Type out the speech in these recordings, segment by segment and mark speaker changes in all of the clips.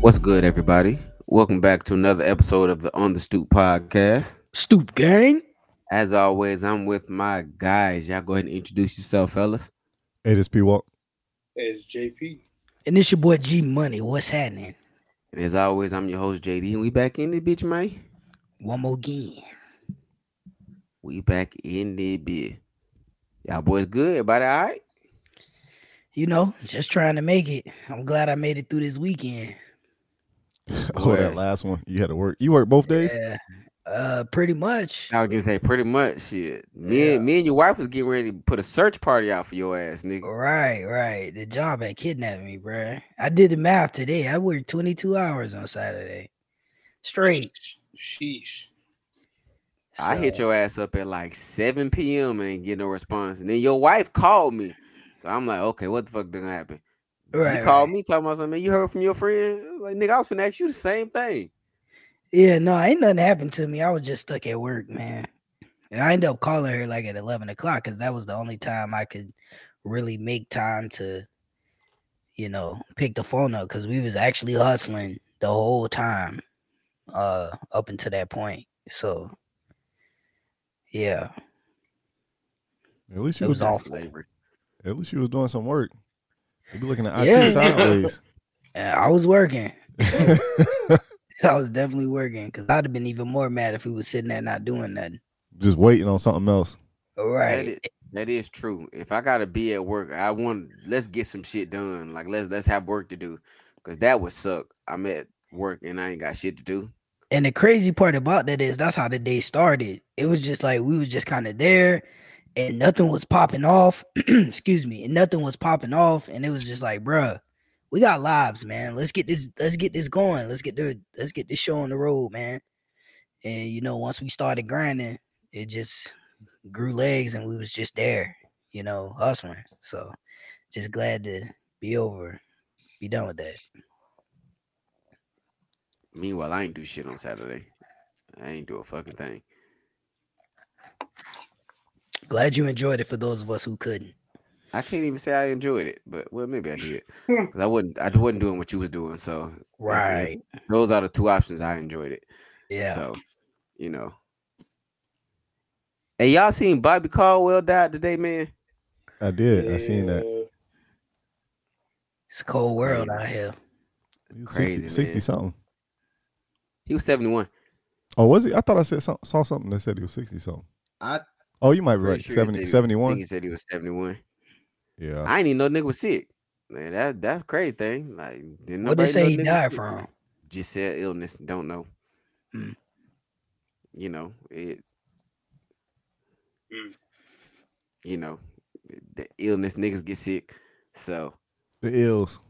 Speaker 1: What's good, everybody? Welcome back to another episode of the On the Stoop podcast.
Speaker 2: Stoop gang.
Speaker 1: As always, I'm with my guys. Y'all go ahead and introduce yourself, fellas.
Speaker 3: Hey, this P Walk.
Speaker 4: It's JP.
Speaker 2: And it's your boy G Money. What's happening?
Speaker 1: And as always, I'm your host, JD, and we back in the bitch, man.
Speaker 2: One more game.
Speaker 1: We back in the bitch. Y'all boys good? Everybody all right?
Speaker 2: You know, just trying to make it. I'm glad I made it through this weekend.
Speaker 3: Oh,
Speaker 1: Word.
Speaker 3: that last one. You had to work. You worked both days.
Speaker 2: Yeah. Uh pretty much.
Speaker 1: I was gonna say pretty much shit. Me,
Speaker 2: Yeah.
Speaker 1: and, me and your wife was getting ready to put a search party out for your ass, nigga.
Speaker 2: Right, right. The job had kidnapped me, bruh. I did the math today. I worked 22 hours on Saturday. Straight.
Speaker 4: Sheesh.
Speaker 1: I hit
Speaker 2: So,
Speaker 1: your ass up at like 7 p.m. and get no response. And then your wife called me. So I'm like, okay, what the fuck did happen?
Speaker 2: Right,
Speaker 1: she called
Speaker 2: right.
Speaker 1: me talking about something. You heard from your friend? I was Like, nigga, I was finna ask you the same thing.
Speaker 2: Yeah, no, ain't nothing happened to me. I was just stuck at work, man. And I ended up calling her like at 11 o'clock because that was the only time I could really make time to, you know, pick the phone up because we was actually hustling the whole time uh up until that point. So, yeah.
Speaker 3: At least
Speaker 2: It
Speaker 3: you
Speaker 2: was
Speaker 3: was,
Speaker 2: all-
Speaker 1: That's
Speaker 2: awful.
Speaker 1: slavery.
Speaker 3: at least you was doing some work. You be looking at
Speaker 2: Yeah.
Speaker 3: IT sideways.
Speaker 2: And I was working. I was definitely working because I'd have been even more mad if we was sitting there not doing nothing.
Speaker 3: Just waiting on something else.
Speaker 2: All
Speaker 1: That
Speaker 2: right.
Speaker 1: is, that is true. If I gotta be at work, I want let's get some shit done. Like let's let's have work to do. Cause that would suck. I'm at work and I ain't got shit to do.
Speaker 2: And the crazy part about that is that's how the day started. It was just like we was just kind of there and nothing was popping off. Excuse me. And nothing was popping off. And it was just like, bruh, we got lives, man. Let's get this, let's get this going. Let's get the let's get this show on the road, man. And you know, once we started grinding, it just grew legs and we was just there, you know, hustling. So just glad to be over, be done with that.
Speaker 1: Meanwhile, I ain't do shit on Saturday. I ain't do a fucking thing.
Speaker 2: Glad you enjoyed it for those of us who couldn't.
Speaker 1: I can't even say I enjoyed it, but well, maybe I did. 'Cause I wasn't I wasn't doing what you was doing. So if- if-
Speaker 2: Right.
Speaker 1: those are the two options I enjoyed it.
Speaker 2: Yeah.
Speaker 1: So, you know. Hey, y'all seen Bobby Caldwell died today, man?
Speaker 3: I did. I seen that.
Speaker 2: It's a cold
Speaker 1: It's
Speaker 2: world
Speaker 1: crazy.
Speaker 2: out here.
Speaker 3: He was
Speaker 1: Crazy,
Speaker 3: 60, 60
Speaker 1: man.
Speaker 3: something.
Speaker 1: He was 71.
Speaker 3: Oh, was he? I thought I said some, saw something that said he was 60 something.
Speaker 1: I
Speaker 3: Oh, you might be right.
Speaker 1: Pretty sure he said
Speaker 3: 70,
Speaker 1: he- I
Speaker 3: 71.
Speaker 1: think he said he was 71.
Speaker 2: Oh.
Speaker 3: yeah.
Speaker 1: I ain't even know nigga was sick. Man, that that's a crazy thing. Like didn't
Speaker 2: What they
Speaker 1: nobody
Speaker 2: say
Speaker 1: know
Speaker 2: he
Speaker 1: nigga was
Speaker 2: died
Speaker 1: sick.
Speaker 2: from?
Speaker 1: Just said illness. Don't know.
Speaker 2: Mm.
Speaker 1: You know it.
Speaker 4: Mm.
Speaker 1: You know the illness niggas get sick. So
Speaker 3: the ills.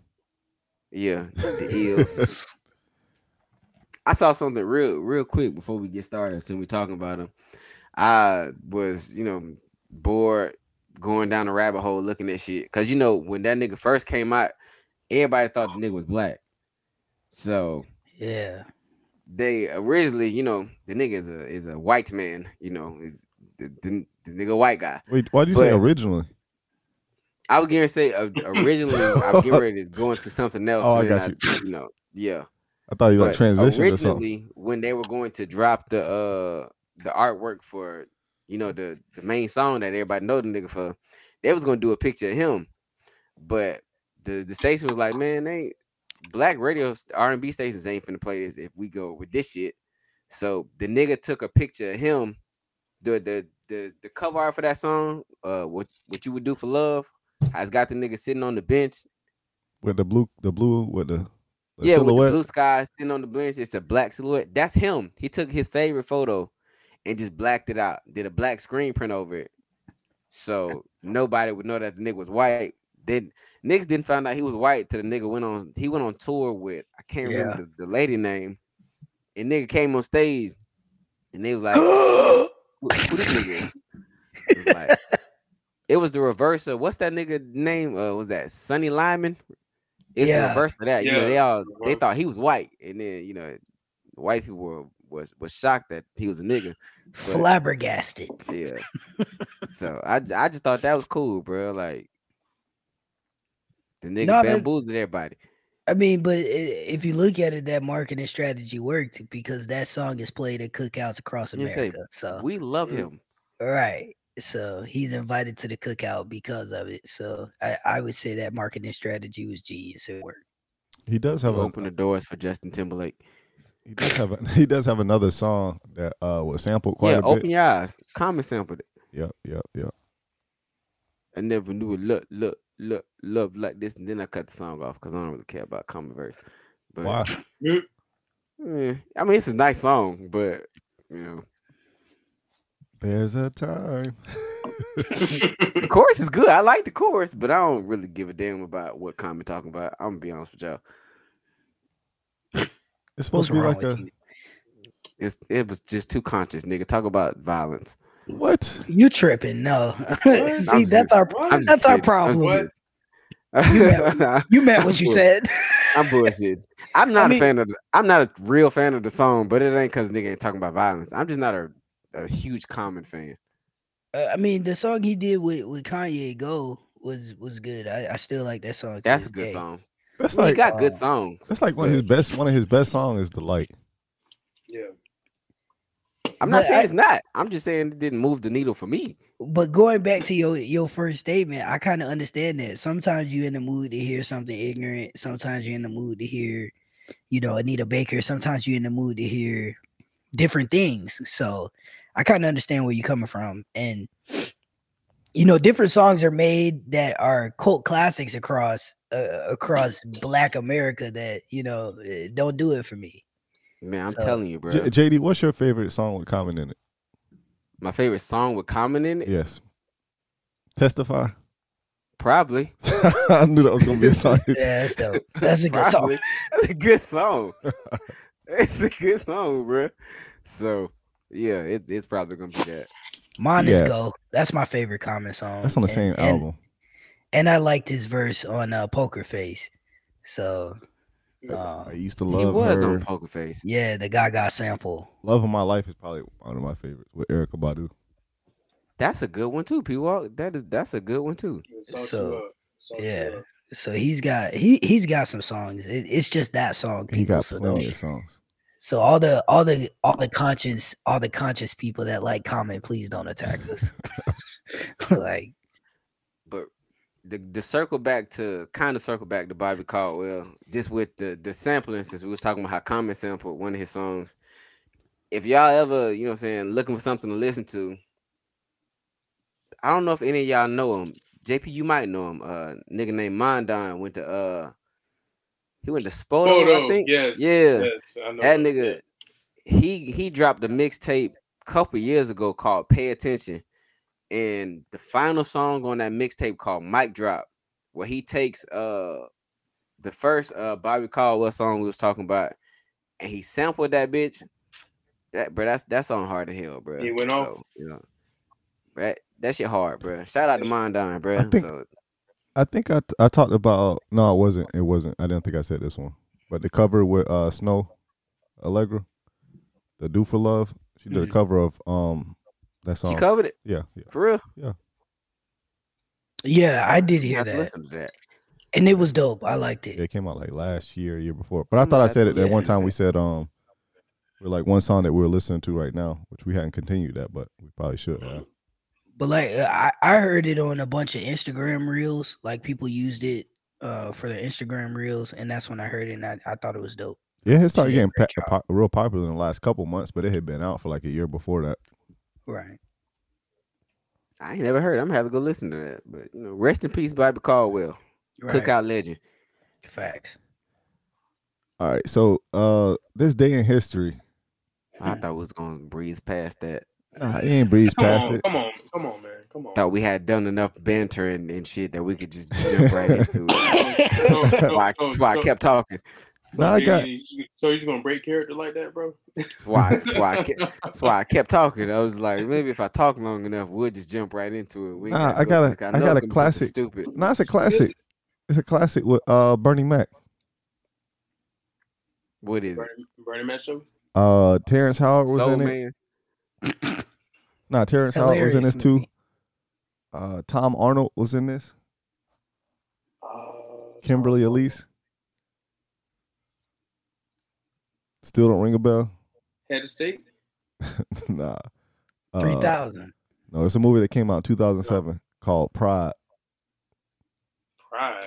Speaker 1: yeah, the ills. I saw something real real quick before we get started. Since we talking about him, I was you know bored going down the rabbit hole looking at shit because you know when that nigga first came out, everybody thought the nigga was black. So
Speaker 2: Yeah.
Speaker 1: they originally, you know, the nigga is a is a white man. You know, is the, the, the nigga white guy.
Speaker 3: Wait, why did you say
Speaker 1: But-
Speaker 3: originally?
Speaker 1: I was getting to say uh, originally I was getting ready to go into something else.
Speaker 3: Oh, I
Speaker 1: and then
Speaker 3: got
Speaker 1: you know, yeah.
Speaker 3: I thought you like
Speaker 1: But
Speaker 3: transitioned or something.
Speaker 1: originally when they were going to drop the uh the artwork for you know the the main song that everybody know the nigga for they was gonna do a picture of him but the the station was like man they black radio st- r&b stations ain't finna play this if we go with this shit so the nigga took a picture of him the the the, the cover art for that song uh what what you would do for love has got the nigga sitting on the bench
Speaker 3: With the blue, the blue, with the, the
Speaker 1: yeah, with the
Speaker 3: silhouette.
Speaker 1: blue sky sitting on the bench. It's a black silhouette. That's him. He took his favorite photo and just blacked it out. Did a black screen print over it. So nobody would know that the nigga was white. Then niggas didn't find out he was white till the nigga went on he went on tour with I can't remember the, the lady name. And nigga came on stage and they was like who, who this nigga is? It was, like, it was the reverse of what's that nigga name? Uh, was that Sonny Lyman? It's the
Speaker 2: Yeah.
Speaker 1: reverse of that. You know, they
Speaker 4: Yeah,
Speaker 1: all they
Speaker 4: reverse.
Speaker 1: thought he was white, and then you know, white people were was was shocked that he was a nigga.
Speaker 2: Flabbergasted.
Speaker 1: Yeah. so I j- I just thought that was cool, bro. Like the nigga
Speaker 2: No, that-
Speaker 1: bamboozled everybody.
Speaker 2: I mean, but i- if you look at it, that marketing strategy worked because that song is played at cookouts across
Speaker 1: You
Speaker 2: America.
Speaker 1: say,
Speaker 2: so
Speaker 1: We love
Speaker 4: Mm.
Speaker 1: him.
Speaker 2: right, so he's invited to the cookout because of it. So I, I would say that marketing strategy was genius. It worked.
Speaker 3: He does have
Speaker 1: We'll
Speaker 3: a,
Speaker 1: open the doors for Justin Timberlake.
Speaker 3: he does have a, he does have another song that uh was sampled quite
Speaker 1: yeah,
Speaker 3: a
Speaker 1: open
Speaker 3: bit.
Speaker 1: your eyes. Common sampled it.
Speaker 3: Yep, yep, yep.
Speaker 1: I never knew it. Look, look, look, love like this. And then I cut the song off because I don't really care about common verse. But
Speaker 3: Why?
Speaker 1: eh, I mean, it's a nice song, but you know,
Speaker 3: There's a time.
Speaker 1: the chorus is good. I like the chorus, but I don't really give a damn about what common talking about. I'm gonna be honest with y'all.
Speaker 3: It's supposed
Speaker 2: What's
Speaker 3: to be
Speaker 2: wrong
Speaker 3: like
Speaker 2: with
Speaker 3: a
Speaker 2: you?
Speaker 1: It's it was just too conscious, nigga. Talk about violence.
Speaker 3: what?
Speaker 2: You tripping? No.
Speaker 1: I'm
Speaker 2: See,
Speaker 1: just-
Speaker 2: that's our.
Speaker 4: What?
Speaker 1: I'm just
Speaker 2: That's our
Speaker 1: kidding. I'm just
Speaker 4: problem.
Speaker 1: kidding.
Speaker 2: You meant what you
Speaker 1: Look.
Speaker 2: said.
Speaker 1: I'm bullshit. I'm not
Speaker 2: mean-
Speaker 1: a fan of. The, I'm not a real fan of the song, but it ain't because nigga ain't talking about violence. I'm just not a, a huge common fan.
Speaker 2: Uh, I mean, the song he did with, with Kanye "Go" was was good. I, I still like that song. to
Speaker 1: That's a
Speaker 2: this
Speaker 1: good
Speaker 2: day.
Speaker 1: song.
Speaker 3: That's
Speaker 1: he
Speaker 3: like
Speaker 1: got
Speaker 2: uh,
Speaker 1: good songs.
Speaker 3: that's like one of his best one of his best songs is the light.
Speaker 4: Yeah.
Speaker 1: I'm not
Speaker 2: But
Speaker 1: saying
Speaker 2: I-
Speaker 1: it's not. I'm just saying it didn't move the needle for me.
Speaker 2: But going back to your your first statement, I kind of understand that. Sometimes you in the mood to hear something ignorant. Sometimes you're in the mood to hear, you know, Anita Baker. Sometimes you're in the mood to hear different things. So I kind of understand where you're coming from. And you know, different songs are made that are cult classics across uh, across Black America. That you know, eh, don't do it for me.
Speaker 1: Man, I'm
Speaker 2: So-
Speaker 1: telling you, bro.
Speaker 3: J- JD, what's your favorite song with Common in it?
Speaker 1: my favorite song with common in it,
Speaker 3: Yes. Testify.
Speaker 1: probably.
Speaker 3: I knew that was gonna be a song.
Speaker 2: Yeah, that's dope. That's a good song.
Speaker 1: Probably. That's a good song. it's a good song, bro. So yeah, it, it's probably gonna be that.
Speaker 2: Mine is
Speaker 3: Yeah.
Speaker 2: "Go." That's my favorite comment song.
Speaker 3: That's on the
Speaker 2: And-
Speaker 3: same
Speaker 2: and-
Speaker 3: album.
Speaker 2: and I liked his verse on uh, Poker Face. So uh,
Speaker 3: I used to
Speaker 1: he
Speaker 3: love
Speaker 1: was
Speaker 3: her.
Speaker 1: on Poker Face.
Speaker 2: yeah, the Gaga sample.
Speaker 3: Love of My Life is probably one of my favorites with Erica Badu.
Speaker 1: That's a good one too, P Walk. That is that's a good one too.
Speaker 4: It's all too
Speaker 2: So,
Speaker 4: up. It's all too
Speaker 2: yeah.
Speaker 4: up.
Speaker 2: So he's got he he's got some songs. It, it's just that song.
Speaker 3: He
Speaker 2: people,
Speaker 3: got
Speaker 2: so,
Speaker 3: plenty
Speaker 2: don't-
Speaker 3: of songs.
Speaker 2: so all the all the all the conscious all the conscious people that like comment, please don't attack us. like
Speaker 1: But the the circle back to kind of circle back to Bobby Caldwell, just with the the sampling since we was talking about how Common sampled one of his songs. If y'all ever, you know what I'm saying, looking for something to listen to, I don't know if any of y'all know him. JP, you might know him. Uh nigga named Mondon went to uh he went to Spoto,
Speaker 4: Photo,
Speaker 1: I think.
Speaker 4: yes.
Speaker 1: Yeah.
Speaker 4: Yes, I know.
Speaker 1: That nigga, he he dropped a mixtape a couple years ago called "Pay Attention," and the final song on that mixtape called "Mic Drop," where he takes uh the first uh Bobby Caldwell song we was talking about, and he sampled that bitch. That bro, that's that's on hard to hell, bro.
Speaker 4: He went off?
Speaker 1: you know, that that shit hard, bro. Shout out to Mondine, bro.
Speaker 3: I think-
Speaker 1: so
Speaker 3: I think I, I talked about no, it wasn't. It wasn't. I didn't think I said this one. But the cover with uh Snow Allegra, the Do for Love. She did a
Speaker 2: Mhm.
Speaker 3: cover of um that
Speaker 1: she
Speaker 3: song.
Speaker 1: covered it
Speaker 3: yeah, yeah.
Speaker 1: for real.
Speaker 2: yeah, I did hear
Speaker 1: have to
Speaker 2: that,
Speaker 1: listen to that.
Speaker 2: and it was dope. I liked it.
Speaker 3: Yeah, It came out like last year, year before. But I
Speaker 1: I'm
Speaker 3: thought
Speaker 1: not
Speaker 3: I said it that
Speaker 1: absolutely
Speaker 3: one time. We
Speaker 1: certain.
Speaker 3: said um, we're like one song that we're listening to right now, which we hadn't continued that, but we probably should. Have.
Speaker 2: But like uh, I, I heard it on a bunch of Instagram reels. Like people used it uh for their Instagram reels, and that's when I heard it and I, I thought it was dope.
Speaker 3: Yeah, it started
Speaker 2: did a
Speaker 3: getting
Speaker 2: great
Speaker 3: pa- po- real popular in the last couple months, but it had been out for like a year before that.
Speaker 2: Right.
Speaker 1: I ain't never heard. I'm gonna have to go listen to that. But you know, rest in peace, Bobby Caldwell,
Speaker 2: right.
Speaker 1: cookout legend.
Speaker 2: facts.
Speaker 3: All right, so uh, this day in history,
Speaker 1: I thought we was gonna breeze past that.
Speaker 3: nah, it ain't breeze
Speaker 4: Come
Speaker 3: past
Speaker 2: Oh.
Speaker 4: on,
Speaker 3: it.
Speaker 4: come on, come on, man. Come on.
Speaker 1: Thought we had done enough banter and, and shit that we could just jump right into it.
Speaker 4: So- so-
Speaker 1: That's why, I,
Speaker 4: so-
Speaker 1: that's why I
Speaker 4: so-
Speaker 1: kept talking.
Speaker 4: so
Speaker 3: Nah, I
Speaker 4: you-
Speaker 3: got-
Speaker 4: you- So he's gonna break character like that, bro?
Speaker 1: That's why. That's why I kept. That's why I kept talking. I was like, maybe if I talk long enough, we'll just jump right into it. We ain't
Speaker 3: Nah,
Speaker 1: gotta
Speaker 3: I got a-
Speaker 1: to-
Speaker 3: I got
Speaker 1: know it's
Speaker 3: a
Speaker 1: gonna be something
Speaker 3: classic.
Speaker 1: Stupid.
Speaker 3: Nah, it's a classic. It's a classic with uh Bernie Mac,
Speaker 1: What is it?
Speaker 4: Burning, burning man show.
Speaker 3: uh Terrence Howard was in
Speaker 1: Soul
Speaker 3: it.
Speaker 1: Man.
Speaker 3: Nah, Terrence Howard was in
Speaker 2: Hilarious
Speaker 3: this too.
Speaker 2: movie.
Speaker 3: Uh, Tom Arnold was in this.
Speaker 4: Uh,
Speaker 3: Kimberly Elise. Still don't ring a bell.
Speaker 4: Head of state.
Speaker 3: nah.
Speaker 2: Three
Speaker 3: Uh,
Speaker 2: thousand.
Speaker 3: No, it's a movie that came out in 2007 called Pride.
Speaker 4: Pride.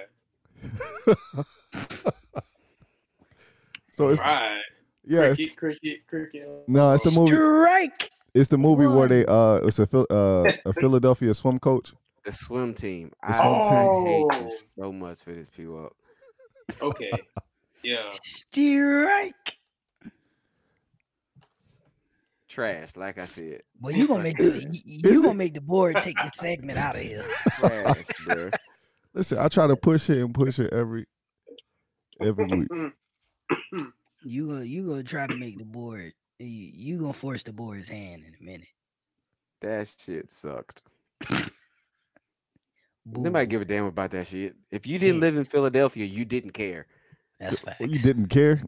Speaker 3: So it's
Speaker 4: Pride.
Speaker 3: yeah, it's,
Speaker 4: cricket, cricket, cricket.
Speaker 3: no, it's Uh, the movie.
Speaker 2: Strike.
Speaker 3: It's the movie where
Speaker 2: One.
Speaker 3: they uh, it's a Phil- uh, a Philadelphia swim coach.
Speaker 1: The swim team.
Speaker 3: The
Speaker 1: I
Speaker 3: swim
Speaker 4: team.
Speaker 1: hate you
Speaker 4: Oh.
Speaker 1: so much for this pew up.
Speaker 4: Okay. Yeah.
Speaker 2: Strike.
Speaker 1: Trash, like I said.
Speaker 2: Well, you gonna make
Speaker 1: Is
Speaker 2: the,
Speaker 1: it?
Speaker 2: you, you gonna make the board take the segment out of here.
Speaker 1: Trash, bro.
Speaker 3: Listen, I try to push it and push it every every week.
Speaker 4: Mm.
Speaker 2: You gonna you gonna try to make the board. You, you gonna force the board's hand in a minute.
Speaker 1: That shit sucked.
Speaker 2: Boo.
Speaker 1: Nobody give a damn about that shit. If you didn't
Speaker 2: Yeah.
Speaker 1: live in Philadelphia, you didn't care.
Speaker 2: That's facts.
Speaker 3: Well, you didn't care.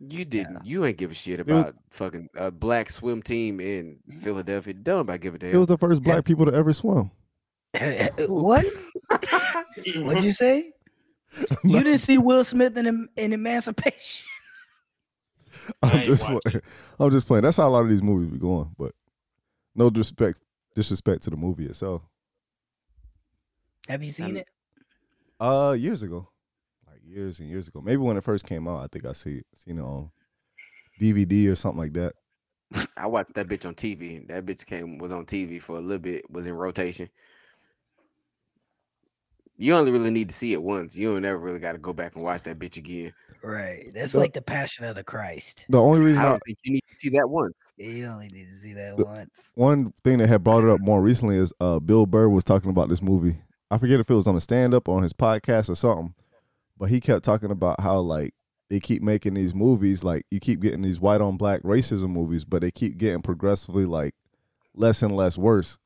Speaker 1: You didn't. You ain't give a shit
Speaker 3: was- Mm-hmm.
Speaker 1: about fucking a black swim team in Philadelphia. Don't nobody give a damn.
Speaker 3: It was the first black people to ever swim.
Speaker 2: what? What'd you say? you didn't see Will Smith in, Em- in Emancipation.
Speaker 3: I'm
Speaker 4: ain't
Speaker 3: just
Speaker 4: watching.
Speaker 3: playing. I'm just playing. That's how a lot of these movies be going. But no disrespect disrespect to the movie itself.
Speaker 2: Have you seen
Speaker 1: Um,
Speaker 2: it?
Speaker 3: Uh, years ago, like years and years ago, maybe when it first came out, I think I see seen it on DVD or something like that.
Speaker 1: I watched that bitch on TV. That bitch came was on TV for a little bit, was in rotation. You only really need to see it once. You don't ever really got to go back and watch that bitch again.
Speaker 2: Right. That's
Speaker 3: the-
Speaker 2: like the Passion of the Christ.
Speaker 3: The only reason
Speaker 1: I
Speaker 3: I
Speaker 1: don't think you need to see that once.
Speaker 2: You only need to see that
Speaker 3: The-
Speaker 2: once.
Speaker 3: one thing that had brought it up more recently is uh Bill Burr was talking about this movie. I forget if it was on a stand up on his podcast or something, but he kept talking about how like they keep making these movies, like you keep getting these white on black racism movies, but they keep getting progressively like less and less worse.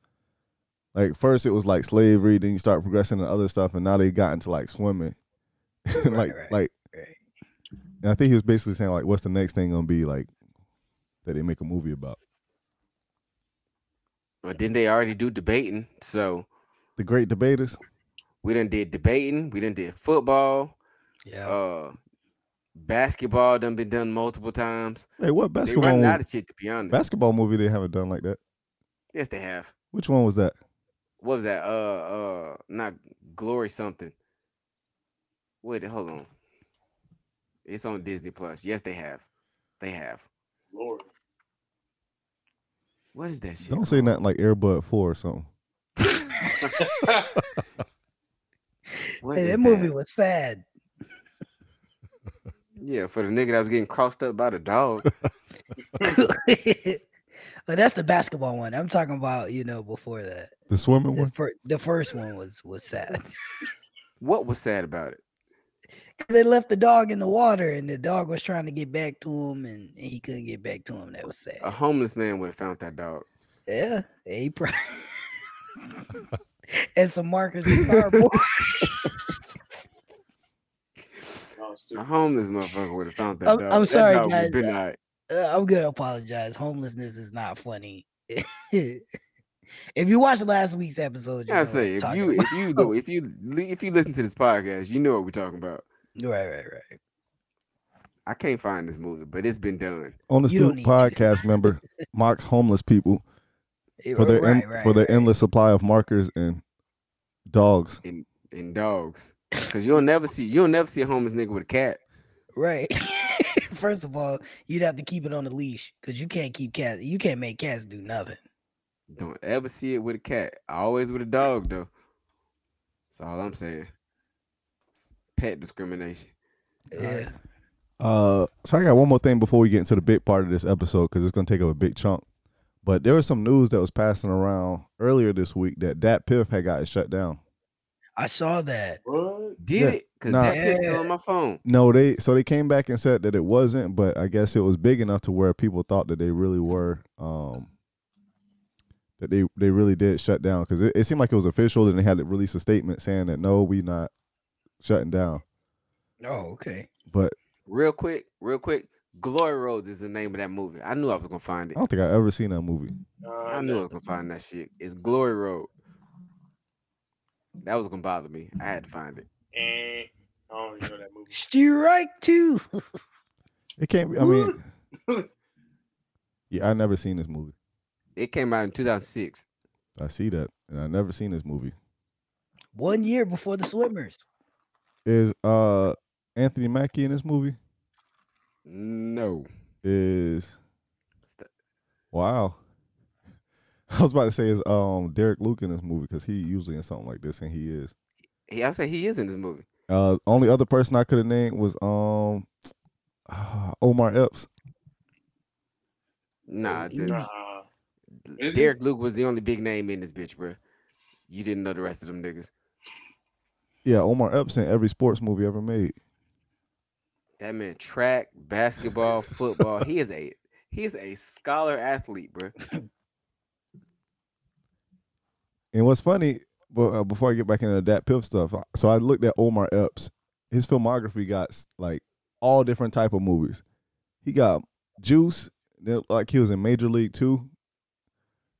Speaker 3: Like first it was like slavery, then you start progressing to other stuff, and now they got into like swimming, and like
Speaker 2: right,
Speaker 3: like.
Speaker 2: right.
Speaker 3: And I think he was basically saying like, what's the next thing gonna be like that they make a movie about?
Speaker 1: But didn't they already do debating? So
Speaker 3: The Great Debaters.
Speaker 1: we done did debating. We done did football.
Speaker 2: Yeah.
Speaker 1: Uh, basketball done been done multiple times.
Speaker 3: Hey, what
Speaker 1: They
Speaker 3: basketball?
Speaker 1: running
Speaker 3: movie-
Speaker 1: out of shit to be honest.
Speaker 3: basketball movie they haven't done like that.
Speaker 1: yes, they have.
Speaker 3: Which one was that?
Speaker 1: What was that? Uh, uh, not glory something. Wait, hold on. It's on Disney Plus. Yes, they have. They have.
Speaker 4: Lord.
Speaker 1: What is that shit?
Speaker 3: Don't say nothing like Airbud Four or something.
Speaker 1: What
Speaker 2: Hey,
Speaker 1: is
Speaker 2: that movie was sad.
Speaker 1: Yeah, for the nigga that was getting crossed up by the dog.
Speaker 2: but that's the basketball one. I'm talking about, you know, before that.
Speaker 3: The swimming
Speaker 2: The,
Speaker 3: one.
Speaker 2: fir- the first one was was sad.
Speaker 1: what was sad about it?
Speaker 2: they left the dog in the water and the dog was trying to get back to him and, and he couldn't get back to him. That was sad.
Speaker 1: A homeless man would have found that dog.
Speaker 2: Yeah. He probably and some markers and cardboard.
Speaker 4: Oh,
Speaker 1: A
Speaker 4: stupid.
Speaker 1: homeless motherfucker would have found that
Speaker 2: I'm-
Speaker 1: dog.
Speaker 2: I'm
Speaker 1: That
Speaker 2: sorry,
Speaker 1: dog would've
Speaker 2: guys.
Speaker 1: Been all right.
Speaker 2: Uh, I'm gonna apologize. Homelessness is not funny. if you watched last week's episode, you know
Speaker 1: I
Speaker 2: what
Speaker 1: say
Speaker 2: I'm
Speaker 1: if
Speaker 2: talking
Speaker 1: you
Speaker 2: about.
Speaker 1: if you know if you li- if you listen to this podcast, you know what we're talking about.
Speaker 2: right, right, right.
Speaker 1: I can't find this movie, but it's been done.
Speaker 3: On the
Speaker 2: You don't
Speaker 3: Stoop
Speaker 2: need to.
Speaker 3: podcast member mocks homeless people
Speaker 2: It-
Speaker 3: for their en-
Speaker 2: right, right,
Speaker 3: for their
Speaker 2: right.
Speaker 3: endless supply of markers and dogs.
Speaker 1: in dogs. Cause you'll never see you'll never see a homeless nigga with a cat.
Speaker 2: right. First of all, you'd have to keep it on the leash because you can't keep cats. You can't make cats do nothing.
Speaker 1: Don't ever see it with a cat. Always with a dog though. That's all I'm saying. Pet discrimination.
Speaker 2: Yeah.
Speaker 3: Uh, so I got one more thing before we get into the big part of this episode because it's gonna take up a big chunk. But there was some news that was passing around earlier this week that Dat Piff had gotten shut down.
Speaker 2: I saw that.
Speaker 4: What?
Speaker 1: Did
Speaker 3: Yeah,
Speaker 1: it? Cause
Speaker 3: nah.
Speaker 1: that picture still on my phone.
Speaker 3: No, they so they came back and said that it wasn't, but I guess it was big enough to where people thought that they really were um that they they really did shut down because it, it seemed like it was official and they had to release a statement saying that no, we not shutting down.
Speaker 2: Oh, okay.
Speaker 3: But
Speaker 1: Real quick, real quick. Glory Roads is the name of that movie. I knew I was gonna find
Speaker 3: I
Speaker 1: it.
Speaker 3: don't think I ever seen that movie.
Speaker 4: Nah,
Speaker 1: I knew I was gonna find that shit. It's Glory Road. That was gonna bother me. I had to find it.
Speaker 4: Eh, I don't even know that movie.
Speaker 2: Strike two.
Speaker 3: It can't. Be, I mean, yeah, I never seen this movie.
Speaker 1: It came out in 2006.
Speaker 3: I see that, and I never seen this movie.
Speaker 2: One year before the swimmers.
Speaker 3: Is uh Anthony Mackie in this movie?
Speaker 1: No.
Speaker 3: Is
Speaker 1: St-
Speaker 3: wow. I was about to say is um Derek Luke in this movie because he usually in something like this, and he is.
Speaker 1: He, I say he is in this movie.
Speaker 3: Uh, only other person I could have named was um Omar Epps.
Speaker 1: Nah,
Speaker 2: he
Speaker 1: dude.
Speaker 2: was-
Speaker 4: Nah. Is he?
Speaker 1: Derek Luke was the only big name in this bitch, bro. You didn't know the rest of them niggas.
Speaker 3: Yeah, Omar Epps in every sports movie ever made.
Speaker 1: That man track, basketball, football. He is a he is a scholar athlete, bro.
Speaker 3: And what's funny, but uh, before I get back into that Piff stuff, uh, so I looked at Omar Epps. His filmography got s- like all different type of movies. He got Juice, then like he was in Major League Two.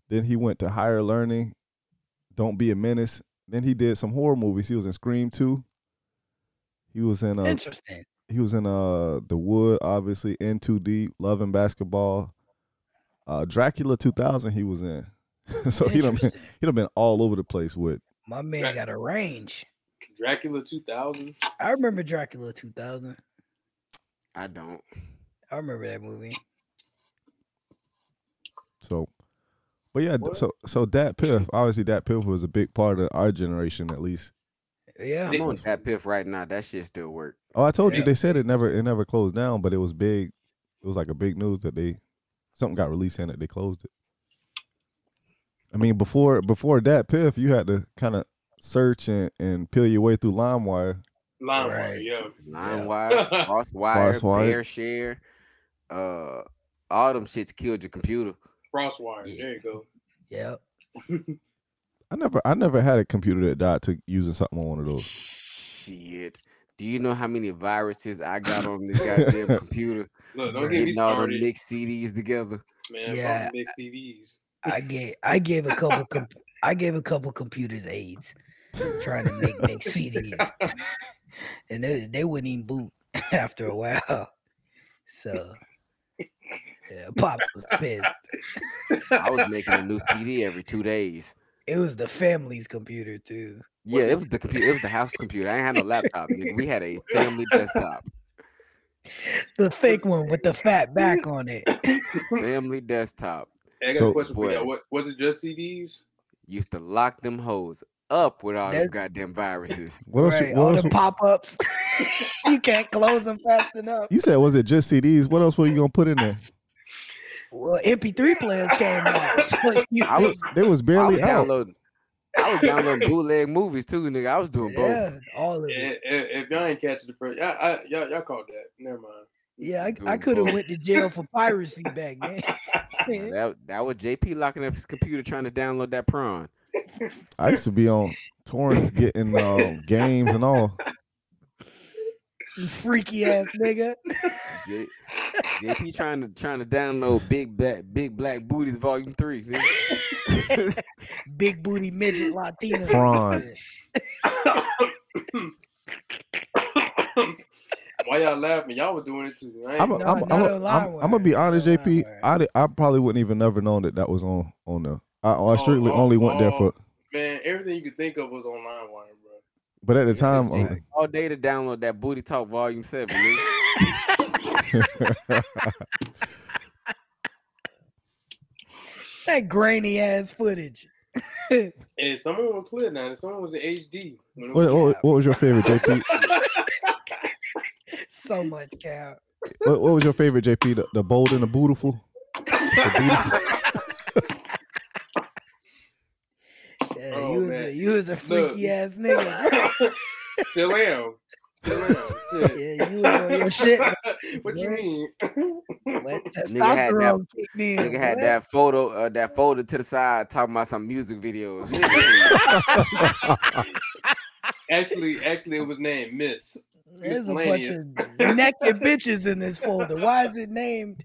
Speaker 3: Then he went to Higher Learning, Don't Be a Menace. Then he did some horror movies. He was in Scream Two. He was in uh,
Speaker 2: Interesting.
Speaker 3: he was in uh the wood obviously in 2d loving basketball uh dracula 2000 he was in so he done, been,
Speaker 2: Interesting.
Speaker 3: he done been all over the place with
Speaker 2: My man
Speaker 4: Right.
Speaker 2: got a range.
Speaker 4: Dracula 2000.
Speaker 2: I remember Dracula 2000.
Speaker 1: I don't.
Speaker 2: I remember that movie.
Speaker 3: so but yeah
Speaker 4: What?
Speaker 3: so so dat piff obviously dat piff was a big part of our generation at least
Speaker 2: Yeah.
Speaker 1: I'm on that piff right now. That shit still work.
Speaker 3: oh i told you
Speaker 2: Yeah.
Speaker 3: they said it never it never closed down but it was big it was like a big news that they something got released in it they closed it i mean before before dat piff you had to kind of search and, and peel your way through limewire
Speaker 4: Limewire,
Speaker 2: Right.
Speaker 4: yeah.
Speaker 1: Line wire, cross wire,
Speaker 3: Cross wire.
Speaker 1: bear share, uh, all them shits killed your computer.
Speaker 4: Crosswire.
Speaker 2: Yeah.
Speaker 4: There you go.
Speaker 2: Yep.
Speaker 3: I never I never had a computer that died to using something on one of those.
Speaker 1: Shit. Do you know how many viruses I got on this goddamn computer?
Speaker 4: Look, don't
Speaker 2: Right.
Speaker 4: get me
Speaker 1: Getting all them
Speaker 4: started,
Speaker 1: mixed CDs together.
Speaker 2: Yeah.
Speaker 4: man. Yeah. Mixed TVs.
Speaker 2: I gave I gave a couple comp- I gave a couple computers AIDS trying to make big CDs, and they, they wouldn't even boot after a while. So, yeah, pops was pissed.
Speaker 1: I was making a new CD every two days.
Speaker 2: It was the family's computer too.
Speaker 1: Yeah, it was the computer. It was the house computer. I ain't had no laptop. Nigga. We had a family desktop.
Speaker 2: The thick one with the fat back on it.
Speaker 1: Family desktop.
Speaker 4: Hey, I got
Speaker 3: So-
Speaker 4: a question for
Speaker 1: Boy.
Speaker 4: you. What was it? Just CDs?
Speaker 1: Used to lock them hoes up with all them
Speaker 2: That's-
Speaker 1: goddamn viruses.
Speaker 3: What else?
Speaker 2: right,
Speaker 3: what
Speaker 2: all
Speaker 3: else
Speaker 2: the pop ups. you can't close them fast enough.
Speaker 3: you said was it just CDs? What else were you gonna put in there?
Speaker 2: Well, MP3 players came out. so you-
Speaker 1: I was
Speaker 3: They was
Speaker 1: I was
Speaker 3: barely out.
Speaker 1: downloading I was downloading bootleg movies too, nigga. I was doing both.
Speaker 2: yeah, all of it.
Speaker 4: If, if y'all ain't catching the first, I, I, y'all, y'all caught that. Never mind.
Speaker 2: Yeah,
Speaker 1: Doing
Speaker 2: I, I could have
Speaker 1: both.
Speaker 2: went to jail for piracy back then.
Speaker 1: Now, That that was JP locking up his computer trying to download that prawn.
Speaker 3: I used to be on torrents getting uh, games and all.
Speaker 2: you freaky ass nigga.
Speaker 1: J, JP trying to trying to download Big Black Big Black Booties Volume Three. see?
Speaker 2: Big booty midget Latina.
Speaker 3: Prawn.
Speaker 4: Why y'all laughing? Y'all were doing it too. I ain't,
Speaker 3: I'm a,
Speaker 2: No,
Speaker 3: I'm,
Speaker 2: not
Speaker 3: I'm,
Speaker 2: a
Speaker 3: a,
Speaker 2: lie
Speaker 3: I'm, I'm gonna be
Speaker 2: wire.
Speaker 3: honest,
Speaker 2: Not a
Speaker 3: JP.
Speaker 2: lie
Speaker 3: I, did, I probably wouldn't even never known that that was on on the. I, I strictly
Speaker 4: oh,
Speaker 3: only went there for.
Speaker 4: man, everything you could think of was on LimeWire, bro.
Speaker 3: But at the
Speaker 1: It took
Speaker 3: time, uh,
Speaker 1: Jake all day to download that Booty Talk Volume Seven. nigga.
Speaker 2: that grainy ass footage.
Speaker 4: And someone was clear now. And someone was in HD. When it was,
Speaker 3: what, what, what was your favorite JP?
Speaker 2: so much cow.
Speaker 3: What, what was your favorite JP? The, the bold and the beautiful.
Speaker 2: Yeah,
Speaker 4: Oh,
Speaker 2: you, was a,
Speaker 4: man.
Speaker 2: you was a freaky
Speaker 4: Look.
Speaker 2: ass nigga. bro.
Speaker 4: Still am. Still am. Shit.
Speaker 2: yeah, you was on your shit.
Speaker 4: what you mean?
Speaker 2: When
Speaker 1: Nigga had that-
Speaker 2: testosterone kicked in.
Speaker 1: Nigga had
Speaker 2: boy.
Speaker 1: that photo, uh, that folder to the side, talking about some music videos. Nigga,
Speaker 4: Actually, actually, it was named Miss.
Speaker 2: There's a bunch of naked bitches in this folder. Why is it named?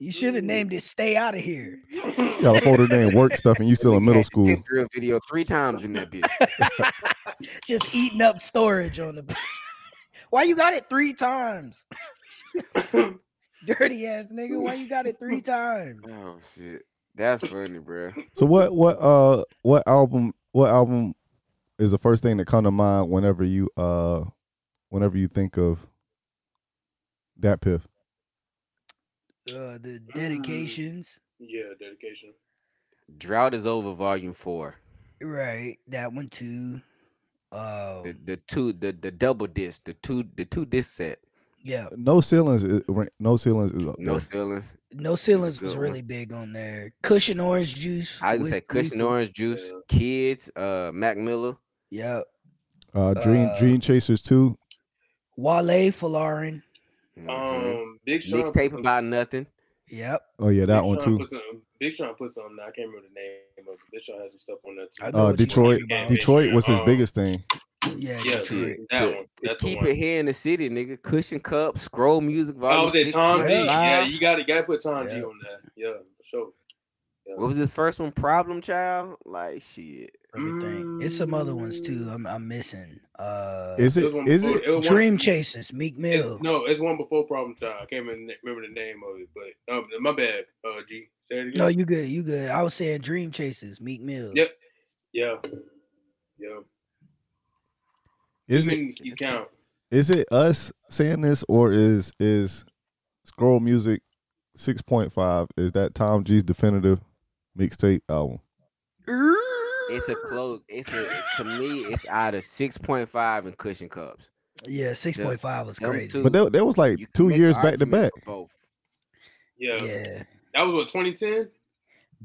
Speaker 2: You should have named it "Stay Out of Here."
Speaker 3: You got a folder named work stuff, and you still in middle
Speaker 1: had the
Speaker 3: school.
Speaker 1: tip drill video three times in that bitch.
Speaker 2: Just eating up storage on the. Why you got it three times? Dirty ass nigga. Why you got it three times?
Speaker 1: Oh shit, that's funny, bro.
Speaker 3: So what what uh what album what album is the first thing that come to mind whenever you uh whenever you think of that piff?
Speaker 2: Uh, the
Speaker 1: Mm.
Speaker 2: dedications.
Speaker 4: yeah, dedication.
Speaker 1: Drought is over, volume four.
Speaker 2: Right. That one too. Um,
Speaker 1: The the two the the double disc, the two the two disc set.
Speaker 2: yeah.
Speaker 3: No ceilings is, uh, no ceilings is up
Speaker 1: No
Speaker 3: there.
Speaker 1: ceilings.
Speaker 2: No ceilings
Speaker 1: good
Speaker 2: was
Speaker 1: one.
Speaker 2: really big on there. Cushion orange juice.
Speaker 1: I just
Speaker 2: with
Speaker 1: say cushion
Speaker 2: Luther.
Speaker 1: orange juice,
Speaker 4: Yeah.
Speaker 1: kids, uh, Mac Miller.
Speaker 2: Yep.
Speaker 3: Uh Dream
Speaker 2: Uh,
Speaker 3: Dream Chasers 2.
Speaker 2: Wale Falarin.
Speaker 3: Mm-hmm.
Speaker 1: Mhm.
Speaker 4: Um, Big Sean. put
Speaker 1: Mixtape
Speaker 4: some-
Speaker 1: about nothing.
Speaker 2: Yep.
Speaker 3: Oh yeah, that
Speaker 4: Big
Speaker 3: one
Speaker 4: Sean
Speaker 3: too.
Speaker 4: put some- Big Sean put something. I can't remember the name of it. Big Sean has some stuff on that too.
Speaker 2: I know
Speaker 3: Uh
Speaker 2: what you're
Speaker 3: Detroit
Speaker 2: talking about.
Speaker 3: Detroit was his
Speaker 4: Um,
Speaker 3: biggest thing.
Speaker 2: Yeah.
Speaker 4: Yeah,
Speaker 2: that's
Speaker 1: shit.
Speaker 2: it.
Speaker 4: that
Speaker 1: To-
Speaker 4: one. That's
Speaker 1: to keep
Speaker 4: the one.
Speaker 1: it here in the city, nigga. Cushion cup, scroll music volume.
Speaker 4: Oh, was it Tom D?
Speaker 1: 6.5.
Speaker 4: Yeah, you got to got to put Tom D
Speaker 2: Yeah.
Speaker 4: on that. Yeah, for sure. Yeah.
Speaker 1: What was his first one? Problem Child. Like shit.
Speaker 2: Everything. It's some other ones too. I'm, I'm missing. Uh,
Speaker 3: Is it
Speaker 4: was one
Speaker 3: is
Speaker 4: before-
Speaker 3: it
Speaker 4: was one-
Speaker 2: Dream Chasers. Meek Mill.
Speaker 4: It's, no, it's one before Problem Child. I can't remember remember the name of it, but um, my bad. Uh, G, say it again.
Speaker 2: No, you good. You good. I was saying Dream Chasers. Meek Mill.
Speaker 4: Yep. yeah, yeah.
Speaker 3: is
Speaker 4: You
Speaker 3: it
Speaker 4: can keep count.
Speaker 3: is it us saying this or is is Scroll Music 6.5 is that Tom G's definitive mixtape album?
Speaker 1: It's a close. It's a to me. It's out of six point five and cushion cups.
Speaker 2: Yeah. Six point five was
Speaker 1: Them
Speaker 2: crazy.
Speaker 1: two-
Speaker 3: But that, that was like
Speaker 1: You can
Speaker 3: 2
Speaker 1: make
Speaker 3: years
Speaker 1: an
Speaker 3: back to back.
Speaker 1: argument for Both.
Speaker 4: Yeah.
Speaker 2: Yeah.
Speaker 4: that was what 2010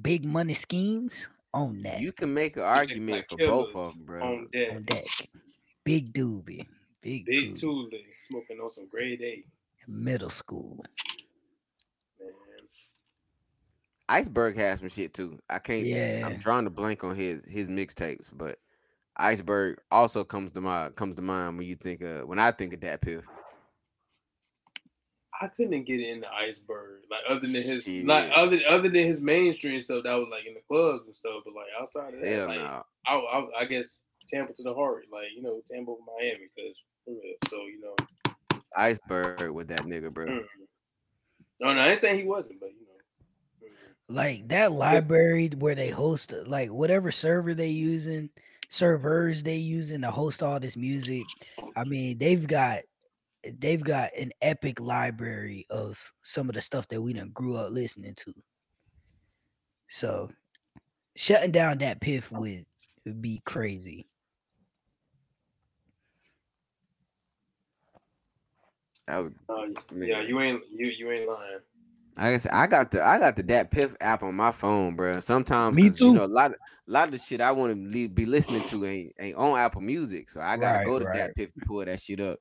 Speaker 2: Big money schemes on that.
Speaker 1: You can make an
Speaker 4: like
Speaker 1: argument for both of them, bro.
Speaker 4: on deck.
Speaker 2: on deck. Big doobie. Big,
Speaker 4: Big
Speaker 2: Doobie.
Speaker 4: Tuesday, smoking on some grade A,
Speaker 2: Middle school.
Speaker 4: man.
Speaker 1: Iceberg has some shit too. I can't.
Speaker 2: Yeah.
Speaker 1: I'm drawing a blank on his his mixtapes, but Iceberg also comes to mind comes to mind when you think of when I think of that piff.
Speaker 4: I couldn't get in the iceberg, like other than his,
Speaker 1: Shit.
Speaker 4: like other other than his mainstream stuff that was like in the clubs and stuff, but like outside of that,
Speaker 1: Hell
Speaker 4: like
Speaker 1: no.
Speaker 4: I, I, I guess Tampa to the heart, like you know Tampa over Miami, because so you know.
Speaker 1: Iceberg with that nigga, bro.
Speaker 4: mm. No, no, I ain't saying he wasn't, but you know. mm.
Speaker 2: Like that library where they host it, like whatever server they using, servers they using to host all this music. I mean, they've got they've got an epic library of some of the stuff that we done grew up listening to. So shutting down that piff would, would be crazy.
Speaker 1: That was
Speaker 4: Uh,
Speaker 1: nigga.
Speaker 4: yeah, you ain't you you ain't lying.
Speaker 1: Like I said, I got the I got the Dat Piff app on my phone, bruh. Sometimes,
Speaker 2: Me
Speaker 1: 'cause, You
Speaker 2: too.
Speaker 1: know, a lot of lot of the shit I want to li- be listening to ain't, ain't on Apple Music, so I gotta
Speaker 2: Right,
Speaker 1: go to
Speaker 2: right.
Speaker 1: Dat Piff to pull that shit up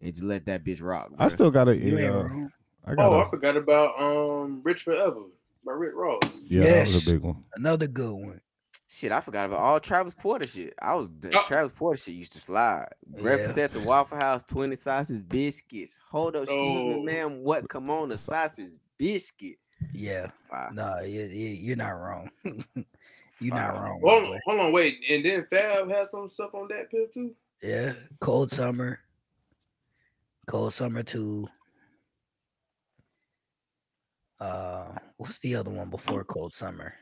Speaker 1: and just let that bitch rock.
Speaker 3: I
Speaker 1: bruh.
Speaker 3: still got it.
Speaker 2: You
Speaker 3: in,
Speaker 2: ain't
Speaker 3: uh,
Speaker 2: wrong.
Speaker 3: I got
Speaker 4: Oh,
Speaker 3: a-
Speaker 4: I forgot about um Rich Forever by Rick Ross.
Speaker 2: Oh,
Speaker 3: Yeah, that
Speaker 2: Yes.
Speaker 3: was a big one.
Speaker 2: Another good one.
Speaker 1: shit. I forgot about all Travis Porter shit. I was the
Speaker 4: Oh.
Speaker 1: Travis Porter shit used to slide. Breakfast at the Waffle House, twenty sausage biscuits. Hold up, excuse me,
Speaker 4: Oh.
Speaker 1: ma'am. What? Come on, a sausage biscuit.
Speaker 2: Yeah.
Speaker 1: Fire,
Speaker 2: No, you, you, you're not wrong. you're not
Speaker 1: fire.
Speaker 2: wrong. my
Speaker 4: Hold
Speaker 2: boy.
Speaker 4: on, hold on, wait, and then Fab had some stuff on that pill too.
Speaker 2: Yeah, cold summer. Cold summer too. Uh, what's the other one before cold summer?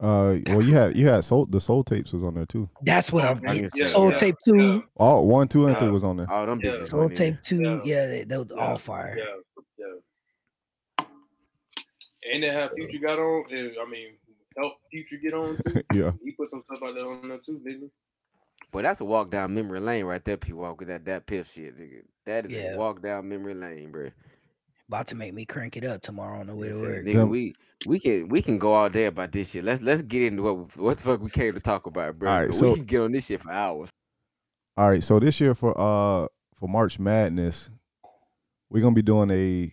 Speaker 3: Uh, well, you had you had soul. The soul tapes was on there too.
Speaker 2: That's what I'm.
Speaker 1: I
Speaker 2: Yeah,
Speaker 1: can see
Speaker 2: soul
Speaker 1: that.
Speaker 2: tape
Speaker 4: Oh, Yeah,
Speaker 2: two.
Speaker 3: All one, two, and three
Speaker 4: Uh,
Speaker 3: was on there.
Speaker 1: All them
Speaker 4: Yeah.
Speaker 1: bitches.
Speaker 2: Soul
Speaker 1: on there.
Speaker 2: tape two.
Speaker 4: Yeah.
Speaker 2: Yeah, they, they was
Speaker 4: yeah,
Speaker 2: all fire.
Speaker 4: Yeah, yeah. And then how Future got on. and, I mean, help Future get on too.
Speaker 3: Yeah,
Speaker 4: He put some stuff out there on there too, didn't he?
Speaker 1: But that's a walk down memory lane right there. People walk with that that piff shit, nigga. That is
Speaker 2: Yeah.
Speaker 1: a walk down memory lane, bro.
Speaker 2: About to make me crank it up tomorrow on the way to work.
Speaker 1: Nigga,
Speaker 3: Them-
Speaker 1: we we can we can go all day about this shit. Let's let's get into what what the fuck we came to talk about, bro.
Speaker 3: Alright,
Speaker 1: we
Speaker 3: so-
Speaker 1: can get on this shit for hours.
Speaker 3: All right, so this year for uh for March Madness, we're gonna be doing a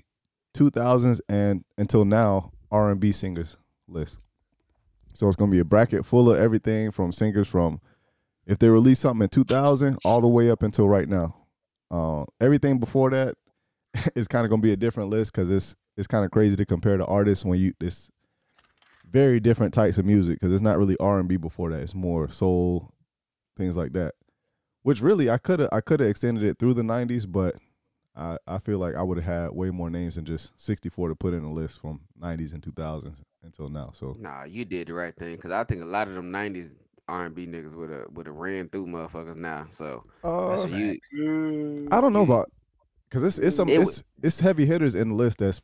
Speaker 3: 2000s and until now R and B singers list. So it's gonna be a bracket full of everything from singers from if they released something in 2000 all the way up until right now. Uh, everything before that is kind of gonna be a different list because it's it's kind of crazy to compare the artists when you it's very different types of music because it's not really R and B before that. It's more soul, things like that which really I could have I could have extended it through the 90s, but I, I feel like I would have had way more names than just 64 to put in a list from 90s and 2000s until now. So
Speaker 1: Nah, you did the right thing because I think a lot of them '90s R&B niggas would have would have ran through motherfuckers now. So
Speaker 3: uh,
Speaker 1: that's you.
Speaker 4: Mm,
Speaker 3: I don't know
Speaker 1: you-
Speaker 3: about because it's it's some
Speaker 1: It would-
Speaker 3: it's, it's heavy hitters in the list. That's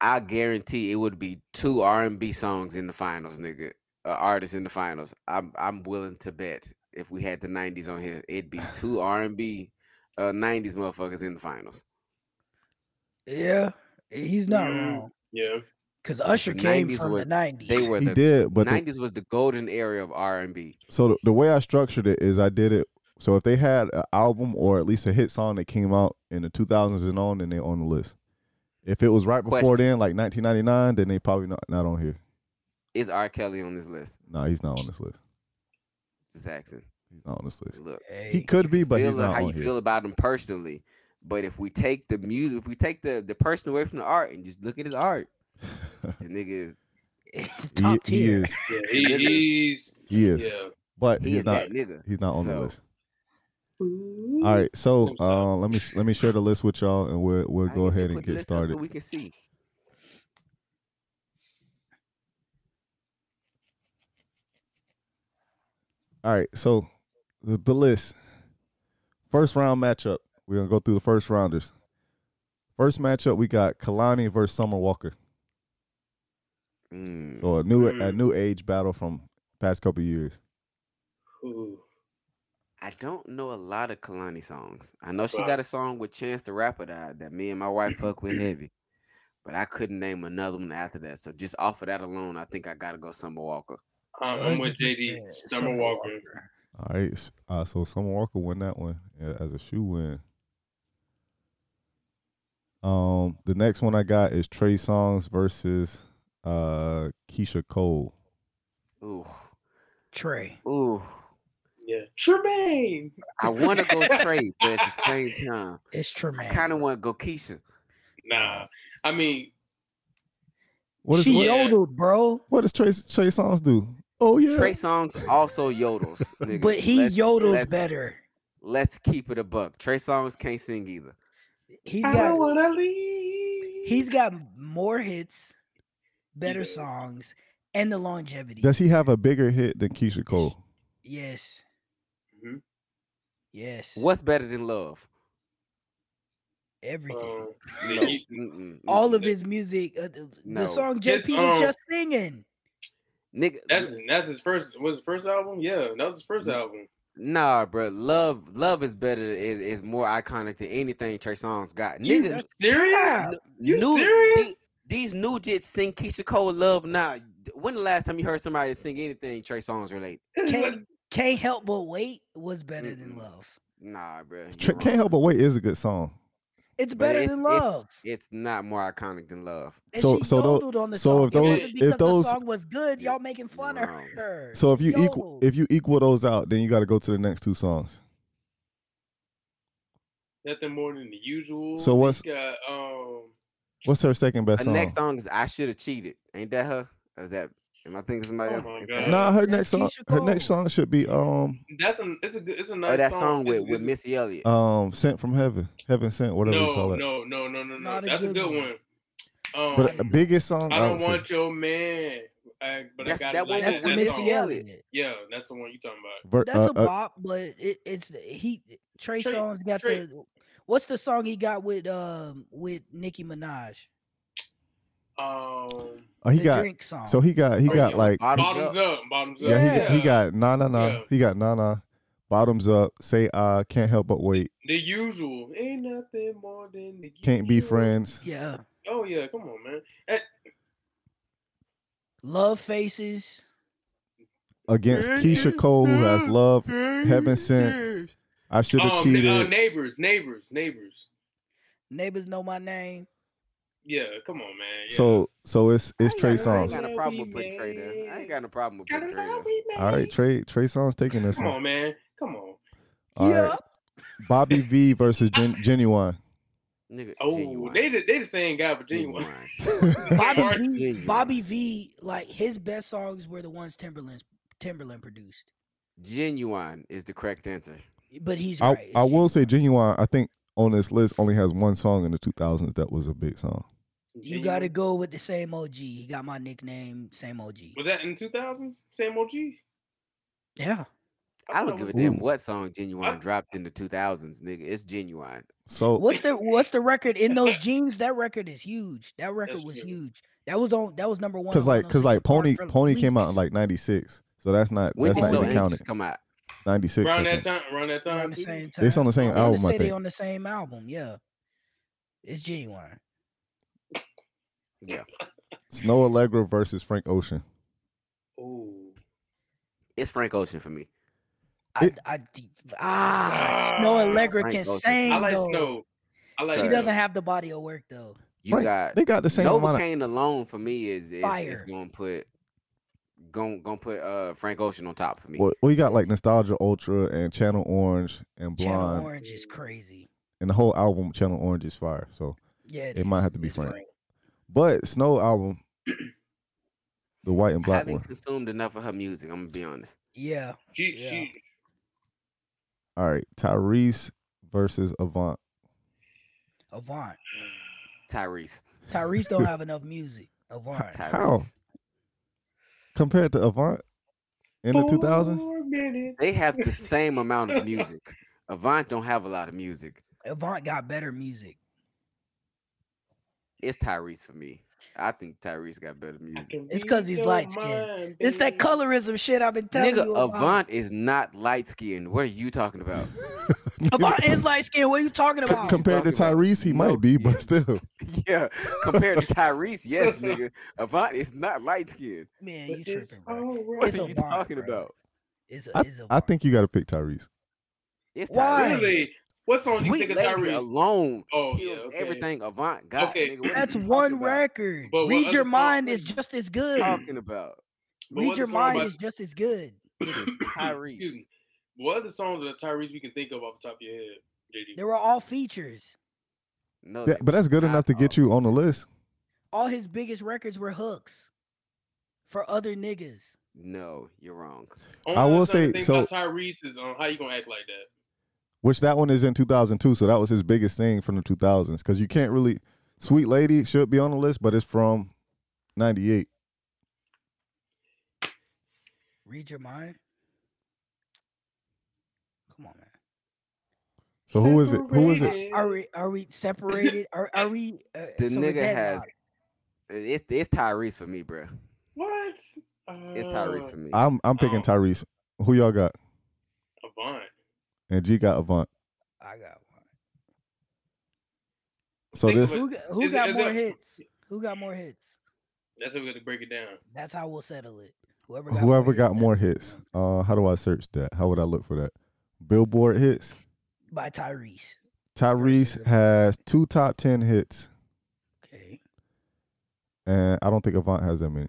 Speaker 1: I guarantee it would be two R&B songs in the finals, nigga. Uh, artists in the finals. I'm I'm willing to bet if we had the '90s on here, it'd be two R&B uh, '90s motherfuckers in the finals.
Speaker 2: Yeah, he's not
Speaker 4: Mm.
Speaker 2: wrong.
Speaker 4: yeah.
Speaker 2: Because Usher
Speaker 1: The
Speaker 2: came
Speaker 1: 90s
Speaker 2: from
Speaker 1: were-
Speaker 2: the nineties.
Speaker 1: They were
Speaker 3: he
Speaker 1: the
Speaker 3: did, but the-
Speaker 1: '90s was the golden era of R&B.
Speaker 3: so the, the way I structured it is I did it. So if they had an album or at least a hit song that came out in the 2000s and on, then they on the list. If it was right before
Speaker 1: Question.
Speaker 3: then, like 1999, then they probably not not on here.
Speaker 1: Is R. Kelly on this list?
Speaker 3: No, he's not on this list.
Speaker 1: Just asking.
Speaker 3: He's not on this list.
Speaker 1: Look,
Speaker 3: He could be, but
Speaker 1: feel
Speaker 3: he's not
Speaker 1: how
Speaker 3: on
Speaker 1: you
Speaker 3: here.
Speaker 1: feel about him personally. But if we take the music, if we take the the person away from the art and just look at his art, the nigga is
Speaker 3: He,
Speaker 2: top
Speaker 3: he
Speaker 2: tier.
Speaker 3: is.
Speaker 4: Yeah, he, he's
Speaker 3: He is.
Speaker 4: yeah.
Speaker 3: But
Speaker 1: he
Speaker 3: he's
Speaker 1: is
Speaker 3: not.
Speaker 1: that nigga.
Speaker 3: He's not on the
Speaker 1: So-
Speaker 3: list. All right, so
Speaker 4: I'm sorry.
Speaker 3: uh, let me let me share the list with y'all, and we'll we'll
Speaker 1: I
Speaker 3: go
Speaker 1: guess they
Speaker 3: ahead and
Speaker 1: put the
Speaker 3: get
Speaker 1: list up
Speaker 3: started.
Speaker 1: So we can see.
Speaker 3: All right, so the, the list. First round matchup. We're gonna go through the first rounders. First matchup, we got Kalani versus Summer Walker.
Speaker 1: Mm.
Speaker 3: So a new a
Speaker 4: Mm.
Speaker 3: new age battle from past couple years.
Speaker 4: Ooh,
Speaker 1: I don't know a lot of Kalani songs. I know she
Speaker 4: Right.
Speaker 1: got a song with Chance the Rapper that, I- that me and my wife fuck with heavy, but I couldn't name another one after that. So just off of that alone, I think I gotta go Summer Walker.
Speaker 4: I'm, I'm with JD
Speaker 2: 100%
Speaker 4: Summer Walker.
Speaker 3: All right, s- uh, so Summer Walker won that one uh, as a shoe win. Um, the next one I got is Trey Songs versus uh Keisha Cole.
Speaker 1: Ooh,
Speaker 2: Trey.
Speaker 1: ooh.
Speaker 4: Yeah, Tremaine.
Speaker 1: I want to go Trey, but at the same time,
Speaker 2: It's
Speaker 1: I
Speaker 2: Tremaine.
Speaker 1: kind of want to go Keisha.
Speaker 4: Nah, I mean,
Speaker 3: What is
Speaker 2: she
Speaker 3: what,
Speaker 2: yodeled, bro.
Speaker 3: what does Trey Trey Songs do? Oh yeah,
Speaker 1: Trey songs also yodels, nigga.
Speaker 2: But he
Speaker 1: Let's-
Speaker 2: yodels
Speaker 1: let's-
Speaker 2: better.
Speaker 1: Let's keep it a buck. Trey songs can't sing either.
Speaker 2: He's
Speaker 4: I
Speaker 2: got
Speaker 4: don't wanna leave.
Speaker 2: he's got more hits, better
Speaker 4: does.
Speaker 2: songs, and the longevity.
Speaker 3: Does he have a bigger hit than Keisha Cole?
Speaker 2: yes.
Speaker 4: Mhm.
Speaker 2: Yes.
Speaker 1: What's better than love?
Speaker 2: everything?
Speaker 4: Uh,
Speaker 1: Um, No,
Speaker 4: Nicki-
Speaker 1: mm-mm,
Speaker 2: All
Speaker 1: mm-mm.
Speaker 2: of his music, uh, the,
Speaker 1: No.
Speaker 2: the song
Speaker 4: His,
Speaker 2: JP was
Speaker 4: um,
Speaker 2: just singing.
Speaker 1: nigga.
Speaker 4: that's that's his first. Was his first album? Yeah, that was his first album.
Speaker 1: Nah, bro. Love, love is better. Is is more iconic than anything Trey Songz got.
Speaker 4: You
Speaker 1: Niggas,
Speaker 4: serious? you
Speaker 1: new,
Speaker 4: serious?
Speaker 1: the- these new jits sing Keisha Cole love now. When the last time you heard somebody sing anything Trey Songz related?
Speaker 4: It's like-
Speaker 2: Can't, can't help but wait was better than
Speaker 1: Mm-mm.
Speaker 2: love.
Speaker 1: Nah, bro.
Speaker 3: Trey, can't help but wait is a good song.
Speaker 2: It's
Speaker 1: But
Speaker 2: better
Speaker 1: it's-
Speaker 2: than
Speaker 1: it's-
Speaker 2: love.
Speaker 1: It's not more iconic than love.
Speaker 2: And
Speaker 3: So-
Speaker 2: she
Speaker 3: so tho-
Speaker 2: yodeled on the
Speaker 3: so
Speaker 2: song.
Speaker 3: if
Speaker 2: It
Speaker 4: those-
Speaker 2: wasn't
Speaker 3: if
Speaker 2: because
Speaker 3: those-
Speaker 2: the song was good, y'all making fun of
Speaker 1: Wrong.
Speaker 2: her.
Speaker 3: So if you
Speaker 2: She
Speaker 3: equal
Speaker 2: yodeled.
Speaker 3: if you equal those out, then you got to go to the next two songs.
Speaker 4: nothing more than the usual.
Speaker 3: So
Speaker 4: They
Speaker 3: what's-
Speaker 4: got um
Speaker 3: What's her second best
Speaker 1: Her
Speaker 3: song?
Speaker 1: next song is I should have cheated. Ain't that her? Or is that? Am I thinking somebody
Speaker 4: Oh
Speaker 1: else?
Speaker 4: my
Speaker 1: Ain't
Speaker 4: God.
Speaker 1: that-
Speaker 3: Nah, her
Speaker 2: That's
Speaker 3: next song.
Speaker 2: Keisha
Speaker 3: Her next
Speaker 2: Cole.
Speaker 3: song should be um
Speaker 4: that's a it's a good it's a nice
Speaker 1: Oh, that song with
Speaker 4: It's-
Speaker 1: with
Speaker 4: it's-
Speaker 1: Missy Elliott.
Speaker 3: um sent from heaven, heaven sent, whatever
Speaker 4: no,
Speaker 3: you call it.
Speaker 4: No, no, no, no, no.
Speaker 2: Not a
Speaker 4: That's a
Speaker 2: good
Speaker 4: good
Speaker 2: one.
Speaker 4: one. Um,
Speaker 3: But the biggest song
Speaker 4: I
Speaker 3: I
Speaker 4: don't
Speaker 3: would say-
Speaker 4: want your man. I, but
Speaker 1: That's-
Speaker 4: I got
Speaker 1: that one
Speaker 2: that's
Speaker 1: was
Speaker 2: the
Speaker 1: that
Speaker 2: Missy
Speaker 1: song.
Speaker 2: Elliott.
Speaker 4: Yeah, that's the one you talking about.
Speaker 3: Ver-
Speaker 2: That's
Speaker 3: uh,
Speaker 2: a
Speaker 3: uh,
Speaker 2: bop, but it, it's he eh, Trey,
Speaker 4: Trey-
Speaker 2: Songz got
Speaker 4: Trey-
Speaker 2: the. What's the song he got with um with Nicki Minaj?
Speaker 4: Um,
Speaker 3: oh, he
Speaker 2: the
Speaker 3: got
Speaker 2: drink song.
Speaker 3: so he got he
Speaker 4: Oh,
Speaker 3: got
Speaker 4: yeah.
Speaker 3: like
Speaker 1: Bottoms
Speaker 4: bottoms
Speaker 1: up.
Speaker 4: up, bottoms up.
Speaker 3: yeah, he got he
Speaker 4: Yeah.
Speaker 3: got nah nah nah
Speaker 4: Yeah.
Speaker 3: he got nah nah bottoms up say uh can't help but wait
Speaker 4: the usual. Ain't nothing more than the
Speaker 3: can't be
Speaker 4: usual.
Speaker 3: friends
Speaker 2: yeah,
Speaker 4: Oh yeah, come on, man. Eh,
Speaker 2: love faces.
Speaker 3: against Keisha Cole who has love heaven sent I should have
Speaker 4: um,
Speaker 3: cheated
Speaker 4: uh, neighbors, neighbors, neighbors.
Speaker 2: Neighbors know my name.
Speaker 4: Yeah, come on, man. Yeah.
Speaker 3: so so it's it's
Speaker 1: I
Speaker 3: Trey
Speaker 1: ain't got- I ain't
Speaker 3: Songs
Speaker 1: got a
Speaker 4: Songs.
Speaker 1: problem with putting Trey there. I ain't got no problem with
Speaker 4: Gotta
Speaker 1: putting Trey there.
Speaker 4: love me,
Speaker 3: all right
Speaker 4: man.
Speaker 3: Trey Trey Songs taking this
Speaker 4: Come
Speaker 3: one
Speaker 4: on, man. Come on.
Speaker 3: all right
Speaker 2: Yeah.
Speaker 3: Bobby V versus Gen- Genuine
Speaker 1: Nigga,
Speaker 4: Oh,
Speaker 1: genuine.
Speaker 4: they the, they the same guy for genuine.
Speaker 1: Genuine.
Speaker 2: Bobby,
Speaker 4: Genuine.
Speaker 2: v,
Speaker 1: Genuine.
Speaker 2: Bobby V, like his best songs were the ones Timberland Timberland produced.
Speaker 1: Genuine is the correct answer.
Speaker 2: But he's
Speaker 3: I
Speaker 2: right.
Speaker 3: I
Speaker 2: it's
Speaker 3: will
Speaker 2: Jay.
Speaker 3: say Genuine I think on this list only has one song in the 2000s that was a big song.
Speaker 2: You got to go with the same OG. He got my nickname, same OG.
Speaker 4: Was that in 2000s? Same OG?
Speaker 2: Yeah.
Speaker 1: I don't
Speaker 4: thought
Speaker 1: give a
Speaker 4: it
Speaker 1: damn
Speaker 3: Ooh.
Speaker 1: what song Genuine
Speaker 4: I-
Speaker 1: dropped in the 2000s, nigga. It's Genuine.
Speaker 3: So
Speaker 2: What's the What's the record in those jeans? That record is huge. That record
Speaker 4: That's
Speaker 2: was
Speaker 4: true.
Speaker 2: huge. That was on. That was number one.
Speaker 3: because
Speaker 2: on
Speaker 3: like
Speaker 2: those
Speaker 3: because like
Speaker 2: hits on
Speaker 3: Pony
Speaker 2: for
Speaker 3: Pony came out in
Speaker 2: weeks.
Speaker 3: like '96, so that's not
Speaker 1: When
Speaker 3: that's
Speaker 1: did
Speaker 3: not
Speaker 1: So
Speaker 3: even
Speaker 1: Anxious
Speaker 3: counted.
Speaker 1: come out?
Speaker 3: '96.
Speaker 4: Around that time. Around that
Speaker 2: around
Speaker 4: time.
Speaker 2: the
Speaker 4: too?
Speaker 2: same time.
Speaker 3: It's on the same
Speaker 2: I wanna
Speaker 3: album, I
Speaker 2: say they
Speaker 3: think.
Speaker 2: on the same album. Yeah, it's genuine.
Speaker 1: Yeah.
Speaker 3: Snow Allegra versus Frank Ocean.
Speaker 4: Ooh.
Speaker 1: It's Frank Ocean for me.
Speaker 2: I,
Speaker 3: It-
Speaker 2: I, ah, Snow
Speaker 4: Ah,
Speaker 2: Allegra
Speaker 1: Frank
Speaker 2: can
Speaker 1: Ocean.
Speaker 2: sing.
Speaker 4: I like
Speaker 2: though.
Speaker 4: Snow. I like
Speaker 2: She
Speaker 1: Sorry.
Speaker 2: doesn't have the body of work though.
Speaker 1: You
Speaker 3: Right.
Speaker 1: got
Speaker 3: They got the same amount of
Speaker 1: Novocaine alone for me is is, is
Speaker 2: Fire.
Speaker 1: gonna put going gonna put uh Frank Ocean on top for me.
Speaker 3: Well, well, you got like Nostalgia Ultra and Channel Orange and
Speaker 2: Channel
Speaker 3: Blonde,
Speaker 2: Orange is crazy.
Speaker 3: and the whole album Channel Orange is fire. So,
Speaker 2: Yeah,
Speaker 3: It
Speaker 2: is.
Speaker 3: might have to be
Speaker 2: It's
Speaker 3: Frank. but Snow album, the white and
Speaker 1: I
Speaker 3: black
Speaker 1: haven't
Speaker 3: one.
Speaker 1: consumed enough of her music, I'm gonna be honest.
Speaker 2: Yeah,
Speaker 4: She,
Speaker 2: Yeah.
Speaker 4: she,
Speaker 3: All right, Tyrese versus Avant.
Speaker 2: Avant.
Speaker 1: Tyrese.
Speaker 2: Tyrese don't have enough music. Avant.
Speaker 1: Tyrese.
Speaker 3: How? Compared to Avant in the 2000s,
Speaker 4: Four minutes.
Speaker 1: They have the same amount of music. Avant don't have a lot of music.
Speaker 2: Avant got better music.
Speaker 1: It's Tyrese for me. I think Tyrese got better
Speaker 4: I
Speaker 1: music.
Speaker 4: can
Speaker 2: It's
Speaker 4: read
Speaker 2: 'cause he's
Speaker 4: your
Speaker 2: light-skinned.
Speaker 4: mind,
Speaker 2: It's that
Speaker 4: baby.
Speaker 2: colorism shit I've been telling
Speaker 1: Nigga,
Speaker 2: you. about.
Speaker 1: Avant is not light skinned. What are you talking about?
Speaker 2: Avant is light skin. What are you talking
Speaker 1: Com-
Speaker 2: about?
Speaker 1: com-
Speaker 3: compared to
Speaker 1: talking about?
Speaker 3: Tyrese, he
Speaker 1: No,
Speaker 3: might be, but
Speaker 1: yeah.
Speaker 3: still,
Speaker 1: yeah, compared to Tyrese, yes, nigga. Avant is not light skinned.
Speaker 2: Man,
Speaker 4: But
Speaker 2: you
Speaker 4: it's
Speaker 2: tripping, bro?
Speaker 4: alright.
Speaker 1: What
Speaker 2: It's
Speaker 1: are you
Speaker 2: Avant,
Speaker 1: talking
Speaker 2: bro.
Speaker 1: about?
Speaker 2: It's a, it's a
Speaker 3: I think you got to pick Tyrese.
Speaker 1: It's
Speaker 2: Why?
Speaker 1: Tyrese.
Speaker 4: Really? What song do you
Speaker 1: Sweet
Speaker 4: think of
Speaker 1: Lady
Speaker 4: Tyrese?
Speaker 1: alone
Speaker 4: Oh, yeah,
Speaker 1: kills
Speaker 4: okay.
Speaker 1: everything Avant got.
Speaker 4: Okay.
Speaker 1: Nigga, What are
Speaker 2: that's
Speaker 1: you
Speaker 2: one
Speaker 1: talking about?
Speaker 2: record.
Speaker 4: But what
Speaker 2: Read
Speaker 4: other
Speaker 2: your
Speaker 4: songs-
Speaker 2: mind is just as good.
Speaker 1: Talking about
Speaker 4: But
Speaker 2: Read
Speaker 4: what
Speaker 2: your
Speaker 4: song
Speaker 2: mind
Speaker 4: about-
Speaker 2: is just as good.
Speaker 1: It is
Speaker 4: Excuse
Speaker 1: Tyrese.
Speaker 4: me. What other songs of Tyrese we can think of off the top of your head, JD?
Speaker 2: They were all features.
Speaker 1: No,
Speaker 3: Yeah,
Speaker 1: they-
Speaker 3: but that's good
Speaker 1: not
Speaker 3: enough to get
Speaker 1: all.
Speaker 3: you on the list.
Speaker 2: All his biggest records were hooks for other niggas.
Speaker 1: no, you're wrong.
Speaker 4: Only
Speaker 3: I
Speaker 4: other
Speaker 3: will
Speaker 4: song
Speaker 3: say-
Speaker 4: think
Speaker 3: so-
Speaker 4: about Tyrese is on how you gonna act like that.
Speaker 3: Which that one is in 2002, so that was his biggest thing from the 2000s. Because you can't really, Sweet Lady should be on the list, but it's from 98.
Speaker 2: Read your mind. Come on, man.
Speaker 3: So who is it? Who is it?
Speaker 4: Separated.
Speaker 2: Are we are we separated? Are are we? Uh,
Speaker 1: The
Speaker 2: so with
Speaker 1: nigga
Speaker 2: that
Speaker 1: has-
Speaker 2: knock,
Speaker 1: It's it's Tyrese for me, bruh.
Speaker 4: What?
Speaker 1: It's Tyrese for me.
Speaker 3: I'm I'm picking
Speaker 4: Oh.
Speaker 3: Tyrese. Who y'all got?
Speaker 4: Uh, Avant.
Speaker 3: And G got Avant.
Speaker 2: I got one.
Speaker 3: So
Speaker 4: Think
Speaker 3: this
Speaker 4: of
Speaker 2: Who got, who
Speaker 4: is it-
Speaker 2: got
Speaker 4: is
Speaker 2: more
Speaker 4: it-
Speaker 2: hits? Who got more hits?
Speaker 4: That's how we got to break it down.
Speaker 2: That's how we'll settle it. Whoever got
Speaker 3: whoever
Speaker 2: more
Speaker 3: got
Speaker 2: hits
Speaker 3: more hits. Uh, how do I search that? How would I look for that? Billboard hits.
Speaker 2: by Tyrese.
Speaker 3: Tyrese has two top ten hits,
Speaker 2: Okay,
Speaker 3: and I don't think Avant has that many.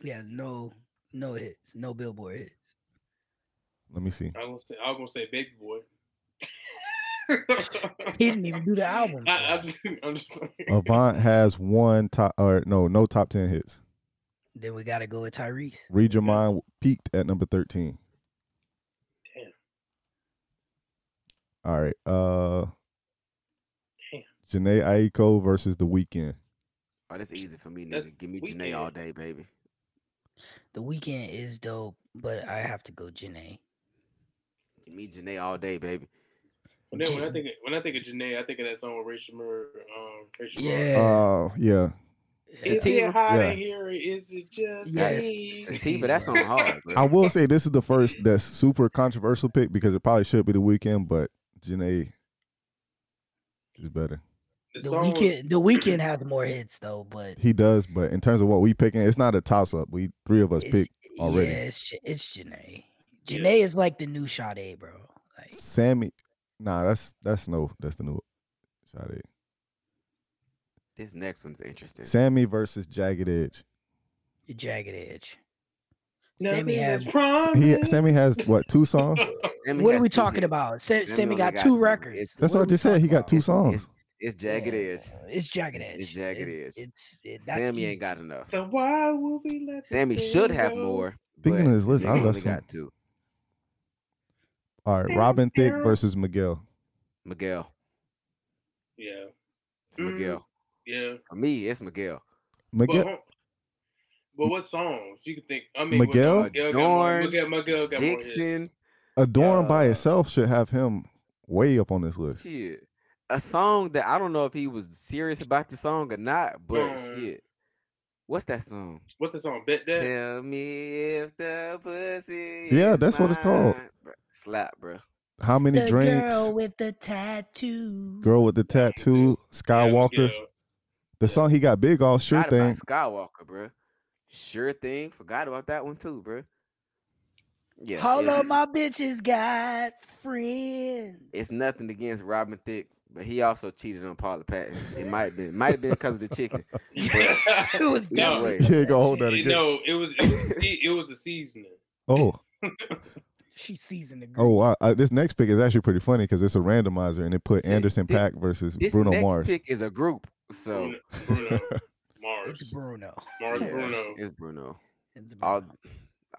Speaker 2: he has no no hits, no Billboard hits.
Speaker 3: Let me see.
Speaker 4: I was gonna say, I was gonna say, baby boy.
Speaker 2: He didn't even do the album.
Speaker 4: I, I, am just, I'm just
Speaker 3: Avant has one top or no, no top ten hits.
Speaker 2: then we gotta go with Tyrese.
Speaker 3: Read Your Mind peaked at number thirteen.
Speaker 4: Damn.
Speaker 3: All right. Uh
Speaker 4: Damn.
Speaker 3: Janae Aiko versus The Weeknd.
Speaker 1: Oh, that's easy for me, nigga.
Speaker 4: That's
Speaker 1: Give me
Speaker 4: Weeknd.
Speaker 1: Janae all day, baby.
Speaker 2: The weekend is dope, but I have to go Janae.
Speaker 1: Give me Janae all day, baby.
Speaker 4: When, I- when I think of, when I think of Janae, I think of that song with Rachel Mur. Um, Rachel Mur-
Speaker 2: Yeah.
Speaker 3: Uh yeah.
Speaker 4: Is
Speaker 1: Sativa?
Speaker 4: it hot
Speaker 3: Yeah.
Speaker 4: in here? or Is it just
Speaker 2: Yes.
Speaker 4: me?
Speaker 1: Sativa, that's on hard, bro.
Speaker 3: I will say this is the first that's super controversial pick because it probably should be the weekend, but Janae is better.
Speaker 4: The
Speaker 2: The
Speaker 4: song was-
Speaker 2: weekend, the weekend has more hits though, but
Speaker 3: He does, but in terms of what we picking, it's not a toss up. We three of us
Speaker 2: it's,
Speaker 3: pick already.
Speaker 2: yeah, it's Ja- it's Janae.
Speaker 4: Yeah.
Speaker 2: Janae is like the new Sade, bro. Like
Speaker 3: Sammy. Nah, that's that's no, that's the new Sade.
Speaker 1: This next one's interesting.
Speaker 3: Sammy versus Jagged Edge.
Speaker 2: the jagged edge.
Speaker 4: Nothing
Speaker 2: Sammy has.
Speaker 4: was promised.
Speaker 3: He Sammy has what two songs?
Speaker 1: Sammy
Speaker 2: What are
Speaker 1: has
Speaker 2: we
Speaker 1: two
Speaker 2: talking
Speaker 1: hits.
Speaker 2: about? Sa-
Speaker 1: Sammy
Speaker 2: Sammy
Speaker 1: only
Speaker 2: got
Speaker 1: got
Speaker 2: two
Speaker 1: two.
Speaker 2: records.
Speaker 1: It's-
Speaker 3: That's what
Speaker 2: are
Speaker 3: I
Speaker 2: we
Speaker 3: just said. He
Speaker 2: talking
Speaker 3: got two
Speaker 2: about?
Speaker 1: It's-
Speaker 3: songs.
Speaker 1: It's, it's jagged
Speaker 2: Yeah,
Speaker 1: edge.
Speaker 2: It's jagged edge.
Speaker 1: It's- it's Jagged
Speaker 2: It-
Speaker 1: Edge.
Speaker 2: It's it, that's
Speaker 1: Sammy
Speaker 2: easy.
Speaker 1: ain't got enough.
Speaker 4: So why would we let this
Speaker 1: Sammy
Speaker 4: thing
Speaker 1: should have
Speaker 4: go?
Speaker 1: more.
Speaker 3: Thinking
Speaker 1: but
Speaker 3: of his list,
Speaker 1: nigga
Speaker 3: I left
Speaker 1: only
Speaker 3: some.
Speaker 1: got two.
Speaker 3: All right, Robin Thicke versus Miguel.
Speaker 1: Miguel.
Speaker 4: Yeah.
Speaker 1: It's
Speaker 4: Mm.
Speaker 1: Miguel.
Speaker 4: Yeah.
Speaker 1: For me, it's Miguel.
Speaker 3: Miguel,
Speaker 4: But, but what songs? You can think. I mean, what-
Speaker 3: Miguel?
Speaker 4: Miguel, got more,
Speaker 1: Dorn,
Speaker 4: Miguel, Miguel got more hits.
Speaker 1: Dixon.
Speaker 3: Adorn by
Speaker 1: uh,
Speaker 3: itself should have him way up on this list.
Speaker 1: Shit. A song that I don't know if he was serious about the song or not, but
Speaker 4: Mm.
Speaker 1: shit. What's that song?
Speaker 4: What's the song? Bet that.
Speaker 1: Tell me if the pussy.
Speaker 3: Yeah,
Speaker 1: is
Speaker 3: that's what it's called.
Speaker 1: mine. Bruh, Slap, bro.
Speaker 3: How many drinks?
Speaker 2: girl
Speaker 3: Girl with,
Speaker 2: with the tattoo.
Speaker 3: the tattoo, Skywalker.
Speaker 4: Miguel.
Speaker 3: the song he got big off, sure
Speaker 1: Forgot
Speaker 3: thing.
Speaker 1: about Skywalker, bro. Sure thing. Forgot about that one too, bro. Yeah.
Speaker 2: All
Speaker 1: it's-
Speaker 2: of my bitches got friends.
Speaker 1: it's nothing against Robin Thicke, but he also cheated on Paula Patton. It might be, might have been because of the chicken.
Speaker 2: It was
Speaker 4: No.
Speaker 2: definitely-
Speaker 1: You
Speaker 3: ain't gonna hold that against-
Speaker 4: no, it was it was, it, it was a seasoning.
Speaker 3: Oh,
Speaker 2: She seasoned the
Speaker 3: oh!
Speaker 2: girl.
Speaker 3: I, I, this next pick is actually pretty funny because it's a randomizer and it put
Speaker 1: See,
Speaker 3: Anderson
Speaker 1: thi-
Speaker 3: Pack versus
Speaker 1: This
Speaker 3: Bruno
Speaker 1: next
Speaker 3: Mars.
Speaker 1: pick is a group, so
Speaker 4: Bruno, Bruno
Speaker 2: It's
Speaker 4: Mars,
Speaker 2: Bruno.
Speaker 4: Mars,
Speaker 1: yeah,
Speaker 4: Bruno. Mm.
Speaker 1: It's Bruno.
Speaker 2: It's Bruno.
Speaker 1: All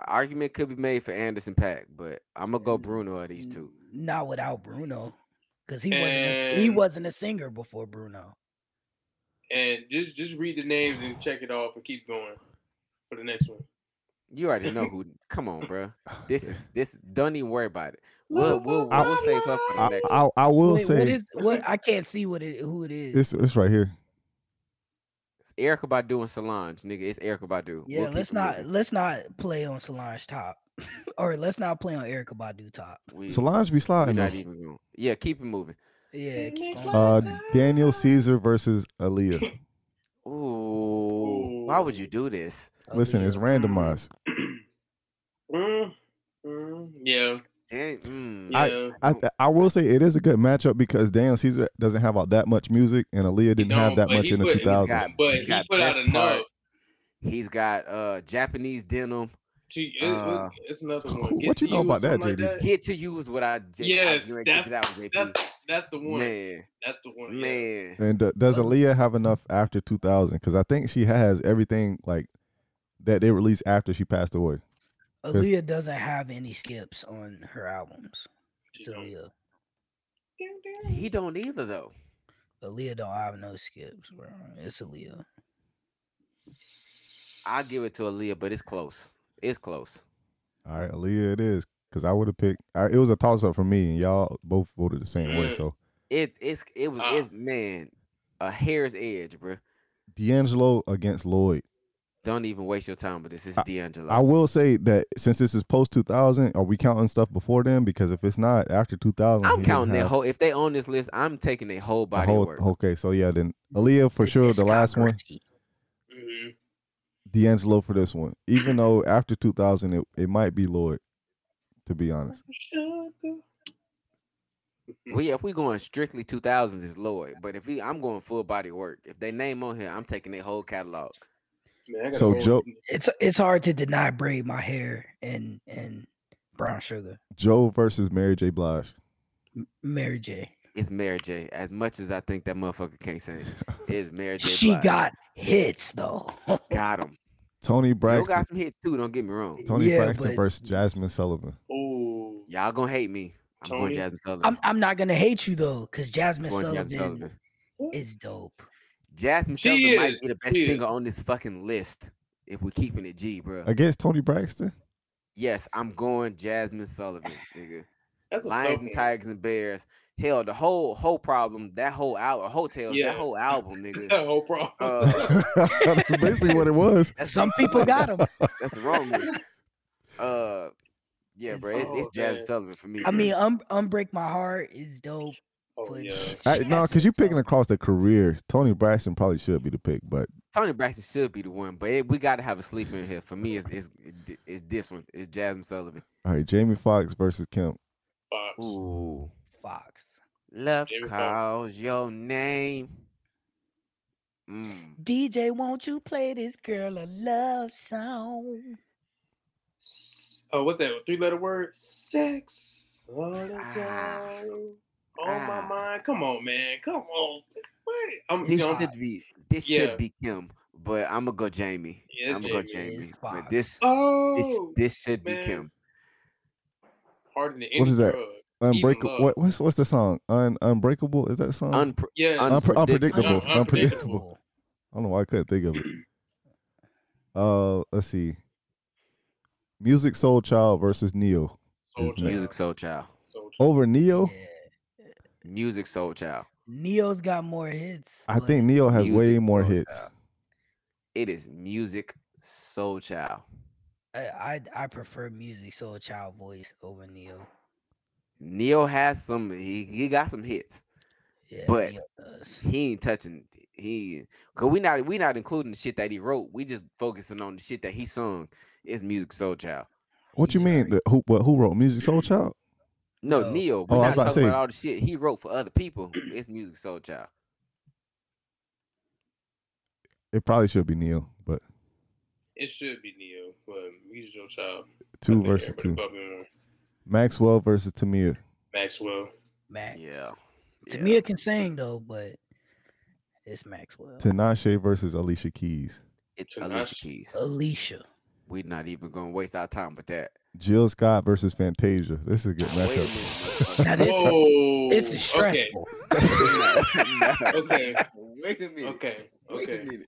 Speaker 1: argument could be made for Anderson Pack, but I'm gonna go
Speaker 4: Mm.
Speaker 1: Bruno of these two.
Speaker 2: Not without Bruno, because he wasn't a, he
Speaker 4: And-
Speaker 2: wasn't a singer before Bruno.
Speaker 4: And just just read the names and check it off and keep going for the next one. Mm.
Speaker 1: You already know who. Come on, bro. This is this. Don't even worry about it. We'll we'll, we'll, save up for the
Speaker 3: I,
Speaker 1: next. one.
Speaker 3: I, I will
Speaker 2: Wait,
Speaker 3: say
Speaker 2: what is what? I can't see what it who it is.
Speaker 3: it's it's right here.
Speaker 1: It's Erica Badu and Solange, nigga. It's Erica Badu.
Speaker 2: yeah,
Speaker 1: We'll keep
Speaker 2: let's
Speaker 1: it
Speaker 2: not
Speaker 1: moving.
Speaker 2: let's not play on Solange top, or let's not play on Erica Badu top.
Speaker 1: We,
Speaker 3: Solange be
Speaker 1: we're
Speaker 3: sliding.
Speaker 1: not
Speaker 3: though.
Speaker 1: even going. Yeah, keep it moving.
Speaker 2: Yeah, keep going.
Speaker 3: Uh, Daniel Caesar versus Aaliyah.
Speaker 1: Ooh, why would you
Speaker 4: Ooh.
Speaker 1: do this?
Speaker 3: Listen, it's randomized.
Speaker 4: Mm, mm, yeah,
Speaker 1: Dang, mm.
Speaker 4: yeah.
Speaker 3: I- I th- I will say it is a good matchup because Daniel Caesar doesn't have out that much music, and Aaliyah didn't have
Speaker 4: don't,
Speaker 3: that
Speaker 4: but
Speaker 3: much
Speaker 4: he
Speaker 3: in the
Speaker 4: put-
Speaker 3: two
Speaker 4: he's
Speaker 3: thousands.
Speaker 1: got-
Speaker 4: but
Speaker 1: He's
Speaker 4: he put
Speaker 1: best
Speaker 4: out enough.
Speaker 1: part. He's got uh Japanese denim.
Speaker 4: To, it,
Speaker 1: Uh,
Speaker 4: it's- it's another one.
Speaker 3: what
Speaker 4: Get
Speaker 3: you
Speaker 4: to
Speaker 3: know
Speaker 4: or
Speaker 3: about that,
Speaker 4: something like
Speaker 3: JD?
Speaker 1: Get to you is what I J- I was
Speaker 4: Yes,
Speaker 1: gonna get
Speaker 4: that's
Speaker 1: to that one, JP.
Speaker 4: that's that's the one.
Speaker 1: Man,
Speaker 4: That's the one. yeah.
Speaker 1: man.
Speaker 3: And uh, does Aaliyah have enough after two thousand? Because I think she has everything like that they released after she passed away.
Speaker 2: Aaliyah doesn't have any skips on her albums. It's
Speaker 4: You know.
Speaker 2: Aaliyah.
Speaker 1: He don't either though.
Speaker 2: Aaliyah don't have no skips, bro. It's Aaliyah.
Speaker 1: I'll give it to Aaliyah, but it's close. It's close.
Speaker 3: All right, Aaliyah, it is because I would have picked. I, it was a toss up for me, and y'all both voted the same way.
Speaker 4: Mm.
Speaker 3: So
Speaker 1: It's it's it was
Speaker 4: Ah.
Speaker 1: it's man a hair's edge, bruh.
Speaker 3: D'Angelo against Lloyd.
Speaker 1: Don't even waste your time with this. It's D'Angelo.
Speaker 3: I will say that since this is post two thousand, are we counting stuff before then? Because if it's not after two thousand,
Speaker 1: I'm counting their whole. If they own this list, I'm taking their whole body of work.
Speaker 3: Okay, so yeah, then Aaliyah for
Speaker 2: It's
Speaker 3: sure. The last one,
Speaker 2: discography.
Speaker 4: Mhm.
Speaker 3: D'Angelo for this one. Even though after two thousand, it, it might be Lloyd. To be honest,
Speaker 4: Mm.
Speaker 1: Well, yeah, if we going strictly 2000s, it's Lloyd. But if we, I'm going full body work. If they name on here, I'm taking their whole catalog.
Speaker 4: Man, I gotta
Speaker 3: So,
Speaker 4: go.
Speaker 3: Joe-
Speaker 2: It's it's hard to deny braid my hair and and brown sugar.
Speaker 3: Joe versus Mary J. Blige.
Speaker 2: M- Mary J.
Speaker 1: It's Mary J. As much as I think that motherfucker can't sing, it's Mary J.
Speaker 2: She
Speaker 1: Blige.
Speaker 2: got hits though.
Speaker 1: got him.
Speaker 3: Tony
Speaker 1: Yo
Speaker 3: Braxton.
Speaker 1: got some hits too. Don't get me wrong.
Speaker 3: Tony
Speaker 2: Yeah,
Speaker 3: Braxton
Speaker 2: but-
Speaker 3: versus Jasmine Sullivan.
Speaker 4: Oh,
Speaker 1: Y'all gonna hate me. I'm going
Speaker 4: Tony?
Speaker 1: Jasmine Sullivan.
Speaker 2: I'm I'm not gonna hate you though, cause Jasmine
Speaker 1: I'm going
Speaker 2: Sullivan,
Speaker 1: Jasmine Sullivan.
Speaker 2: is dope.
Speaker 1: Jasmine
Speaker 4: She
Speaker 1: Sullivan might
Speaker 4: is-
Speaker 1: be the best
Speaker 4: she is.
Speaker 1: singer on this fucking list if we keeping it G, bro.
Speaker 3: Against Tony Braxton?
Speaker 1: Yes, I'm going Jasmine Sullivan, nigga.
Speaker 4: that's a
Speaker 1: Lions
Speaker 4: tough
Speaker 1: and
Speaker 4: one.
Speaker 1: Tigers and Bears. Hell, the whole whole problem, that whole album, hotels,
Speaker 4: Yeah.
Speaker 1: that whole album, nigga.
Speaker 4: That whole problem.
Speaker 1: Uh,
Speaker 3: That's basically what it was.
Speaker 1: That's
Speaker 2: Some people got them.
Speaker 1: That's the wrong one. Uh, yeah, bro, it, it's
Speaker 4: Oh,
Speaker 1: Jasmine
Speaker 4: man.
Speaker 1: Sullivan for me.
Speaker 2: I
Speaker 1: bruh.
Speaker 2: mean, um, Unbreak My Heart is dope.
Speaker 4: oh
Speaker 2: But
Speaker 4: yeah.
Speaker 3: I, no, because
Speaker 2: Jasmine
Speaker 3: you're picking
Speaker 2: Sullivan.
Speaker 3: across the career. Tony Braxton probably should be the pick, but
Speaker 1: Tony Braxton should be the one, but it, we got to have a sleeper in here. For me, it's it's it's this one. It's Jasmine Sullivan.
Speaker 3: all right, Jamie Foxx versus Kemp.
Speaker 4: Fox.
Speaker 1: Ooh,
Speaker 2: Fox.
Speaker 1: love
Speaker 4: Jamie Foxx.
Speaker 1: calls your name. Mm.
Speaker 2: DJ, won't you play this girl a love song?
Speaker 4: Oh, what's that? Three letter word? Sex. All the
Speaker 1: Ah.
Speaker 4: time. On
Speaker 1: Ah.
Speaker 4: my mind. Come on, man. Come on. What? I'm, you
Speaker 1: This
Speaker 4: know,
Speaker 1: should be this
Speaker 4: Yeah.
Speaker 1: should be Kim, but I'm gonna go Jamie.
Speaker 4: Yeah, it's
Speaker 1: I'm gonna go
Speaker 4: Jamie.
Speaker 1: Jamie.
Speaker 2: It's
Speaker 1: But
Speaker 2: Fox.
Speaker 1: this
Speaker 4: oh,
Speaker 1: this this should be
Speaker 4: man.
Speaker 1: Kim.
Speaker 4: harder than any
Speaker 3: What is that?
Speaker 4: drug.
Speaker 3: Unbreakable.
Speaker 4: love.
Speaker 3: What, what's what's the song? Un, unbreakable. Is that the song?
Speaker 1: Unpre-
Speaker 4: Yeah,
Speaker 1: Un-
Speaker 3: Unpre- unpredictable.
Speaker 4: Un-
Speaker 3: unpredictable. I don't know why I couldn't think of it. Uh, let's see. Music Soul Child versus Neo.
Speaker 4: Soul
Speaker 3: is
Speaker 4: Child.
Speaker 1: Music Soul Child.
Speaker 4: Soul Child.
Speaker 3: Over Neo,
Speaker 2: Yeah.
Speaker 1: Music Soul Child.
Speaker 2: Neo's got more hits.
Speaker 3: I
Speaker 2: but
Speaker 3: think Neo has way
Speaker 1: Music
Speaker 3: more
Speaker 1: Soul
Speaker 3: hits.
Speaker 1: Child. It is Music Soul Child.
Speaker 2: I, I I prefer music soul child voice over Neo.
Speaker 1: Neo has some. He, he got some hits.
Speaker 2: Yeah,
Speaker 1: But-
Speaker 2: Neo does.
Speaker 1: He ain't touching. He cause we not we not including the shit that he wrote. We just focusing on the shit that he sung. It's Music Soul Child.
Speaker 3: What you
Speaker 2: He
Speaker 3: mean?
Speaker 2: very-
Speaker 3: The- Who what, who wrote Music Soul Child?
Speaker 1: No,
Speaker 2: No.
Speaker 1: Neo.
Speaker 3: Oh,
Speaker 1: We're
Speaker 3: I
Speaker 1: not
Speaker 3: was about to
Speaker 1: talking
Speaker 3: say-
Speaker 1: about all the shit he wrote for other people. It's Music Soul Child.
Speaker 3: It probably should be Neo, but
Speaker 4: It should be Neo, but Music Soul Child. I
Speaker 3: two
Speaker 4: think
Speaker 3: versus two.
Speaker 4: everybody fucking, uh,
Speaker 3: Maxwell versus Tamir.
Speaker 4: Maxwell.
Speaker 2: Max.
Speaker 1: Yeah. yeah.
Speaker 2: Tamia can sing though, but it's Maxwell.
Speaker 3: Tinashe versus Alicia Keys.
Speaker 1: it's
Speaker 4: Tinashe.
Speaker 1: Alicia Keys.
Speaker 4: uh,
Speaker 2: Alicia.
Speaker 1: We're not even gonna waste our time with that.
Speaker 3: Jill Scott versus Fantasia. This is a good
Speaker 1: Wait a minute,
Speaker 3: matchup.
Speaker 2: Now
Speaker 1: motherfucker.
Speaker 2: this,
Speaker 4: Whoa.
Speaker 2: this is stressful.
Speaker 4: Okay.
Speaker 1: Wait a minute.
Speaker 4: Okay.
Speaker 1: Wait a
Speaker 4: Okay.
Speaker 1: minute.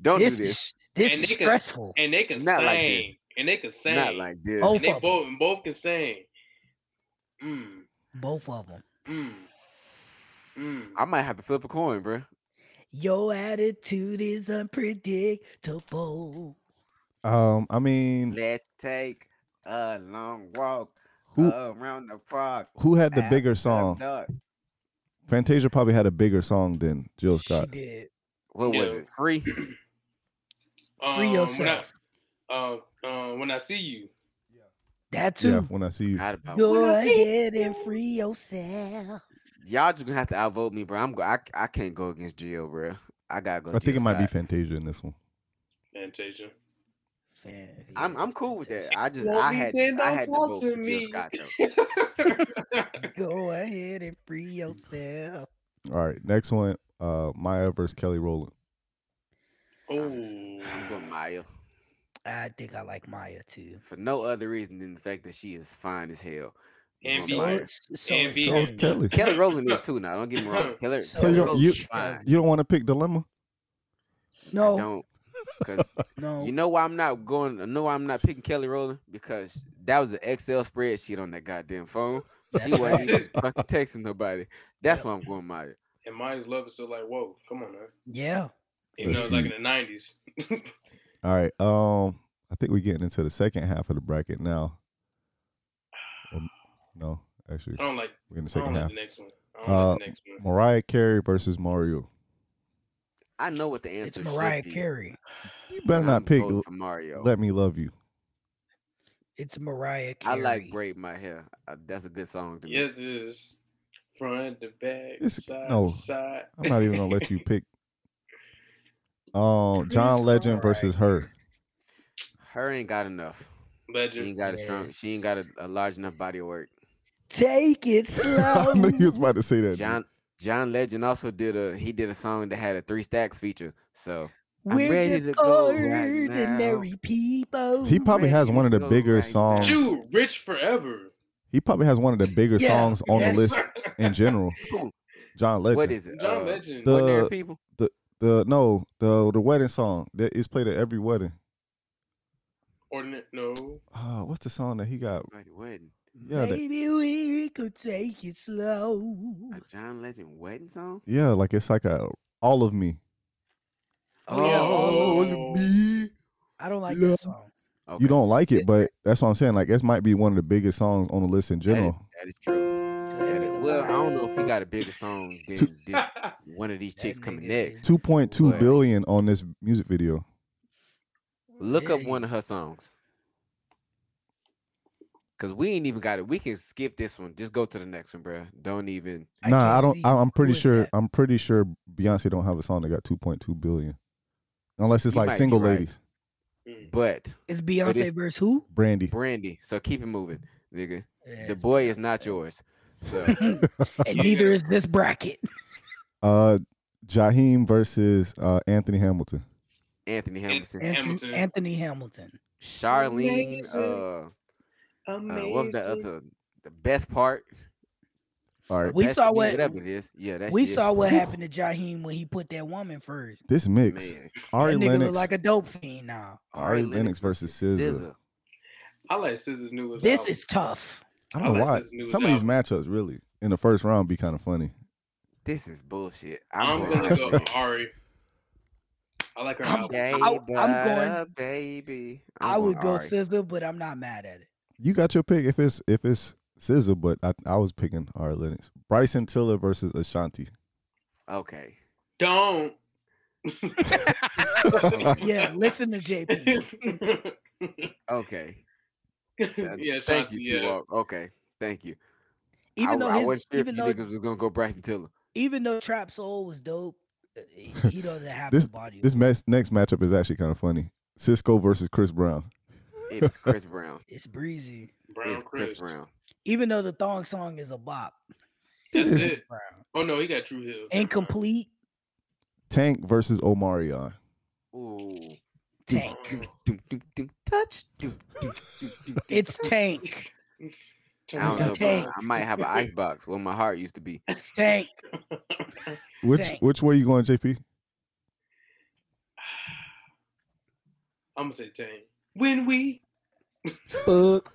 Speaker 1: Don't
Speaker 2: This,
Speaker 1: do this.
Speaker 2: is this
Speaker 4: And
Speaker 2: is
Speaker 4: they can-
Speaker 2: stressful.
Speaker 4: And they can
Speaker 1: Not
Speaker 4: sing.
Speaker 1: like this.
Speaker 4: And they can sing.
Speaker 1: Not like this.
Speaker 2: Oh,
Speaker 4: and they
Speaker 2: fuck.
Speaker 4: both and both can sing. Mm.
Speaker 2: Both of them.
Speaker 4: Mm. Mm.
Speaker 1: I might have to flip a coin, bro.
Speaker 2: Your attitude is unpredictable.
Speaker 3: Um, I mean,
Speaker 1: Let's take a long walk
Speaker 3: Who-
Speaker 1: around the park.
Speaker 3: who had the
Speaker 1: after
Speaker 3: bigger song?
Speaker 1: dark.
Speaker 3: Fantasia probably had a bigger song than Jill
Speaker 2: She
Speaker 3: Scott.
Speaker 2: did.
Speaker 1: What was
Speaker 4: Yeah.
Speaker 1: it? Free?
Speaker 4: Um,
Speaker 2: Free
Speaker 4: When I,
Speaker 2: yourself.
Speaker 4: uh, uh, when I see you,
Speaker 2: That
Speaker 3: Yeah,
Speaker 2: too.
Speaker 3: when I see you.
Speaker 1: Forgot about
Speaker 2: Go ahead and free yourself.
Speaker 1: Y'all just gonna have to outvote me, bro. I'm go- I, I can't go against Gio, bro. I gotta go.
Speaker 3: I think
Speaker 1: Jill
Speaker 3: it might be
Speaker 1: Scott.
Speaker 3: Fantasia in this one.
Speaker 4: Fantasia.
Speaker 2: Fan-
Speaker 1: I'm
Speaker 2: yeah,
Speaker 1: I'm cool with that. I just
Speaker 4: Don't
Speaker 1: I
Speaker 4: be
Speaker 1: had
Speaker 4: saying
Speaker 1: I
Speaker 4: don't
Speaker 1: had to
Speaker 4: talk
Speaker 1: vote
Speaker 4: to
Speaker 1: for Jill
Speaker 4: me.
Speaker 1: Scott though.
Speaker 2: Go ahead and free
Speaker 1: Mm-hmm.
Speaker 2: yourself.
Speaker 3: All right, next one. Uh, Maya versus Kelly Rowland.
Speaker 1: I'm
Speaker 4: oh,
Speaker 1: going Maya
Speaker 2: I think I like Maya too.
Speaker 1: for no other reason than the fact that she is fine as hell. I'm
Speaker 4: And
Speaker 1: going
Speaker 4: be-
Speaker 2: So,
Speaker 1: Maya.
Speaker 2: it's, so it's
Speaker 4: Envy.
Speaker 3: So is Kelly.
Speaker 1: Kelly Rowland is too now. Don't get me wrong. Kelly,
Speaker 2: So
Speaker 1: Kelly
Speaker 3: you don't-
Speaker 1: Rowland
Speaker 3: you-
Speaker 1: is fine.
Speaker 3: You don't want to pick Dilemma?
Speaker 1: I
Speaker 2: No,
Speaker 1: don't because
Speaker 2: no.
Speaker 1: You know why I'm not going? No, why I'm not picking Kelly Rowland because that was an Excel spreadsheet on that goddamn phone. She
Speaker 2: That's
Speaker 1: wasn't even
Speaker 4: right.
Speaker 1: fucking texting nobody. That's
Speaker 2: Yep.
Speaker 1: why I'm going Maya.
Speaker 4: and Maya's love is still like, whoa, come on, man.
Speaker 2: yeah.
Speaker 4: You know, it's like in the nineties.
Speaker 3: All right. Um, I think we're getting into the second half of the bracket now. Um, no, actually,
Speaker 4: I don't like.
Speaker 3: we're in the
Speaker 4: I don't
Speaker 3: second
Speaker 4: like
Speaker 3: half.
Speaker 4: the next one. I don't
Speaker 3: Uh,
Speaker 4: like the next one.
Speaker 3: Mariah Carey versus Mario.
Speaker 1: I know what the
Speaker 2: It's
Speaker 1: answer is.
Speaker 2: Mariah Carey.
Speaker 3: You better not pick.
Speaker 1: for Mario.
Speaker 3: Let me love you.
Speaker 2: It's Mariah
Speaker 1: I
Speaker 2: Carey.
Speaker 1: like braid my hair. Uh, that's a good song to me.
Speaker 4: Yes, it is front to back,
Speaker 3: It's-
Speaker 4: side
Speaker 3: no.
Speaker 4: to side.
Speaker 3: I'm not even gonna let you pick. Um, John Legend versus her.
Speaker 1: Her ain't got enough. She ain't
Speaker 4: Legend.
Speaker 1: got a strong. She ain't got a, a large enough body of work.
Speaker 2: Take it slow.
Speaker 3: I knew you was about to say that.
Speaker 1: John John Legend also did a he did a song that had a three stacks feature. So I'm
Speaker 2: We're
Speaker 1: ready
Speaker 2: just
Speaker 1: to go right
Speaker 2: ordinary people.
Speaker 3: He probably has one of the
Speaker 1: Go
Speaker 3: bigger
Speaker 1: right
Speaker 3: songs.
Speaker 1: now.
Speaker 4: Shoot, rich forever.
Speaker 3: He probably has one of the bigger
Speaker 2: Yeah,
Speaker 3: songs on
Speaker 2: yes.
Speaker 3: the list in general.
Speaker 1: Who?
Speaker 3: John Legend.
Speaker 1: What is it?
Speaker 4: John
Speaker 1: Uh,
Speaker 4: Legend.
Speaker 3: the-
Speaker 1: Ordinary people.
Speaker 3: the no the the wedding song that is played at every wedding?
Speaker 4: Ordinate. No.
Speaker 3: Uh, what's the song that he got?
Speaker 1: Like, wedding.
Speaker 3: Yeah, that,
Speaker 2: Maybe we could take it slow.
Speaker 1: A John Legend wedding song?
Speaker 3: yeah, like it's like a all of me.
Speaker 4: Oh,
Speaker 1: All me.
Speaker 2: I don't like
Speaker 3: Love
Speaker 2: that song.
Speaker 1: Okay,
Speaker 3: You don't like it,
Speaker 1: Yes.
Speaker 3: but that's what I'm saying. Like this might be one of the biggest songs on the list in
Speaker 1: that is-
Speaker 3: general.
Speaker 1: that is true. That is- well, I don't know if he got a bigger song than this one of these
Speaker 2: That
Speaker 1: chicks coming
Speaker 2: nigga
Speaker 1: next.
Speaker 2: is-
Speaker 3: Two point two
Speaker 1: Right.
Speaker 3: billion on this music video.
Speaker 1: Look up
Speaker 2: Dang.
Speaker 1: one of her songs. Cause we ain't even got it. We can skip this one. Just go to the next one, bruh. Don't even.
Speaker 3: nah,
Speaker 2: can't
Speaker 3: I don't.
Speaker 2: see
Speaker 3: I, I'm pretty
Speaker 2: who is
Speaker 3: sure.
Speaker 2: that.
Speaker 3: I'm pretty sure Beyonce don't have a song that got two point two billion, unless it's
Speaker 1: You
Speaker 3: like
Speaker 1: might be
Speaker 3: single
Speaker 1: right.
Speaker 3: ladies.
Speaker 4: Mm.
Speaker 1: But
Speaker 2: It's
Speaker 1: it's-
Speaker 2: Beyonce versus who?
Speaker 3: Brandy.
Speaker 1: Brandy, so keep it moving, nigga.
Speaker 2: Yeah,
Speaker 1: The
Speaker 2: it's
Speaker 1: boy is not
Speaker 2: Beyonce.
Speaker 1: yours. So
Speaker 2: and neither is this bracket.
Speaker 3: Uh, Jaheim versus uh Anthony Hamilton.
Speaker 1: Anthony Hamilton,
Speaker 2: Anthony
Speaker 4: Hamilton.
Speaker 2: Hamilton. Anthony Hamilton.
Speaker 1: Charlene,
Speaker 4: Amazing.
Speaker 1: uh, uh, what was that other the best part.
Speaker 3: All right,
Speaker 2: We
Speaker 1: best
Speaker 2: saw
Speaker 1: to me,
Speaker 2: what-
Speaker 1: whatever it is. Yeah, that
Speaker 2: we
Speaker 1: shit.
Speaker 2: saw what happened to Jaheim when he put that woman first.
Speaker 3: this mix.
Speaker 1: Man,
Speaker 3: Ari
Speaker 2: that nigga
Speaker 3: Lennox.
Speaker 2: look like a dope fiend now.
Speaker 3: Ari Lennox versus SZA.
Speaker 1: SZA.
Speaker 4: I like Scissor's newest.
Speaker 2: This
Speaker 4: album.
Speaker 2: is tough.
Speaker 3: I don't know
Speaker 4: Alex
Speaker 3: why.
Speaker 4: is new
Speaker 3: Some of
Speaker 4: now.
Speaker 3: these matchups really in the first round be kind of funny.
Speaker 1: This is bullshit.
Speaker 4: I'm
Speaker 1: going
Speaker 4: gonna go
Speaker 1: Lennox.
Speaker 4: Ari. I like her
Speaker 2: I'm-
Speaker 4: album.
Speaker 1: Day
Speaker 2: I- I'm
Speaker 1: by baby. I'm
Speaker 2: i would
Speaker 1: going
Speaker 2: go
Speaker 1: Ari.
Speaker 2: Sizzler, but I'm not mad at it.
Speaker 3: You got your pick if it's if it's Scissor, but I, I was picking Ari Lennox. Bryson Tiller versus Ashanti.
Speaker 1: Okay.
Speaker 4: Don't.
Speaker 2: Yeah, listen to JP.
Speaker 1: Okay. That-
Speaker 4: yeah,
Speaker 1: Thank
Speaker 4: Shanti,
Speaker 1: you.
Speaker 4: yeah.
Speaker 1: T-Walk. Okay. Thank you. I,
Speaker 2: Even though
Speaker 1: I
Speaker 2: his,
Speaker 1: wasn't sure if
Speaker 2: even
Speaker 1: you niggas
Speaker 2: though
Speaker 1: was gonna go Bryson Tiller.
Speaker 2: even though Trap Soul was dope, uh, he he doesn't have
Speaker 3: This-
Speaker 2: the body.
Speaker 3: This mes- next matchup is actually kind of funny. Cisco versus Chris Brown.
Speaker 1: It is Chris Brown.
Speaker 2: it's breezy.
Speaker 4: Brown
Speaker 1: It's Chris
Speaker 4: Chris.
Speaker 1: Brown.
Speaker 2: Even though the thong song is a bop.
Speaker 4: That's
Speaker 3: This
Speaker 4: it.
Speaker 2: Brown.
Speaker 4: Oh no, he got True Hill.
Speaker 2: Incomplete
Speaker 3: Tank versus Omarion.
Speaker 1: Ooh.
Speaker 2: tank.
Speaker 1: Doom, doom, doom, touch. Doom, doom, doom, doom, doom,
Speaker 2: It's
Speaker 1: touch.
Speaker 2: tank.
Speaker 1: I don't know,
Speaker 2: Tank.
Speaker 1: bro. I might have an ice box where my heart used to be.
Speaker 2: It's tank.
Speaker 3: Which
Speaker 2: Tank.
Speaker 3: which way you going, JP?
Speaker 4: I'm gonna say Tane. When we
Speaker 1: Fuck.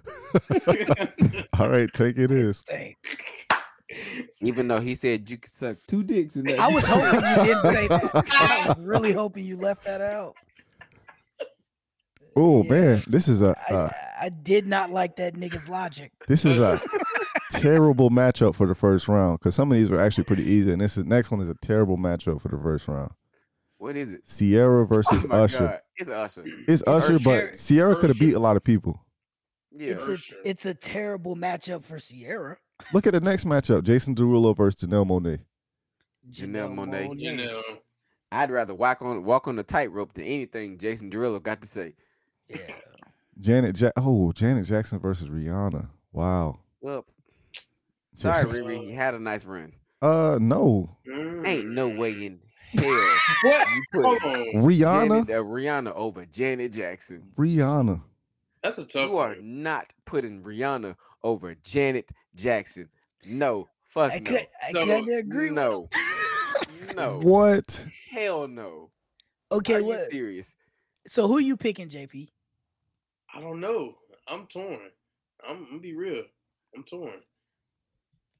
Speaker 3: All right, Tank it is.
Speaker 2: tank.
Speaker 1: Even though he said you could suck two dicks in that.
Speaker 2: I was hoping you didn't say that. I was really hoping you left that out.
Speaker 3: Oh
Speaker 2: Yeah.
Speaker 3: man, this is a
Speaker 2: I,
Speaker 3: uh,
Speaker 2: I did not like that nigga's logic.
Speaker 3: this is a terrible matchup for the first round because some of these were actually pretty easy, and this is, next one is a terrible matchup for the first round.
Speaker 1: What is it?
Speaker 3: Sierra versus
Speaker 1: Oh my
Speaker 3: Usher.
Speaker 1: God. It's Usher.
Speaker 3: It's Usher,
Speaker 2: Usher-
Speaker 3: but Sierra could have beat a lot of people.
Speaker 1: Yeah.
Speaker 2: It's
Speaker 4: For
Speaker 2: a
Speaker 4: sure.
Speaker 2: it's a terrible matchup for Sierra.
Speaker 3: Look at the next matchup: Jason Derulo versus Janelle Monet.
Speaker 1: Janelle Monáe.
Speaker 4: you know,
Speaker 1: I'd rather walk on walk on the tightrope than anything Jason Derulo got to say.
Speaker 2: Yeah.
Speaker 3: Janet, ja- oh Janet Jackson versus Rihanna. Wow.
Speaker 1: Well, sorry,
Speaker 4: Just-
Speaker 1: Riri, he had a nice run.
Speaker 3: Uh, no,
Speaker 4: Mm.
Speaker 1: Ain't no way in hell
Speaker 4: What?
Speaker 1: you
Speaker 4: Hold
Speaker 1: put
Speaker 4: on.
Speaker 3: Rihanna,
Speaker 1: Janet, uh, Rihanna over Janet Jackson.
Speaker 3: Rihanna.
Speaker 4: That's a tough
Speaker 1: You are
Speaker 4: one.
Speaker 1: not putting Rihanna over Janet Jackson. No, fuck
Speaker 2: I
Speaker 1: no.
Speaker 2: could I
Speaker 4: No,
Speaker 2: couldn't agree with
Speaker 1: no, no,
Speaker 3: What?
Speaker 1: hell no.
Speaker 2: Okay,
Speaker 1: are
Speaker 2: what,
Speaker 1: you serious?
Speaker 2: so who you picking, JP?
Speaker 4: I don't know. I'm torn. I'm, I'm gonna be real. I'm torn.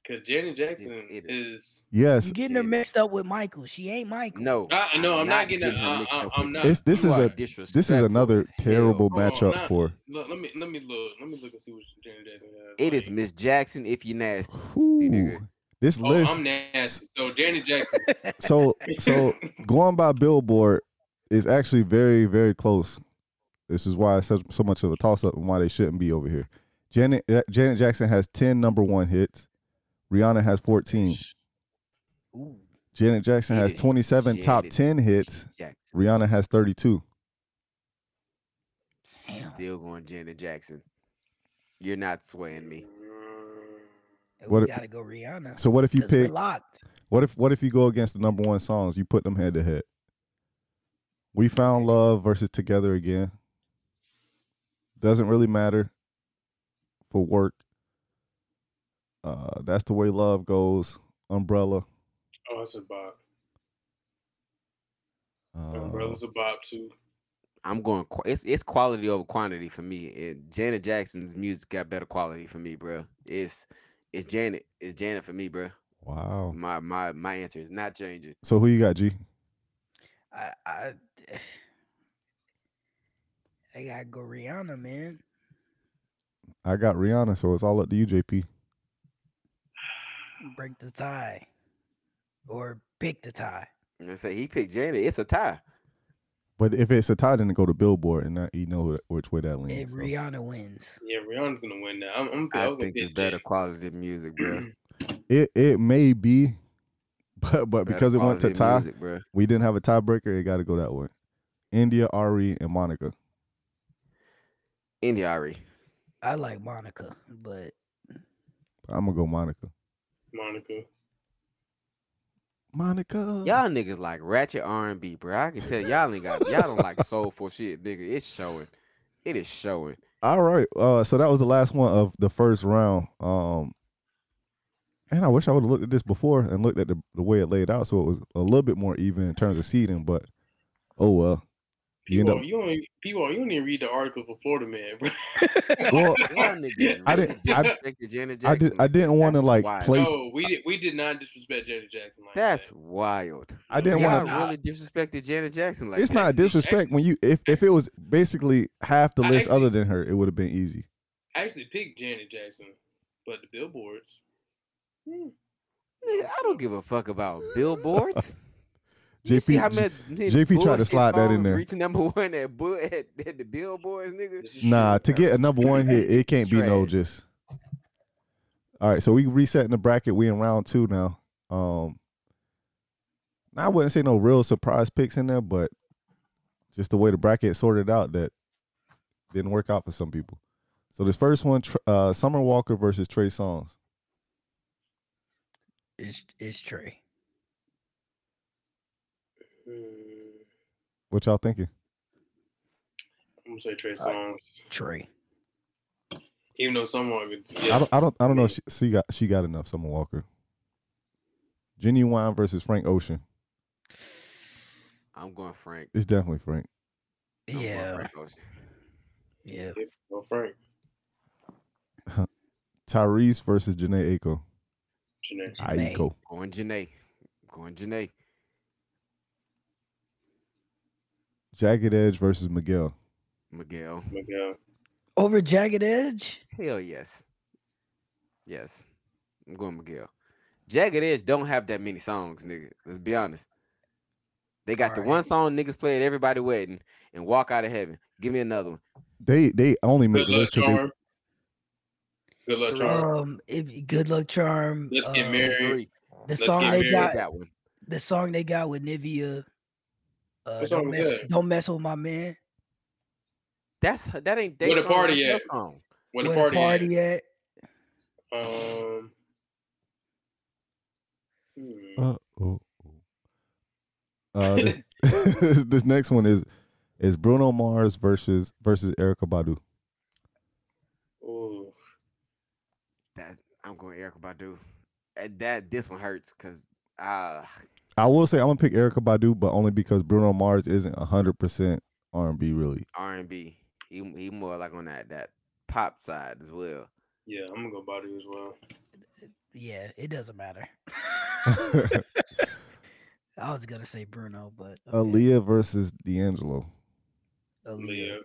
Speaker 4: Cause Janet Jackson
Speaker 1: it is.
Speaker 4: is.
Speaker 3: Yes,
Speaker 2: You getting her
Speaker 1: Janet.
Speaker 2: mixed up with Michael. She ain't Michael.
Speaker 1: No,
Speaker 4: I, no, I'm not, getting.
Speaker 1: her
Speaker 4: I,
Speaker 1: mixed
Speaker 4: I,
Speaker 1: up
Speaker 4: I'm
Speaker 1: with
Speaker 4: not.
Speaker 3: this this
Speaker 1: you
Speaker 3: is
Speaker 1: are
Speaker 3: a this is
Speaker 1: disrespectful
Speaker 3: another
Speaker 1: as hell.
Speaker 3: terrible
Speaker 4: Hold on,
Speaker 3: matchup
Speaker 4: nah.
Speaker 3: for.
Speaker 4: Look, let me let me look. Let me look and see what Janet Jackson has.
Speaker 1: It is
Speaker 4: Like,
Speaker 1: Miss Jackson if you nasty.
Speaker 3: Ooh,
Speaker 1: nigga.
Speaker 3: this
Speaker 4: Oh,
Speaker 3: list.
Speaker 4: I'm nasty. So Janet Jackson.
Speaker 3: so so going by Billboard is actually very very close. This is why it's such, so much of a toss up and why they shouldn't be over here. Janet Ja- Janet Jackson has ten number one hits. Rihanna has fourteen.
Speaker 2: Ooh.
Speaker 3: Janet Jackson
Speaker 1: Hit
Speaker 3: has
Speaker 1: it.
Speaker 3: twenty seven top
Speaker 1: Janet
Speaker 3: ten hits.
Speaker 1: Jackson.
Speaker 3: Rihanna has thirty two.
Speaker 2: Damn.
Speaker 1: Still going Janet Jackson. You're not swaying me.
Speaker 3: What
Speaker 2: we
Speaker 3: if-
Speaker 2: gotta go Rihanna.
Speaker 3: So what if you
Speaker 2: 'cause we're
Speaker 3: pick?
Speaker 2: locked.
Speaker 3: What if what if you go against the number one songs? You put them head to head. We found love versus together again. Doesn't really matter for work. Uh, that's the way love goes. Umbrella.
Speaker 4: Oh, it's a bop.
Speaker 3: Uh,
Speaker 4: Umbrella's a bop too.
Speaker 1: I'm going. qu- It's it's quality over quantity for me. And Janet Jackson's music got better quality for me, bro. It's it's Janet. It's Janet for me, bro.
Speaker 3: wow.
Speaker 1: My my my answer is not changing.
Speaker 3: So who you got, G?
Speaker 2: I, I I gotta go Rihanna, man.
Speaker 3: I got Rihanna, so it's all up to you, JP.
Speaker 2: Break the tie. Or pick the tie.
Speaker 1: And I say he picked Janet. It's a tie.
Speaker 3: But if it's a tie, then it go to Billboard, and that, you know which way that
Speaker 2: If
Speaker 3: leans. so.
Speaker 2: Rihanna wins.
Speaker 4: Yeah, Rihanna's gonna win now. I'm. I'm,
Speaker 1: I
Speaker 4: I'm
Speaker 1: think it's better quality music, bro.
Speaker 3: It it may be, but but because it went to tie,
Speaker 1: bro.
Speaker 3: we didn't have a tiebreaker. It got to go that way. India, Ari, and Monica.
Speaker 1: India Ari.
Speaker 2: I like Monica, but
Speaker 3: I'm gonna go Monica.
Speaker 4: Monica.
Speaker 3: Monica.
Speaker 1: Y'all niggas like ratchet R and B, bro. I can tell y'all ain't got y'all don't like soulful shit, nigga. It's showing. It is showing.
Speaker 3: All right. Uh, so that was the last one of the first round. Um, and I wish I would have looked at this before and looked at the, the way it laid out, so it was a little bit more even in terms of seeding. But oh well. You
Speaker 4: People,
Speaker 3: know,
Speaker 4: you don't, even- people, you don't even read the article for Florida Man, bro.
Speaker 3: well,
Speaker 1: Y'all niggas
Speaker 3: I
Speaker 1: really
Speaker 3: didn't- I-
Speaker 1: disrespected Janet
Speaker 3: I
Speaker 1: Jackson.
Speaker 3: did. I didn't want to
Speaker 1: That's
Speaker 3: like
Speaker 1: wild.
Speaker 3: place.
Speaker 4: No, we did, we did not disrespect Janet Jackson like
Speaker 1: That's
Speaker 4: that.
Speaker 1: wild.
Speaker 3: I didn't
Speaker 1: Y'all
Speaker 3: want
Speaker 2: wanna-
Speaker 1: really disrespected Janet Jackson
Speaker 3: to.
Speaker 1: like
Speaker 3: It's
Speaker 1: that.
Speaker 3: not
Speaker 4: Actually-
Speaker 3: disrespect when you if if it was basically half the
Speaker 4: I
Speaker 3: list
Speaker 4: actually-
Speaker 3: other than her, it would have been easy.
Speaker 4: I actually picked Janet Jackson, but the billboards. Hmm.
Speaker 1: Nigga, I don't give a fuck about billboards.
Speaker 3: JP
Speaker 1: You see how many
Speaker 3: JP tried to
Speaker 1: bullshit
Speaker 3: slide that in
Speaker 1: songs
Speaker 3: there.
Speaker 1: Reaching number one at, bull, at, at the billboards, nigga.
Speaker 4: This is
Speaker 3: Nah, to
Speaker 4: true.
Speaker 3: get a number one hit, it can't be no
Speaker 1: Trash.
Speaker 3: just. All right, so we resetting the bracket. We in round two now. Um, now I wouldn't say no real surprise picks in there, but just the way the bracket sorted out that didn't work out for some people. So this first one, Tr- uh, Summer Walker versus Trey Songz.
Speaker 2: It's it's Trey.
Speaker 4: Hmm.
Speaker 3: What y'all thinking?
Speaker 4: I'm gonna say Trey Songz,
Speaker 2: Trey.
Speaker 4: even though someone would.
Speaker 3: I don't, I don't, I don't know. If she, she got, she got enough. Summer Walker. Genuine versus Frank Ocean.
Speaker 1: I'm going Frank.
Speaker 3: It's definitely Frank.
Speaker 1: I'm going
Speaker 2: Yeah.
Speaker 1: Frank Ocean.
Speaker 2: Yeah.
Speaker 4: Well, Frank,
Speaker 3: Tyrese versus Janae Aiko.
Speaker 4: Janae.
Speaker 2: Jhené.
Speaker 3: Aiko.
Speaker 1: Going Janae. Going Janae.
Speaker 3: Jagged Edge versus Miguel.
Speaker 1: Miguel.
Speaker 4: Miguel.
Speaker 2: Over Jagged Edge?
Speaker 1: Hell yes. Yes. I'm going Miguel. Jagged Edge don't have that many songs, nigga. Let's be honest. They got the one
Speaker 2: Alright.
Speaker 1: song niggas play at everybody wedding and walk out of heaven. Give me another one.
Speaker 3: They they only make
Speaker 4: Good
Speaker 3: the
Speaker 4: luck,
Speaker 3: list because
Speaker 4: charm. Good luck, charm.
Speaker 2: Um if good luck charm.
Speaker 4: Let's get
Speaker 2: um,
Speaker 1: That's
Speaker 4: married.
Speaker 1: three.
Speaker 2: The
Speaker 4: Let's
Speaker 2: song
Speaker 4: get
Speaker 2: they
Speaker 4: married.
Speaker 2: got
Speaker 1: that one.
Speaker 2: the song they got with Nivea. Uh,
Speaker 4: That
Speaker 2: don't,
Speaker 4: song was
Speaker 2: mess,
Speaker 4: good.
Speaker 2: don't mess with my man.
Speaker 1: That's that ain't they
Speaker 4: Where the
Speaker 1: song.
Speaker 4: party
Speaker 1: that's their
Speaker 4: at?
Speaker 1: song.
Speaker 4: Where the party, at?
Speaker 2: at?
Speaker 4: Um. hmm.
Speaker 3: uh, oh, oh. Uh, this, this, this next one is is Bruno Mars versus versus Erica Badu.
Speaker 4: Ooh.
Speaker 1: That's I'm going Erica Badu. Uh, That this one hurts because uh
Speaker 3: I will say I'm gonna pick Erica Badu, but only because Bruno Mars isn't hundred percent R and B really.
Speaker 1: R and B. He, he more like on that that pop side as well.
Speaker 4: Yeah, I'm gonna go body as well.
Speaker 2: Yeah, it doesn't matter. I was gonna say Bruno, but okay.
Speaker 3: Aaliyah versus D'Angelo.
Speaker 2: Aaliyah.
Speaker 4: Aaliyah,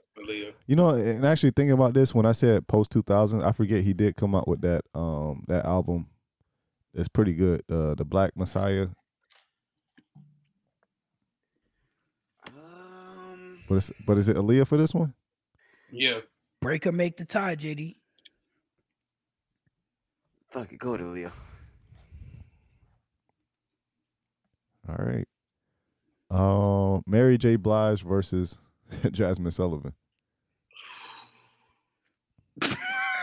Speaker 4: Aaliyah.
Speaker 3: You know, and actually thinking about this when I said post two thousand, I forget he did come out with that um that album. That's pretty good. Uh, the Black Messiah,
Speaker 1: Um
Speaker 3: but it's, but is it Aaliyah for this one?
Speaker 4: Yeah,
Speaker 2: Break or make the tie, JD.
Speaker 1: fuck it, go to Leo.
Speaker 3: All right. Um, Mary J. Blige versus Jasmine Sullivan.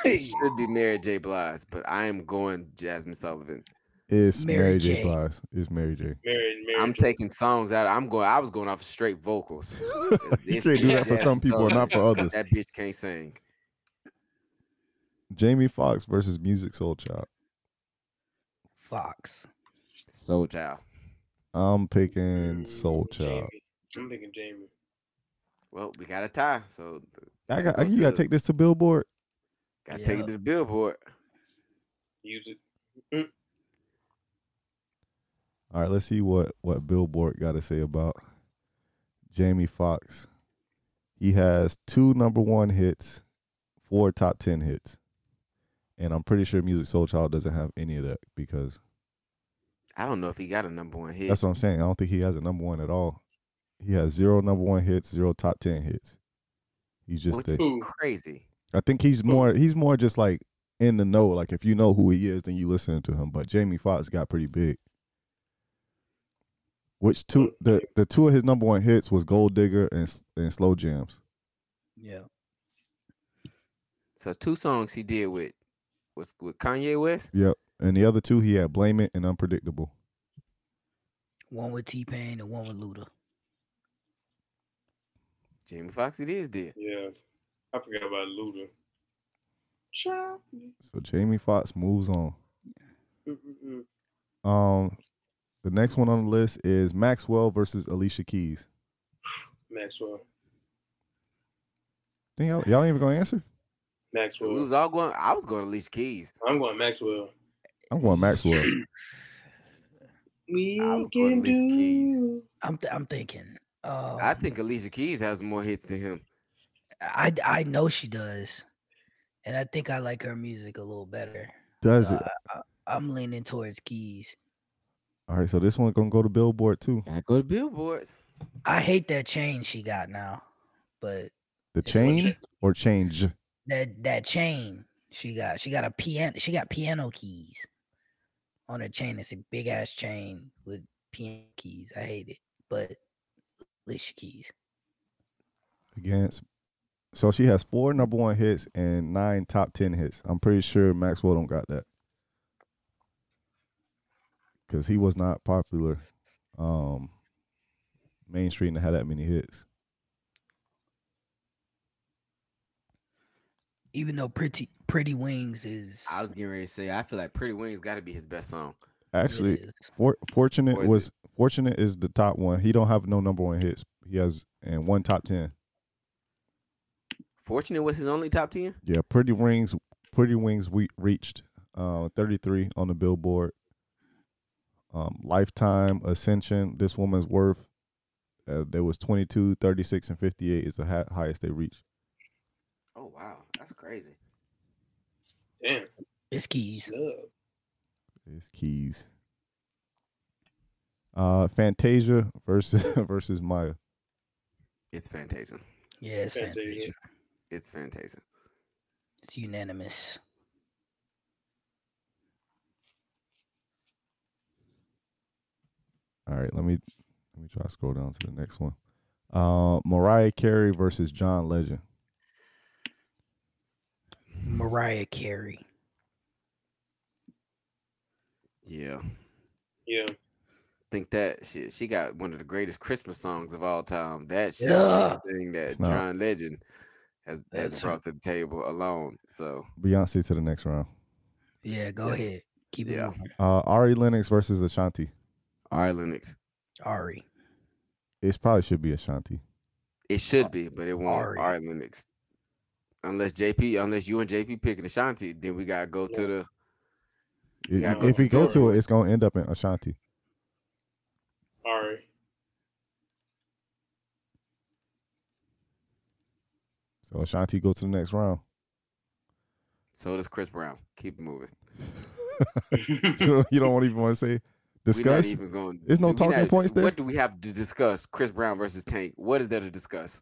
Speaker 1: It should be Mary J. Blige, but I am going Jasmine Sullivan.
Speaker 3: It's Mary,
Speaker 2: Mary
Speaker 3: J.
Speaker 2: J.
Speaker 3: Blige. It's Mary J.
Speaker 4: married, married.
Speaker 1: I'm taking songs out. I'm going. I was going off straight vocals.
Speaker 3: you can't do that for some people and not for others.
Speaker 1: That bitch can't sing.
Speaker 3: Jamie Foxx versus Music Soul Child.
Speaker 2: Fox.
Speaker 1: Soul Child.
Speaker 3: I'm picking Soul Child.
Speaker 4: Jamie. I'm picking Jamie.
Speaker 1: Well, we got a tie, so
Speaker 3: I got.
Speaker 1: Go
Speaker 3: you
Speaker 1: to
Speaker 3: got
Speaker 1: the-
Speaker 3: to take this to Billboard.
Speaker 1: got to take it
Speaker 2: Yeah.
Speaker 1: to the billboard.
Speaker 4: Use it.
Speaker 3: All right. Let's see what what Billboard got to say about Jamie Foxx. He has two number one hits, four top ten hits, and I'm pretty sure Music Soul Child doesn't have any of that because
Speaker 1: I don't know if he got a number one hit.
Speaker 3: That's what I'm saying. I don't think he has a number one at all. He has zero number one hits, zero top ten hits. He's just.
Speaker 1: which
Speaker 3: a-
Speaker 1: is
Speaker 4: Ooh.
Speaker 1: crazy.
Speaker 3: I think he's more. He's more just like in the know. Like if you know who he is, then you listening to him. But Jamie Foxx got pretty big. Which two? The the two of his number one hits was Gold Digger and S- and Slow Jams.
Speaker 2: Yeah.
Speaker 1: So two songs he did with was with Kanye West.
Speaker 3: Yep. And the other two, he had Blame It and Unpredictable.
Speaker 2: One with T Pain and one with Luda.
Speaker 1: Jamie Foxx it is did.
Speaker 4: Yeah. I forgot about Luda. Child.
Speaker 3: So Jamie Foxx moves on.
Speaker 4: Mm-mm-mm.
Speaker 3: Um, the next one on the list is Maxwell versus Alicia Keys.
Speaker 4: Maxwell.
Speaker 3: Think y'all, y'all ain't even gonna answer?
Speaker 1: So we was
Speaker 4: Maxwell.
Speaker 1: all going. I was going to Alicia Keys.
Speaker 4: I'm going Maxwell.
Speaker 3: I'm going Maxwell.
Speaker 4: We
Speaker 1: I was going Alicia Keys.
Speaker 2: I'm th- I'm thinking. Um,
Speaker 1: I think Alicia Keys has more hits than him.
Speaker 2: I I know she does, and I think I like her music a little better.
Speaker 3: Does it?
Speaker 2: Uh, I, I'm leaning towards Keys.
Speaker 3: All right, so this one gonna go to Billboard too.
Speaker 1: I go to billboards.
Speaker 2: I hate that chain she got now, but
Speaker 3: The
Speaker 2: It's what
Speaker 3: chain
Speaker 4: you-
Speaker 3: or change?
Speaker 2: that that chain she got, she got a piano, she got piano keys on her chain. It's a big ass chain with piano keys. I hate it, but Alicia Keys.
Speaker 3: against. So she has four number one hits and nine top ten hits. I'm pretty sure Maxwell don't got that because he was not popular, um, mainstream to have that many hits.
Speaker 2: Even though pretty pretty wings is
Speaker 1: I was getting ready to say. I feel like Pretty Wings got to be his best song.
Speaker 2: it
Speaker 3: Actually,
Speaker 2: is.
Speaker 3: for, fortunate
Speaker 1: Or is
Speaker 3: was fortunate is the top one. He don't have no number one hits. He has and one top ten.
Speaker 1: Fortunate was his only top ten.
Speaker 3: Yeah, Pretty Wings, Pretty Wings we reached uh, 33 on the Billboard. Um, Lifetime, Ascension, This Woman's Worth. Uh, there was 22, 36, and 58 is the hi- highest they reached.
Speaker 1: Oh wow, that's crazy.
Speaker 4: Damn.
Speaker 2: it's Keys.
Speaker 4: Snub.
Speaker 3: It's keys. Uh, Fantasia versus versus Maya.
Speaker 1: It's Fantasia.
Speaker 2: Yeah, it's
Speaker 4: Can't do
Speaker 2: Fantasia.
Speaker 4: it.
Speaker 1: It's Fantasia.
Speaker 2: It's unanimous.
Speaker 3: All right, let me let me try to scroll down to the next one. Uh, Mariah Carey versus John Legend.
Speaker 2: Mariah Carey.
Speaker 1: Yeah,
Speaker 4: Yeah.
Speaker 1: think that shit. She got one of the greatest Christmas songs of all time. That shit,
Speaker 2: Yeah.
Speaker 1: is the thing that
Speaker 3: It's not.
Speaker 1: John Legend has, has
Speaker 2: That's-
Speaker 1: brought to the table alone. So
Speaker 3: Beyonce to the next round.
Speaker 2: Yeah, go
Speaker 1: Yes.
Speaker 2: ahead. Keep it
Speaker 1: Yeah.
Speaker 2: moving.
Speaker 3: Uh, Ari Lennox versus Ashanti.
Speaker 1: all right, Lennox.
Speaker 2: Ari.
Speaker 3: It probably should be Ashanti.
Speaker 1: It should be, but it won't.
Speaker 2: Ari.
Speaker 1: All right, Lennox. Unless JP, unless you and JP picking Ashanti, then we gotta go to
Speaker 4: Yeah.
Speaker 1: the
Speaker 3: If,
Speaker 1: Yeah,
Speaker 3: if we go
Speaker 4: Dora.
Speaker 3: to it, it's gonna end up in Ashanti.
Speaker 4: All right.
Speaker 3: So Ashanti go to the next round.
Speaker 1: So does Chris Brown. Keep it moving.
Speaker 3: you don't- you don't want even want to say
Speaker 1: We're not
Speaker 3: discuss.
Speaker 1: even going.
Speaker 3: There's no
Speaker 1: we
Speaker 3: talking points there?
Speaker 1: What do we have to discuss? Chris Brown versus Tank. What is there to discuss?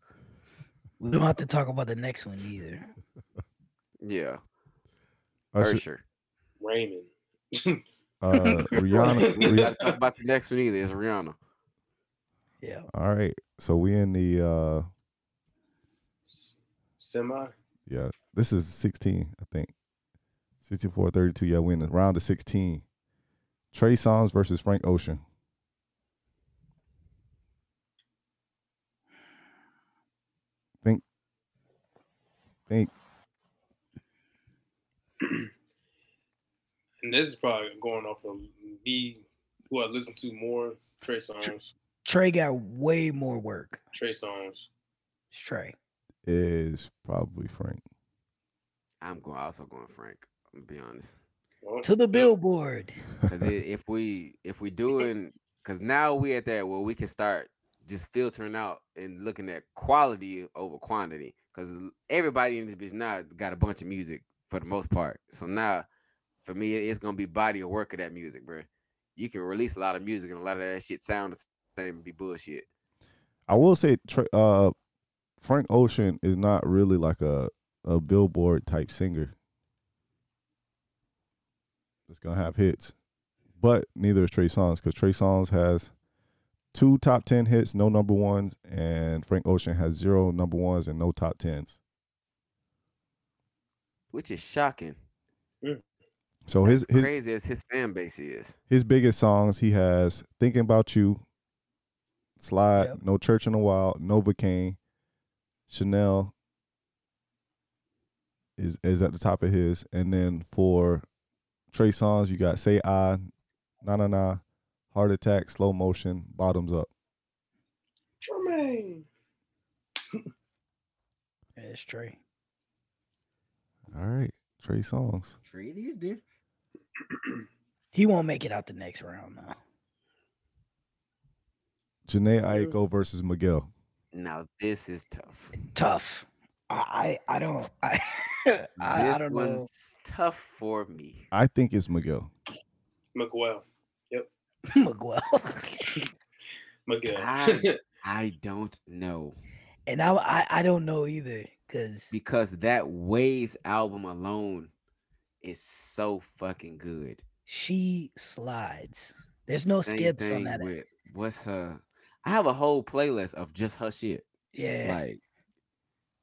Speaker 2: We don't have to talk about the next one either.
Speaker 1: Yeah,
Speaker 3: Usher-
Speaker 1: Usher.
Speaker 4: Raymond.
Speaker 3: uh,
Speaker 1: We
Speaker 3: Rihanna.
Speaker 1: ain't
Speaker 3: Rih-
Speaker 1: gotta talk about the next one either. It's Rihanna.
Speaker 2: Yeah.
Speaker 3: All right, so we in the uh
Speaker 4: Semi.
Speaker 3: yeah. This is 16, I think. 64, 32. Yeah, we in the round of 16. Trey Songz versus Frank Ocean. Think, think.
Speaker 4: And this is probably going off of me, who I listen to more. Trey songs.
Speaker 2: Trey got way more work.
Speaker 4: Trey songs.
Speaker 2: It's Trey.
Speaker 3: is probably Frank.
Speaker 1: I'm going. Also going Frank. I'm gonna be honest.
Speaker 4: Well,
Speaker 2: To the billboard.
Speaker 1: Because if we if we doing because now we at that where we can start just filtering out and looking at quality over quantity. Because everybody in this bitch now got a bunch of music for the most part. So now for me it's gonna be body of work of that music, bro. You can release a lot of music and a lot of that shit sound the same and be bullshit.
Speaker 3: I will say, Tra- uh, Frank Ocean is not really like a a Billboard type singer. It's gonna have hits, but neither is Trey Songz because Trey Songz has two top ten hits, no number ones, and Frank Ocean has zero number ones and no top tens.
Speaker 1: Which is shocking.
Speaker 3: So
Speaker 1: As
Speaker 3: his his
Speaker 1: crazy as his fan base is.
Speaker 3: his biggest songs he has "Thinking About You," "Slide,"
Speaker 2: Yep.
Speaker 3: "No Church in the Wild," "Novocaine," "Chanel," is is at the top of his, and then for Trey Songs, you got Say I, Na Na Na, Heart Attack, Slow Motion, Bottoms Up.
Speaker 4: Tremaine.
Speaker 2: That's true.
Speaker 3: All right, Trey Songs.
Speaker 1: Tree these dude.
Speaker 2: He won't make it out the next round though.
Speaker 3: Janae Aiko versus Miguel.
Speaker 1: Now this is tough.
Speaker 2: Tough. I I, I don't I, I, I
Speaker 1: this
Speaker 2: don't know.
Speaker 1: one's tough for me.
Speaker 3: I think it's Miguel.
Speaker 4: Miguel.
Speaker 2: Miguel.
Speaker 4: Miguel.
Speaker 1: I- I don't know
Speaker 2: and I, I I don't know either because
Speaker 1: because that Ways album alone is so fucking good.
Speaker 2: she slides. There's no
Speaker 1: Same
Speaker 2: skips on
Speaker 1: thing
Speaker 2: that.
Speaker 1: with- what's her? I have a whole playlist of just her shit.
Speaker 2: yeah.
Speaker 1: Like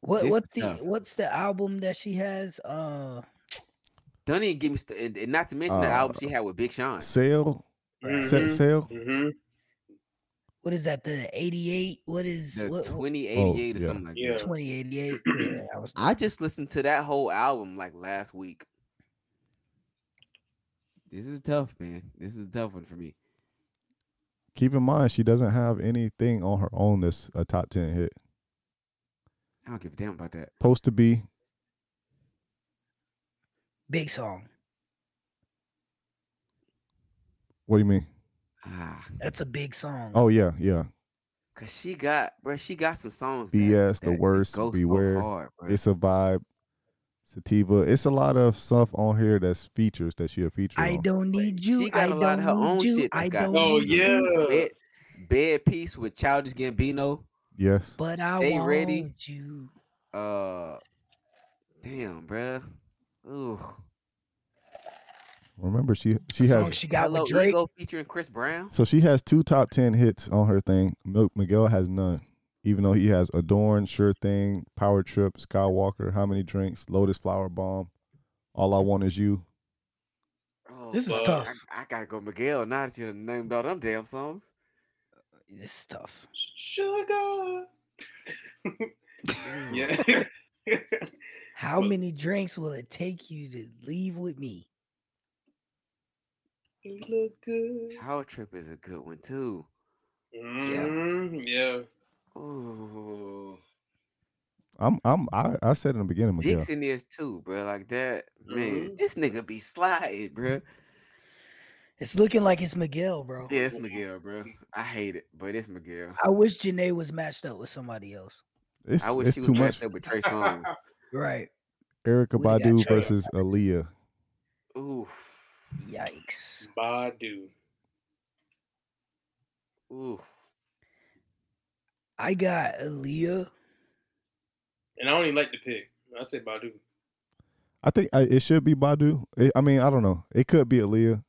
Speaker 2: what
Speaker 1: this
Speaker 2: what's
Speaker 1: is
Speaker 2: the
Speaker 1: tough.
Speaker 2: what's the album that she has? Uh,
Speaker 1: don't even give me st- and, and not to mention the album
Speaker 3: Uh,
Speaker 1: she had with Big Sean.
Speaker 3: Sale, Sa-
Speaker 4: Mhm.
Speaker 3: sale.
Speaker 4: Mhm.
Speaker 2: what is that? The eighty eight. What is
Speaker 1: The
Speaker 2: what, oh, what
Speaker 1: 2088 or
Speaker 3: yeah.
Speaker 1: something like
Speaker 4: Yeah.
Speaker 1: that.
Speaker 2: twenty eighty eight? I was
Speaker 1: I just listened to that whole album like last week. This is tough, man. This is a tough one for me.
Speaker 3: Keep in mind, she doesn't have anything on her own that's a top ten hit.
Speaker 1: I don't give a damn about that.
Speaker 3: Supposed to be
Speaker 2: big song.
Speaker 3: What do you mean?
Speaker 1: Ah,
Speaker 2: That's a big song.
Speaker 3: Oh yeah, yeah.
Speaker 1: cause she got, bruh, she got some songs. that-
Speaker 3: BS, the
Speaker 1: that just
Speaker 3: worst,
Speaker 1: go so
Speaker 3: beware.
Speaker 1: hard, bruh.
Speaker 3: It's a vibe. Sativa. It's a lot of stuff on here that's features that she'll feature.
Speaker 2: I
Speaker 3: on.
Speaker 2: don't
Speaker 1: But
Speaker 2: need
Speaker 1: she
Speaker 2: you.
Speaker 1: got
Speaker 2: I
Speaker 1: a lot of her
Speaker 2: don't
Speaker 1: own
Speaker 2: need you,
Speaker 1: shit that's
Speaker 2: I
Speaker 1: got
Speaker 2: don't
Speaker 4: Oh
Speaker 2: need you,
Speaker 4: yeah.
Speaker 1: bed, bed piece with Childish Gambino.
Speaker 3: Yes.
Speaker 2: But I
Speaker 1: Stay
Speaker 2: want
Speaker 1: ready.
Speaker 2: you.
Speaker 1: Uh, damn, bruh. Ooh,
Speaker 3: Remember she she
Speaker 2: song
Speaker 3: has
Speaker 2: she got
Speaker 1: Hello
Speaker 2: with Drake.
Speaker 1: Ego featuring Chris Brown.
Speaker 3: so she has two top ten hits on her thing. Milk Miguel has none. Even though he has Adorn, Sure Thing, Power Trip, Skywalker, How Many Drinks, Lotus Flower Bomb, All I Want Is You.
Speaker 1: Oh,
Speaker 2: This is
Speaker 1: fuck,
Speaker 2: tough.
Speaker 1: I, I gotta go, Miguel. Now that you done named all them damn songs,
Speaker 2: This is tough.
Speaker 4: Sugar.
Speaker 1: Damn.
Speaker 4: Yeah.
Speaker 2: How
Speaker 4: But-
Speaker 2: many drinks will it take you to leave with me?
Speaker 4: you look good.
Speaker 1: Power Trip is a good one too.
Speaker 4: Mhm, Yeah.
Speaker 1: Ooh,
Speaker 3: I'm I'm I, I said in the beginning, Miguel.
Speaker 1: Dixon is too, bruh. Like that, man.
Speaker 4: Mhm.
Speaker 1: This nigga be sliding, bruh.
Speaker 2: It's looking like it's Miguel, bro.
Speaker 1: Yeah, it's Miguel, bruh. I hate it, but it's Miguel.
Speaker 2: I wish Janae was matched up with somebody else.
Speaker 3: It's,
Speaker 1: I wish
Speaker 3: it's
Speaker 1: she
Speaker 3: too
Speaker 1: was
Speaker 3: much.
Speaker 1: matched up with Trey Songz.
Speaker 2: Right.
Speaker 3: Erica
Speaker 2: Would've got
Speaker 3: Badu
Speaker 2: Trey.
Speaker 3: versus Aaliyah.
Speaker 1: Ooh,
Speaker 2: Yikes.
Speaker 4: Badu.
Speaker 1: ooh.
Speaker 2: I got Aaliyah.
Speaker 4: And I don't even like the pick. I say Badu.
Speaker 3: I think I, it should be Badu. It, I mean, I don't know. It could be Aaliyah.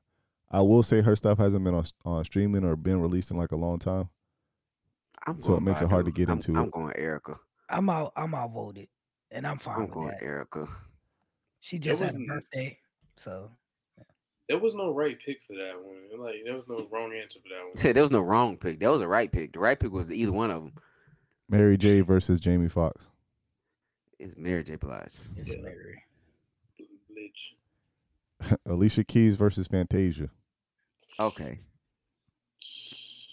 Speaker 3: I will say her stuff hasn't been on, on streaming or been released in like a long time.
Speaker 1: I'm
Speaker 3: So it makes it hard to
Speaker 1: Badu.
Speaker 3: get
Speaker 1: I'm-
Speaker 3: into
Speaker 1: I'm
Speaker 3: it.
Speaker 1: going Erica.
Speaker 2: I'm out. I'm outvoted, and I'm fine
Speaker 1: I'm
Speaker 2: with
Speaker 1: going
Speaker 2: that.
Speaker 1: Erica.
Speaker 2: She just had a
Speaker 4: wasn't-
Speaker 2: birthday, so
Speaker 4: There was no right pick for that one. Like there was no wrong answer for that one.
Speaker 1: Said there was no wrong pick. That was a right pick. The right pick was either one of them.
Speaker 3: Mary J versus Jamie Foxx.
Speaker 1: It's Mary J. Blige.
Speaker 2: it's
Speaker 4: Yeah.
Speaker 2: Mary.
Speaker 4: Bitch.
Speaker 3: Alicia Keys versus Fantasia.
Speaker 1: Okay.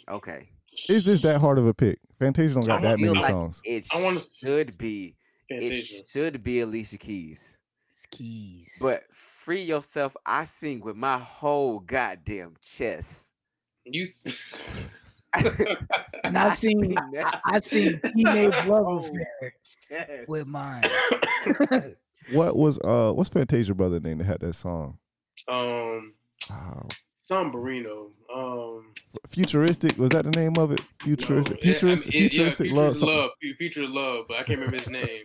Speaker 1: Okay.
Speaker 3: Is this that hard of a pick? Fantasia don't got
Speaker 1: I
Speaker 3: that
Speaker 1: feel
Speaker 3: many
Speaker 1: like-
Speaker 3: songs.
Speaker 1: It
Speaker 4: I wanna-
Speaker 1: should be. It
Speaker 4: Fantasia.
Speaker 1: should be Alicia Keys.
Speaker 2: It's keys.
Speaker 1: But free yourself. I sing with my whole goddamn chest.
Speaker 4: You. s-
Speaker 2: and I seen
Speaker 1: that
Speaker 2: I seen teenage love
Speaker 1: Oh.
Speaker 2: affair
Speaker 1: chest.
Speaker 2: with mine.
Speaker 3: What was uh what's Fantasia brother name that had that song?
Speaker 4: um.
Speaker 3: Oh,
Speaker 4: Some Barino. Um.
Speaker 3: futuristic was that the name of it? Futuristic,
Speaker 4: no, it- I mean,
Speaker 3: futuristic,
Speaker 4: it- yeah,
Speaker 3: futuristic
Speaker 4: Future
Speaker 3: love. something.
Speaker 4: love, Fu- future love, but I can't remember his name.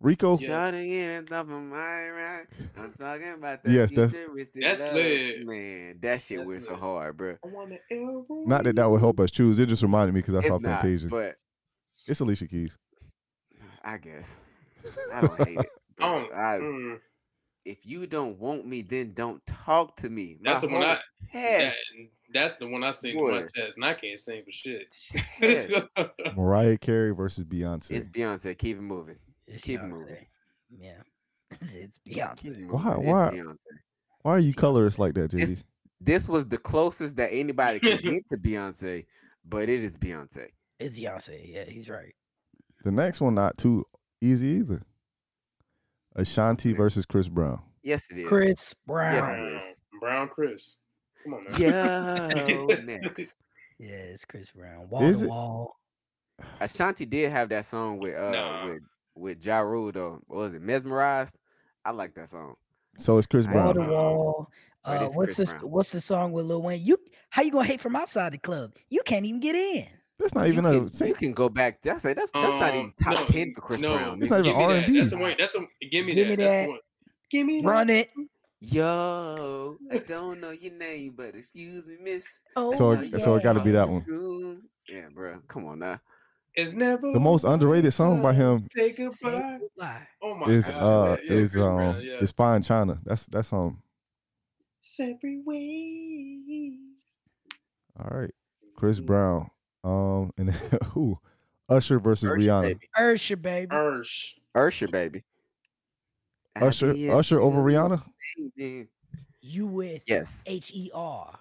Speaker 3: Rico.
Speaker 4: Yeah.
Speaker 1: Shawty in the top of my right. I'm talking about the
Speaker 3: Yes, that's-
Speaker 1: futuristic
Speaker 4: That's
Speaker 1: love.
Speaker 4: lit.
Speaker 1: Man, that shit
Speaker 4: That's
Speaker 1: went so
Speaker 4: lit.
Speaker 1: hard, bro.
Speaker 4: I want to.
Speaker 3: Not that that would help us choose. It just reminded me because I
Speaker 1: it's
Speaker 3: saw
Speaker 1: not,
Speaker 3: Fantasia.
Speaker 1: but
Speaker 3: It's Alicia Keys.
Speaker 1: I guess I don't hate it. bro.
Speaker 4: Oh,
Speaker 1: I-
Speaker 4: mm,
Speaker 1: if you don't want me, then don't talk to me.
Speaker 4: that's the
Speaker 1: My
Speaker 4: one I.
Speaker 1: whole chest,
Speaker 4: that- that's the one I sing with my
Speaker 1: Boy.
Speaker 4: chest, and I can't sing for shit.
Speaker 1: chest.
Speaker 3: Mariah Carey versus Beyonce.
Speaker 1: It's Beyonce. Keep it moving.
Speaker 2: It's
Speaker 1: Keep it
Speaker 2: Beyonce.
Speaker 1: moving.
Speaker 2: Yeah, it's Beyonce.
Speaker 1: Keep it
Speaker 3: Why-
Speaker 1: moving.
Speaker 3: why-
Speaker 1: It's Beyonce.
Speaker 3: Why are you colorist like that, JD?
Speaker 1: It's- This was the closest that anybody could get to Beyonce, but it is Beyonce.
Speaker 2: It's Beyonce. Yeah, he's right.
Speaker 3: The next one not too easy either. Ashanti
Speaker 1: Next.
Speaker 3: versus Chris Brown.
Speaker 1: Yes, it is.
Speaker 2: Chris Brown.
Speaker 1: Yes,
Speaker 4: Brown,
Speaker 1: it is.
Speaker 4: Brown Chris. Come on, man.
Speaker 1: Yo, next.
Speaker 2: Yeah, it's Chris Brown. Wall
Speaker 3: Is
Speaker 2: to
Speaker 3: it-
Speaker 2: wall.
Speaker 1: Ashanti did have that song with uh
Speaker 4: Nah.
Speaker 1: with with Ja Rule though. What was it Mesmerized? I like that song.
Speaker 3: So it's Chris
Speaker 1: I
Speaker 2: Wall
Speaker 3: Brown.
Speaker 2: to
Speaker 1: Brown.
Speaker 2: wall.
Speaker 1: But
Speaker 2: Uh,
Speaker 1: it's
Speaker 2: what's
Speaker 1: Chris
Speaker 2: this?
Speaker 1: Brown.
Speaker 2: What's the song with Lil Wayne? You how you gonna hate from outside the club? You can't even get in.
Speaker 3: That's not even
Speaker 1: you,
Speaker 3: a
Speaker 1: can,
Speaker 3: sing-
Speaker 1: you can go back. That's that's, that's not even
Speaker 4: Um,
Speaker 1: top
Speaker 4: no,
Speaker 1: ten for Chris
Speaker 4: no,
Speaker 1: Brown.
Speaker 3: It's
Speaker 1: nigga.
Speaker 3: not even
Speaker 4: give me that.
Speaker 3: R&B.
Speaker 4: That's the one. That's the. Give me
Speaker 2: Give
Speaker 4: that.
Speaker 2: me
Speaker 4: That's
Speaker 2: that.
Speaker 4: the one. Give me
Speaker 2: Run it.
Speaker 1: Yo, I don't know your name, but excuse me, miss.
Speaker 2: Oh,
Speaker 3: So
Speaker 1: my
Speaker 3: it, so it got to be that one.
Speaker 1: Ooh. Yeah, bro. Come on now.
Speaker 4: It's never
Speaker 3: The most underrated song by him
Speaker 4: Say
Speaker 2: Say
Speaker 4: goodbye.
Speaker 2: goodbye.
Speaker 4: Oh my
Speaker 3: is
Speaker 4: god.
Speaker 3: uh is
Speaker 4: Yeah, Chris Brown,
Speaker 3: um
Speaker 4: yeah.
Speaker 3: is Fine China. That's that's um
Speaker 4: separate ways.
Speaker 3: all right. Chris
Speaker 4: Mm.
Speaker 3: Brown. Um and who? Usher versus Rihanna.
Speaker 1: baby.
Speaker 2: Ursha, baby.
Speaker 4: Ursh.
Speaker 1: Usher, baby. I
Speaker 3: Usher
Speaker 1: did
Speaker 3: Usher over
Speaker 1: good,
Speaker 3: Rihanna.
Speaker 1: baby.
Speaker 2: U S
Speaker 1: Yes.
Speaker 2: H E R.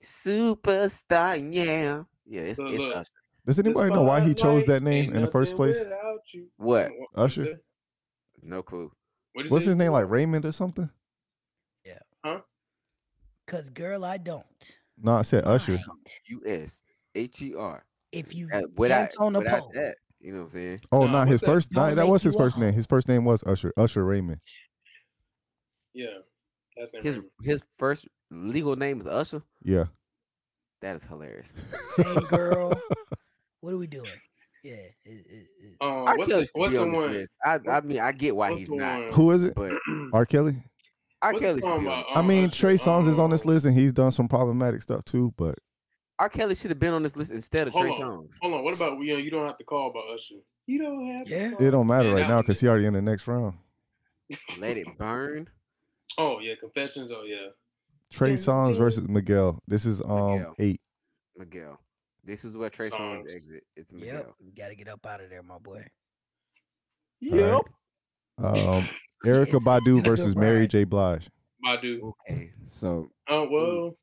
Speaker 1: Superstar, yeah. Yeah, it's,
Speaker 4: Look,
Speaker 1: it's
Speaker 4: look.
Speaker 1: Usher.
Speaker 3: Does anybody know why he chose that
Speaker 4: Spotlight
Speaker 3: name
Speaker 4: ain't
Speaker 3: in the first
Speaker 4: nothing
Speaker 3: place?
Speaker 4: without you.
Speaker 1: What?
Speaker 3: Usher.
Speaker 1: No clue.
Speaker 4: What'd you
Speaker 3: What's
Speaker 4: say?
Speaker 3: his name like Raymond or something?
Speaker 2: Cause girl, I don't.
Speaker 3: No, I said Usher.
Speaker 2: mind
Speaker 1: U S H E R.
Speaker 2: If you
Speaker 1: Uh, Without,
Speaker 2: dance on the
Speaker 1: without
Speaker 2: pole.
Speaker 1: that, you know what I'm saying?
Speaker 3: Oh,
Speaker 4: Nah,
Speaker 3: not his
Speaker 4: what's that?
Speaker 3: first. Nah,
Speaker 2: Don't
Speaker 3: that
Speaker 2: Make
Speaker 3: was his
Speaker 2: You
Speaker 3: first
Speaker 2: Up.
Speaker 3: name. His first name was Usher. Usher Raymond.
Speaker 4: Yeah. That's his.
Speaker 1: His his first legal name is Usher.
Speaker 3: Yeah.
Speaker 1: That is hilarious.
Speaker 2: Same girl. what are we doing? Yeah. It, it, it's-
Speaker 4: Um,
Speaker 1: R.
Speaker 4: what's
Speaker 1: Kelly
Speaker 4: the,
Speaker 1: should
Speaker 4: what's
Speaker 1: be
Speaker 4: the
Speaker 1: on this
Speaker 4: one?
Speaker 1: list. I, I mean, I get why
Speaker 4: what's
Speaker 1: he's
Speaker 4: the
Speaker 1: not,
Speaker 4: one-
Speaker 3: Who is it?
Speaker 1: but
Speaker 3: R. Kelly.
Speaker 1: R.
Speaker 4: what's the
Speaker 1: Kelly should
Speaker 4: song
Speaker 1: be on
Speaker 4: by,
Speaker 1: this.
Speaker 3: I
Speaker 4: um,
Speaker 3: mean,
Speaker 4: Usher?
Speaker 3: Trey Songz is on this
Speaker 4: Um,
Speaker 3: list, and he's done some problematic stuff too. But
Speaker 1: R. Kelly should have been on this list instead of
Speaker 4: Hold
Speaker 1: Trey
Speaker 4: on.
Speaker 1: Songs.
Speaker 4: Um, Hold on. What about you? Know, you don't have to call about Usher. You don't have.
Speaker 2: Yeah.
Speaker 4: To call.
Speaker 3: it don't matter
Speaker 4: Oh, Yeah,
Speaker 3: right
Speaker 4: that
Speaker 3: now
Speaker 4: one-
Speaker 3: because he already in the next round.
Speaker 1: Let it burn.
Speaker 4: Oh yeah, confessions. Oh yeah.
Speaker 3: Trey
Speaker 4: Yeah,
Speaker 3: Songz
Speaker 4: yeah.
Speaker 3: versus Miguel. This is um
Speaker 1: Miguel.
Speaker 3: eight.
Speaker 1: Miguel. This is where Trey Songs
Speaker 4: Songs.
Speaker 1: exit. It's
Speaker 2: yep.
Speaker 1: Miguel.
Speaker 2: You gotta get up out of there, my boy.
Speaker 3: Yep. Um, Erica
Speaker 2: Yes.
Speaker 3: Badu
Speaker 2: Another
Speaker 3: versus Mary
Speaker 2: ride.
Speaker 3: J. Blige.
Speaker 1: Mm.
Speaker 4: Badu.
Speaker 1: Okay. So
Speaker 4: Oh well.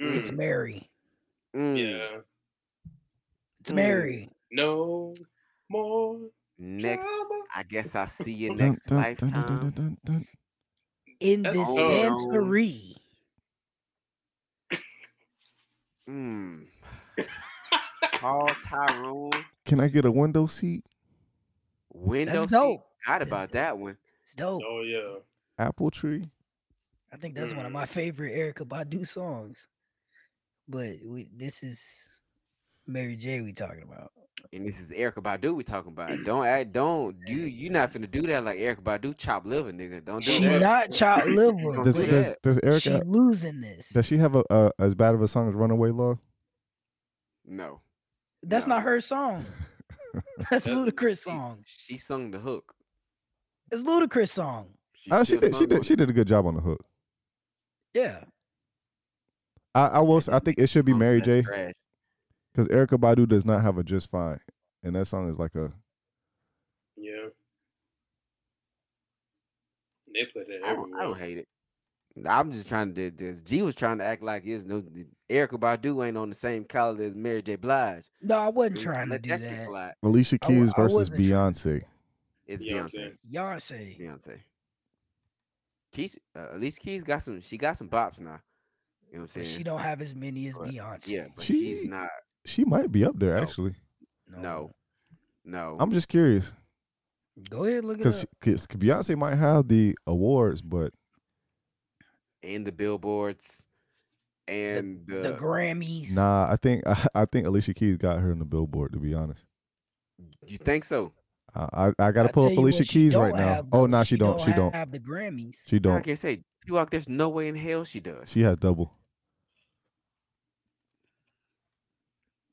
Speaker 4: mm,
Speaker 2: It's Mary.
Speaker 1: mm,
Speaker 4: yeah.
Speaker 2: It's
Speaker 1: Mm.
Speaker 2: Mary.
Speaker 4: No more.
Speaker 1: next,
Speaker 4: Drama.
Speaker 1: I guess I'll see
Speaker 3: Dun,
Speaker 1: you next
Speaker 3: dun, dun, dun, dun,
Speaker 1: lifetime.
Speaker 3: dun, dun.
Speaker 2: In
Speaker 4: That's
Speaker 2: this
Speaker 1: all around.
Speaker 2: dancery.
Speaker 1: Mm. Call Mm. Tyrone.
Speaker 3: Can I get a window seat?
Speaker 1: Window
Speaker 2: That's
Speaker 1: seat.
Speaker 2: dope.
Speaker 1: Forgot about that one.
Speaker 2: It's dope.
Speaker 4: Oh yeah.
Speaker 3: Apple tree.
Speaker 2: I think that's one of my
Speaker 1: Mm.
Speaker 2: favorite Erica Badu songs. But we, this is Mary J. We talking about.
Speaker 1: And this is Erica Badu we talking about. Don't act, don't you you not finna do that like Erica Badu chop liver, nigga. Don't do
Speaker 2: She
Speaker 1: that.
Speaker 2: not chopped liver.
Speaker 1: Don't
Speaker 3: Does,
Speaker 1: do
Speaker 2: but
Speaker 3: does,
Speaker 1: that.
Speaker 3: does
Speaker 2: she
Speaker 3: Erica
Speaker 2: losing this.
Speaker 3: does she have a, a as bad of a song as Runaway Love?
Speaker 1: No.
Speaker 2: That's
Speaker 1: No.
Speaker 2: not her song. That's
Speaker 4: That-
Speaker 2: Ludacris
Speaker 1: she-
Speaker 2: song.
Speaker 1: She sung the hook.
Speaker 2: It's Ludacris song.
Speaker 1: She,
Speaker 3: Oh, she
Speaker 1: still
Speaker 3: did. She
Speaker 1: sung on
Speaker 3: did.
Speaker 1: it.
Speaker 3: She did a good job on the hook.
Speaker 2: Yeah.
Speaker 3: I, I will. s- I think it should be
Speaker 1: Song
Speaker 3: Mary
Speaker 1: that's
Speaker 3: J.
Speaker 1: trash.
Speaker 3: because Erica Badu does not have a just fine, and that song is like a.
Speaker 4: Yeah. They play that
Speaker 1: I don't, I don't
Speaker 4: everywhere.
Speaker 1: hate it. I'm just trying to. This. G was trying to act like it's no Erica Badu ain't on the same caliber as Mary J. Blige.
Speaker 2: No, I wasn't
Speaker 1: Mm,
Speaker 2: trying to
Speaker 1: let
Speaker 2: do
Speaker 1: that shit
Speaker 2: that.
Speaker 1: slide.
Speaker 3: Alicia
Speaker 2: I wa-
Speaker 3: Keys
Speaker 2: I
Speaker 3: versus
Speaker 2: wasn't trying
Speaker 3: Beyonce.
Speaker 1: It's Beyonce.
Speaker 4: Beyonce.
Speaker 2: Beyonce.
Speaker 1: Beyonce. Keys, uh, Alicia Keys got some. She got some bops now. You know what I'm
Speaker 2: But
Speaker 1: saying?
Speaker 2: she don't have as many as
Speaker 1: But,
Speaker 2: Beyonce.
Speaker 1: yeah, but she's
Speaker 3: She-
Speaker 1: not.
Speaker 3: She might be up there
Speaker 1: No.
Speaker 3: actually.
Speaker 1: No, no.
Speaker 3: I'm just curious
Speaker 2: Go ahead, look it up.
Speaker 3: because Beyonce might have the awards, but
Speaker 1: and the billboards, and the,
Speaker 2: the Grammys.
Speaker 3: nah, I think I, I think Alicia Keys got her in the Billboard. To be honest,
Speaker 1: you think so?
Speaker 3: I I, I
Speaker 2: I
Speaker 3: gotta pull
Speaker 2: tell
Speaker 3: up
Speaker 2: you what
Speaker 3: Alicia
Speaker 2: she
Speaker 3: Keys
Speaker 2: don't
Speaker 3: right now.
Speaker 2: have,
Speaker 3: Oh
Speaker 2: though.
Speaker 3: no, she, don't. She don't.
Speaker 2: have the Grammys.
Speaker 3: She
Speaker 1: I
Speaker 3: don't.
Speaker 1: can say you walk. There's no way in hell she does.
Speaker 3: She has double.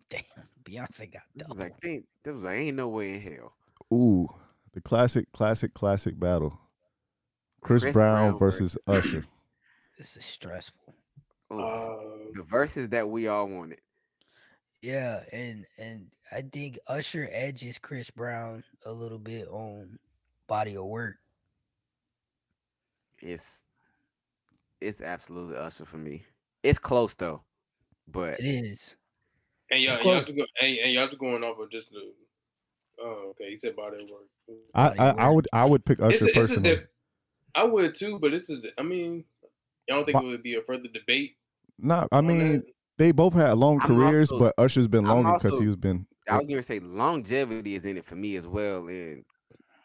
Speaker 2: Damn, Beyonce got
Speaker 1: It
Speaker 2: double.
Speaker 1: was like, think that was like, ain't no way in hell.
Speaker 3: Ooh, the classic, classic, classic battle. Chris, Brown, versus Usher.
Speaker 2: this is stressful.
Speaker 1: Ugh.
Speaker 4: Um,
Speaker 1: the verses that we all wanted.
Speaker 2: Yeah, and and I think Usher edges Chris Brown a little bit on body of work.
Speaker 1: It's it's absolutely Usher for me. It's close though, but
Speaker 2: It is.
Speaker 4: And y'all,
Speaker 2: Of
Speaker 4: y'all
Speaker 2: course.
Speaker 4: to go, and, and y'all to going off of just the. Oh, okay. You said body of work.
Speaker 3: I,
Speaker 2: Body
Speaker 3: I,
Speaker 2: of
Speaker 3: I
Speaker 2: work.
Speaker 3: would I would pick
Speaker 4: It's
Speaker 3: Usher
Speaker 4: a- it's a
Speaker 3: personally.
Speaker 4: diff- I would too, but this is. I mean, I don't think it would be a further debate.
Speaker 3: Not I
Speaker 4: on that.
Speaker 3: mean they both had long
Speaker 1: I'm
Speaker 3: careers,
Speaker 1: also-
Speaker 3: but Usher's been
Speaker 1: I'm
Speaker 3: longer because
Speaker 1: also-
Speaker 3: he was been.
Speaker 1: I was gonna say longevity is in it for me as well. And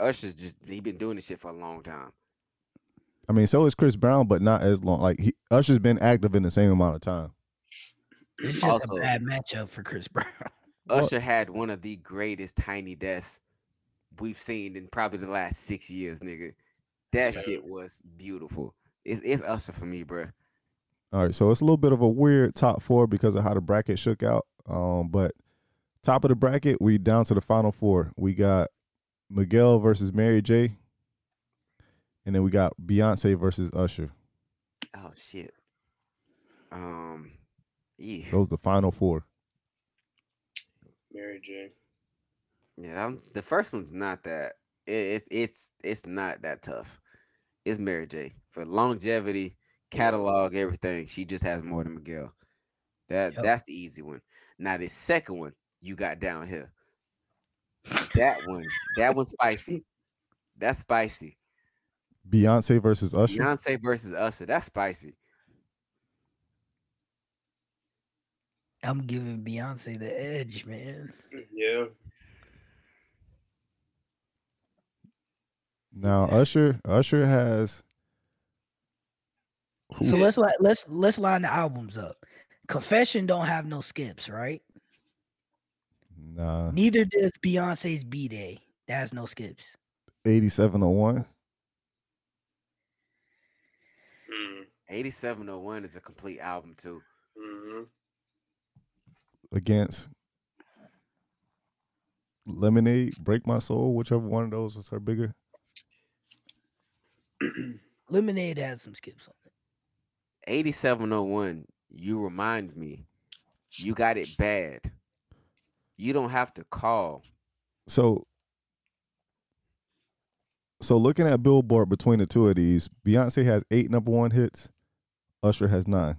Speaker 1: Usher's just he been doing this shit for a long time.
Speaker 3: I mean, so is Chris Brown, but not as long. Like he, Usher's been active in the same amount of time.
Speaker 2: It's just
Speaker 1: Also-
Speaker 2: a bad matchup for Chris Brown.
Speaker 3: Well-
Speaker 1: Usher had one of the greatest tiny deaths we've seen in probably the last six years, nigga. That
Speaker 4: That's
Speaker 1: shit was beautiful. It's it's Usher for me, bruh.
Speaker 3: All right, so it's a little bit of a weird top four because of how the bracket shook out. Um, but top of the bracket, we down to the final four. We got Miguel versus Mary J. And then we got Beyonce versus Usher.
Speaker 1: Oh shit. Um, yeah,
Speaker 3: Those the final four.
Speaker 4: Mary J.
Speaker 1: yeah. I'm, the first one's not that. it- it's it's it's not that tough. It's Mary J. For longevity, catalog, everything. She just has more than Miguel. That
Speaker 2: Yep.
Speaker 1: that's the easy one. Now this second one you got down here. That one, that one's spicy. That's spicy.
Speaker 3: Beyonce versus Usher.
Speaker 1: Beyonce versus Usher. That's spicy.
Speaker 2: I'm giving Beyonce the edge, man.
Speaker 4: Mm, Yeah.
Speaker 3: Now Usher, Usher has Who-
Speaker 2: So let's li- let's let's line the albums up. Confession don't have no skips, right?
Speaker 3: nah
Speaker 2: Neither does Beyonce's B Day. That has no skips.
Speaker 3: eighty seven oh one.
Speaker 4: Mm,
Speaker 1: 8701 is a complete album too.
Speaker 4: mhm.
Speaker 3: against Lemonade, Break My Soul, whichever one of those was her bigger.
Speaker 2: Lemonade has some skips on it.
Speaker 1: 8701, you remind me. You got it bad. You don't have to call.
Speaker 3: So so looking at Billboard between the two of these, Beyonce has eight number one hits, Usher has nine.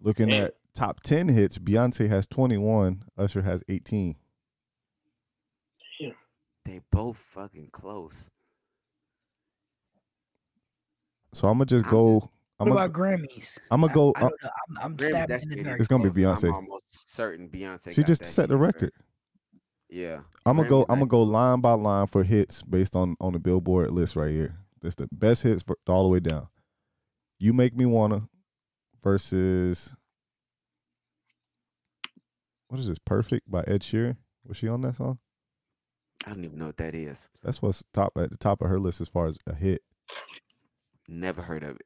Speaker 3: Looking
Speaker 4: Damn.
Speaker 3: at top ten hits, Beyonce has twenty one, Usher has eighteen.
Speaker 1: They both fucking close.
Speaker 3: So I'm gonna just
Speaker 1: I'm
Speaker 3: go. I'm gonna,
Speaker 2: What about Grammys?
Speaker 3: I'm gonna go. uh,
Speaker 2: I, I don't know. I'm, I'm
Speaker 1: Grammys,
Speaker 2: stabbing
Speaker 1: that
Speaker 2: in the
Speaker 1: shit is
Speaker 2: dark.
Speaker 3: It's gonna be
Speaker 1: close.
Speaker 3: Beyonce.
Speaker 1: I'm almost certain Beyonce.
Speaker 3: she
Speaker 1: got
Speaker 3: just
Speaker 1: that
Speaker 3: set the
Speaker 1: shit, bruh.
Speaker 3: record.
Speaker 1: Yeah.
Speaker 3: I'm gonna go.
Speaker 1: Grammys
Speaker 3: I'm gonna
Speaker 1: night.
Speaker 3: go line by line for hits based on on the Billboard list right here. That's the best hits for, all the way down. You make me wanna versus what is this? Perfect by Ed Sheeran. Was she on that song?
Speaker 1: I don't even know what that is.
Speaker 3: That's what's top at the top of her list as far as a hit.
Speaker 1: Never heard of it.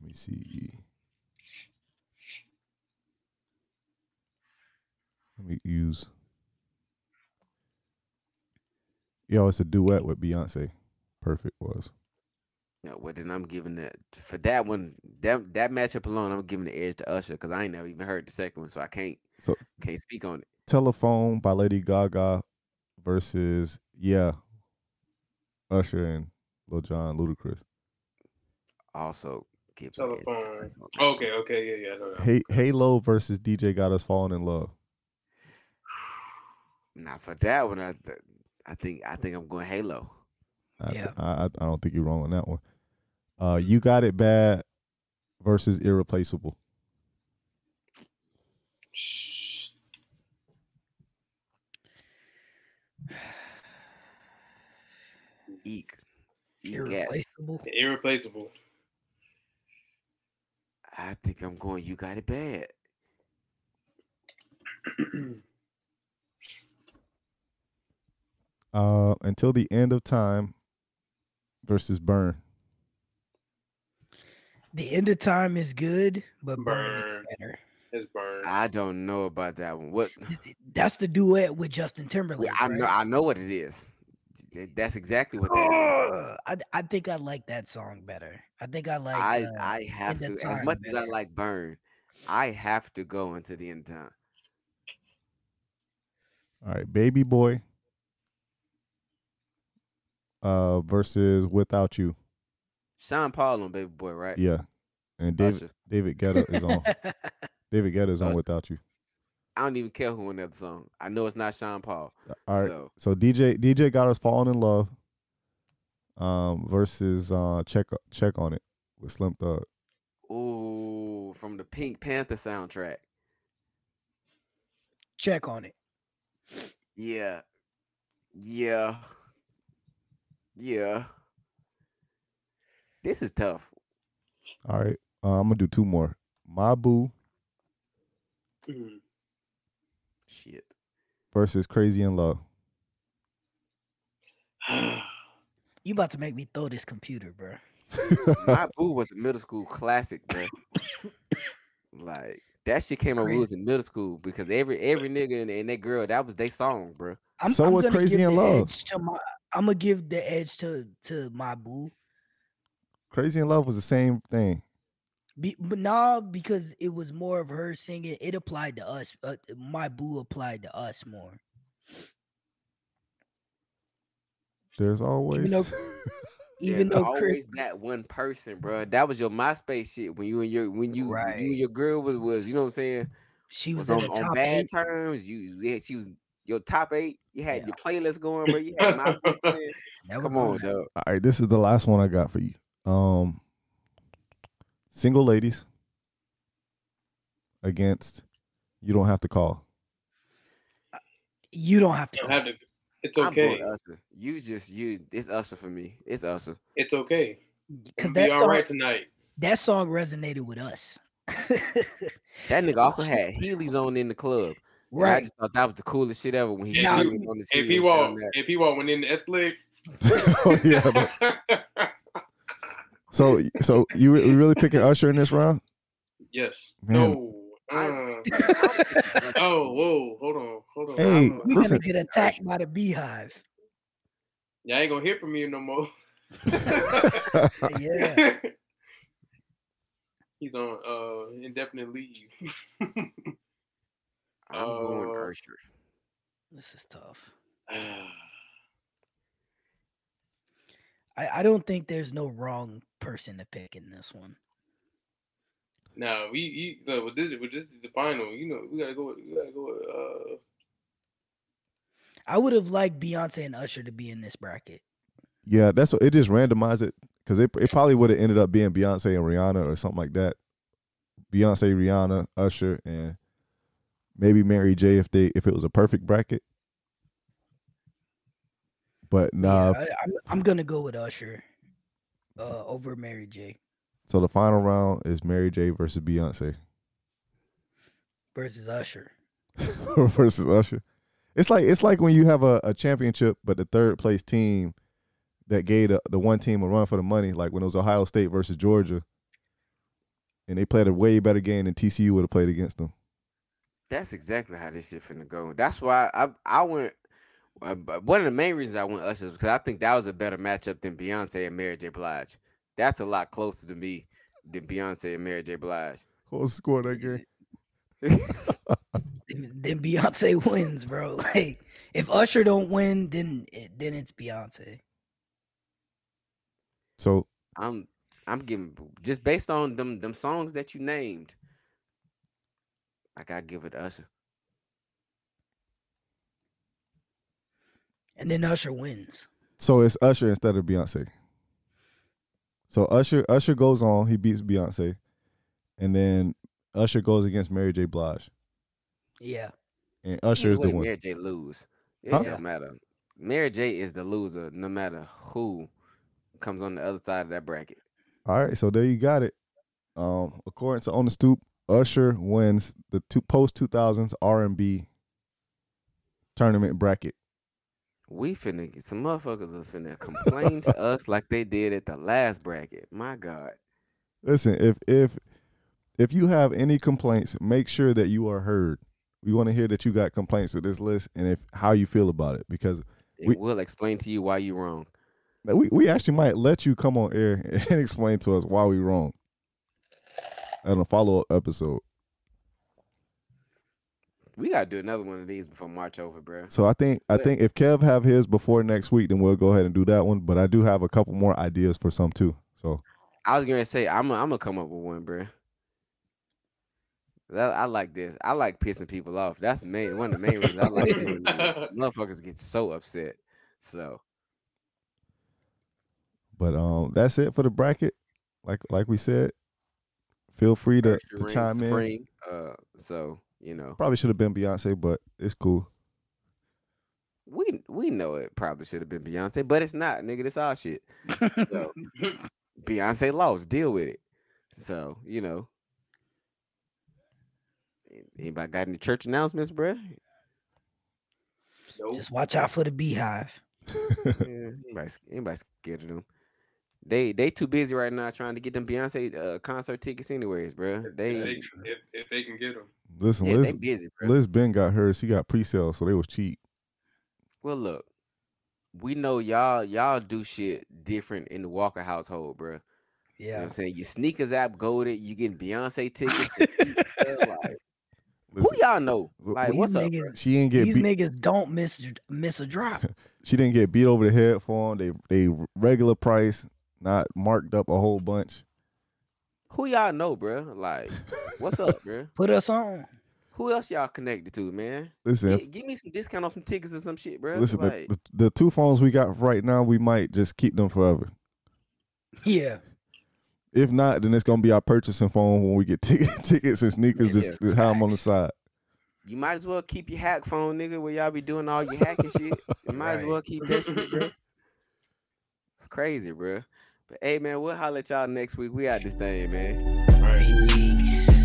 Speaker 3: Let me see. Let me use. Yo, it's a duet with Beyonce. Perfect was.
Speaker 1: No, well then I'm giving that for that one. That that matchup alone, I'm giving the edge to Usher because I ain't never even heard the second one, so I can't
Speaker 3: So-
Speaker 1: can't speak on it.
Speaker 3: Telephone by Lady Gaga versus yeah, Usher and Lil Jon Ludacris.
Speaker 1: Also, give the edge to
Speaker 4: Telephone.
Speaker 1: Usher on that.
Speaker 4: Okay. Okay. Yeah. Yeah. I know that.
Speaker 3: Hey, Halo versus DJ Got Us Falling in Love.
Speaker 1: Now for that one, I th- I think I think I'm going Halo.
Speaker 3: I,
Speaker 2: Yeah.
Speaker 3: I, I I don't think you're wrong on that one. Uh, you Got It Bad versus Irreplaceable.
Speaker 4: Shh.
Speaker 1: Eek. Eek ass.
Speaker 2: Irreplaceable.
Speaker 4: Irreplaceable.
Speaker 1: I think I'm going. You got it bad.
Speaker 3: Uh, Until the End of Time versus Burn.
Speaker 2: The end of time is good, but burn,
Speaker 4: Burn.
Speaker 2: is better.
Speaker 4: it's burned.
Speaker 1: I don't know about that one. What?
Speaker 2: That's the duet with Justin
Speaker 1: Well,
Speaker 2: Timberlake.
Speaker 1: I
Speaker 2: right?
Speaker 1: know. I know what it is. Th- That's exactly what that is.
Speaker 2: Ugh, I, I think I like that song better. I think I like.
Speaker 1: I
Speaker 2: uh,
Speaker 1: I have
Speaker 2: the
Speaker 1: to as
Speaker 2: time
Speaker 1: much as I
Speaker 2: better.
Speaker 1: like Burn, I have to go into the end time.
Speaker 3: All right, Baby Boy uh, versus Without You.
Speaker 1: Sean Paul on Baby Boy, right?
Speaker 3: Yeah, and David
Speaker 1: Usher.
Speaker 3: David Guetta is on. David Guetta is on
Speaker 1: Usher.
Speaker 3: Without You.
Speaker 1: I don't even care who on that song. I know it's not Sean Paul.
Speaker 3: All right.
Speaker 1: So
Speaker 3: So DJ DJ got us falling in love. Um, versus uh, check check on it with Slim Thug.
Speaker 1: ooh, from the Pink Panther soundtrack.
Speaker 2: Check on it.
Speaker 1: Yeah. Yeah. Yeah. This is tough.
Speaker 3: All right. Uh, I'm gonna do two more. My Boo
Speaker 4: Mhm.
Speaker 1: Shit.
Speaker 3: versus Crazy in Love.
Speaker 2: You about to make me throw this computer, bro.
Speaker 1: My boo was a middle school classic, bro. Like that shit came out when we was in middle school because every every nigga and, and that girl that was their song, bro.
Speaker 2: I'm,
Speaker 3: So
Speaker 2: I'm
Speaker 3: was
Speaker 2: gonna
Speaker 3: Crazy
Speaker 2: give
Speaker 3: in
Speaker 2: the
Speaker 3: Love.
Speaker 2: edge To my, I'm gonna give the edge to to my boo,
Speaker 3: Crazy in Love was the same thing.
Speaker 2: Be, but nah, because it was more of her singing. It applied to us. Uh, my boo applied to us more.
Speaker 3: There's always
Speaker 2: though- Even
Speaker 1: There's
Speaker 2: though Chris,
Speaker 1: always that one person, bro. That was your MySpace shit when you and your when you when you
Speaker 2: Right.
Speaker 1: and your girl was was you know what I'm saying
Speaker 2: she was,
Speaker 1: was
Speaker 2: in
Speaker 1: on,
Speaker 2: the
Speaker 1: on
Speaker 2: top
Speaker 1: bad
Speaker 2: eight.
Speaker 1: terms. You yeah, she was your top eight. You had
Speaker 2: Yeah.
Speaker 1: your playlist going, bro. You had my Boo playing.
Speaker 2: That was
Speaker 1: come on,
Speaker 2: that.
Speaker 1: dog.
Speaker 3: All right, this is the last one I got for you. Um, single ladies against you don't have to call.
Speaker 2: You don't have to.
Speaker 4: You don't
Speaker 2: Call.
Speaker 4: have to- It's
Speaker 1: I'm going
Speaker 4: okay.
Speaker 1: Usher. You just you. It's Usher for me. It's Usher.
Speaker 4: It's okay.
Speaker 2: Because
Speaker 4: Because
Speaker 2: that
Speaker 4: that's all
Speaker 2: song,
Speaker 4: right tonight.
Speaker 2: that song resonated with us.
Speaker 1: That nigga also had Heelys on in the club. And I
Speaker 2: right.
Speaker 1: just thought that was the coolest shit ever when he
Speaker 4: Nah,
Speaker 1: sneaked on the
Speaker 4: If he
Speaker 1: series
Speaker 4: walk,
Speaker 1: down there.
Speaker 4: if he walk, went in the Escalade.
Speaker 3: oh, yeah. bro. So, so you re- you really picking Usher in this round?
Speaker 4: yes.
Speaker 3: Man.
Speaker 4: No.
Speaker 1: I-
Speaker 4: Uh, oh, whoa, hold on, hold on.
Speaker 3: Hey,
Speaker 4: I'm-
Speaker 2: We're
Speaker 3: listen.
Speaker 2: gonna get attacked by the beehive.
Speaker 4: Y'all ain't gonna hear from me no more.
Speaker 2: Yeah.
Speaker 4: He's on uh indefinite leave.
Speaker 1: I'm going
Speaker 4: Uh,
Speaker 1: Usher.
Speaker 2: This is tough. I, I don't think there's no wrong person to pick in this one.
Speaker 4: now we you, no, but this is but this is the final. You know we gotta go. We gotta go. Uh,
Speaker 2: I would have liked Beyonce and Usher to be in this bracket.
Speaker 3: Yeah, that's what it just randomized it because it it probably would have ended up being Beyonce and Rihanna or something like that. Beyonce, Rihanna, Usher, and maybe Mary J. If they if it was a perfect bracket. But nah,
Speaker 2: Yeah, I, am I'm gonna go with Usher uh, over Mary J.
Speaker 3: So the final round is Mary J versus Beyonce
Speaker 2: versus Usher.
Speaker 3: versus Usher. It's like it's like when you have a, a championship, but the third place team that gave the, the one team a run for the money, like when it was Ohio State versus Georgia, and they played a way better game than TCU would have played against them.
Speaker 1: That's exactly how this shit finna go. That's why I I went. uh, but One of the main reasons I went Usher is because I think that was a better matchup than Beyonce and Mary J. Blige. That's a lot closer to me than Beyonce and Mary J. Blige.
Speaker 3: Who scored that game?
Speaker 2: Then then Beyonce wins, bro. Like if Usher don't win, then it, then it's Beyonce.
Speaker 3: So
Speaker 1: I'm I'm giving just based on them them songs that you named. I gotta give it to Usher.
Speaker 2: And then Usher wins.
Speaker 3: so it's Usher instead of Beyonce. So Usher Usher goes on, he beats Beyonce, and then Usher goes against Mary J. Blige,
Speaker 2: Yeah.
Speaker 3: and Usher
Speaker 1: Either
Speaker 3: is the
Speaker 1: way,
Speaker 3: one.
Speaker 1: Mary J. lose. It
Speaker 3: Huh?
Speaker 1: don't matter. Mary J. is the loser, no matter who comes on the other side of that bracket.
Speaker 3: All right, so there you got it. Um, according to On the Stoop, Usher wins the two post two thousands R and B tournament bracket.
Speaker 1: We finna get some motherfuckers is finna complain to us like they did at the last bracket. My God.
Speaker 3: Listen, if if if you have any complaints, make sure that you are heard. We want to hear that you got complaints with this list and if how you feel about it because We-
Speaker 1: We, will explain to you why you wrong.
Speaker 3: we, we actually might let you come on air and explain to us why we wrong on a follow up episode.
Speaker 1: We gotta do another one of these before March over, bro.
Speaker 3: So I think I
Speaker 1: But-
Speaker 3: think if Kev have his before next week, then we'll go ahead and do that one. But I do have a couple more ideas for some too. So
Speaker 1: I was gonna say I'm gonna come up with one, bro. That, I like this. I like pissing people off. That's main one of the main reasons I like doing this. Motherfuckers get so upset. So
Speaker 3: but um that's it for the bracket. Like like we said. Feel free to,
Speaker 1: Extra
Speaker 3: to
Speaker 1: Ring,
Speaker 3: chime in.
Speaker 1: Supreme, Uh, so you know,
Speaker 3: Probably should have been Beyonce, but it's cool.
Speaker 1: we we know it probably should have been Beyonce, but it's not, nigga. This all shit. So Beyonce lost. Deal with it. So you know, An- anybody got any church announcements, bruh?
Speaker 4: Nope.
Speaker 2: Just watch out for the beehive.
Speaker 1: Yeah, anybody, s- anybody scared of them? They they too busy right now trying to get them Beyonce uh, concert tickets, anyways, bruh.
Speaker 4: If
Speaker 1: They
Speaker 4: if, if, if they can get them.
Speaker 3: Listen,
Speaker 1: yeah, they
Speaker 3: Liz,
Speaker 1: busy, bruh.
Speaker 3: Liz Ben got hers. She got pre-sale, so they was cheap.
Speaker 1: Well, look, we know y'all y'all do shit different in the Walker household, bruh. You know what
Speaker 2: Yeah.
Speaker 1: I'm saying? Your sneakers app goaded, you getting Beyonce tickets. for cheap, bruh, like, who
Speaker 3: Listen,
Speaker 1: y'all know?
Speaker 3: w-
Speaker 1: Like,
Speaker 2: These
Speaker 1: what's up? bruh?
Speaker 2: niggas,
Speaker 3: she didn't get
Speaker 2: these
Speaker 3: beat.
Speaker 2: niggas don't miss miss a drop.
Speaker 3: She didn't get beat over the head for them. They they regular price, not marked up a whole bunch.
Speaker 1: Who y'all know, bruh? Like, what's up, bruh?
Speaker 2: Put us on.
Speaker 1: Who else y'all connected to, man?
Speaker 3: Listen,
Speaker 1: Gi- give me some discount on some tickets or some shit, bruh.
Speaker 3: listen. The,
Speaker 1: like,
Speaker 3: the, the two phones we got right now, we might just keep them forever.
Speaker 2: Yeah.
Speaker 3: If not, then it's gonna be our purchasing phone when we get ticket, tickets and sneakers.
Speaker 1: Yeah,
Speaker 3: just have them on the
Speaker 2: facts.
Speaker 3: side.
Speaker 1: you might as well keep your hack phone, nigga, where y'all be doing all your hacking shit. You might as
Speaker 2: Right.
Speaker 1: well keep that shit, bruh. It's crazy, bruh. But hey, man, we'll holler at y'all next week. We out this thing, man.
Speaker 4: Right.
Speaker 2: Peace.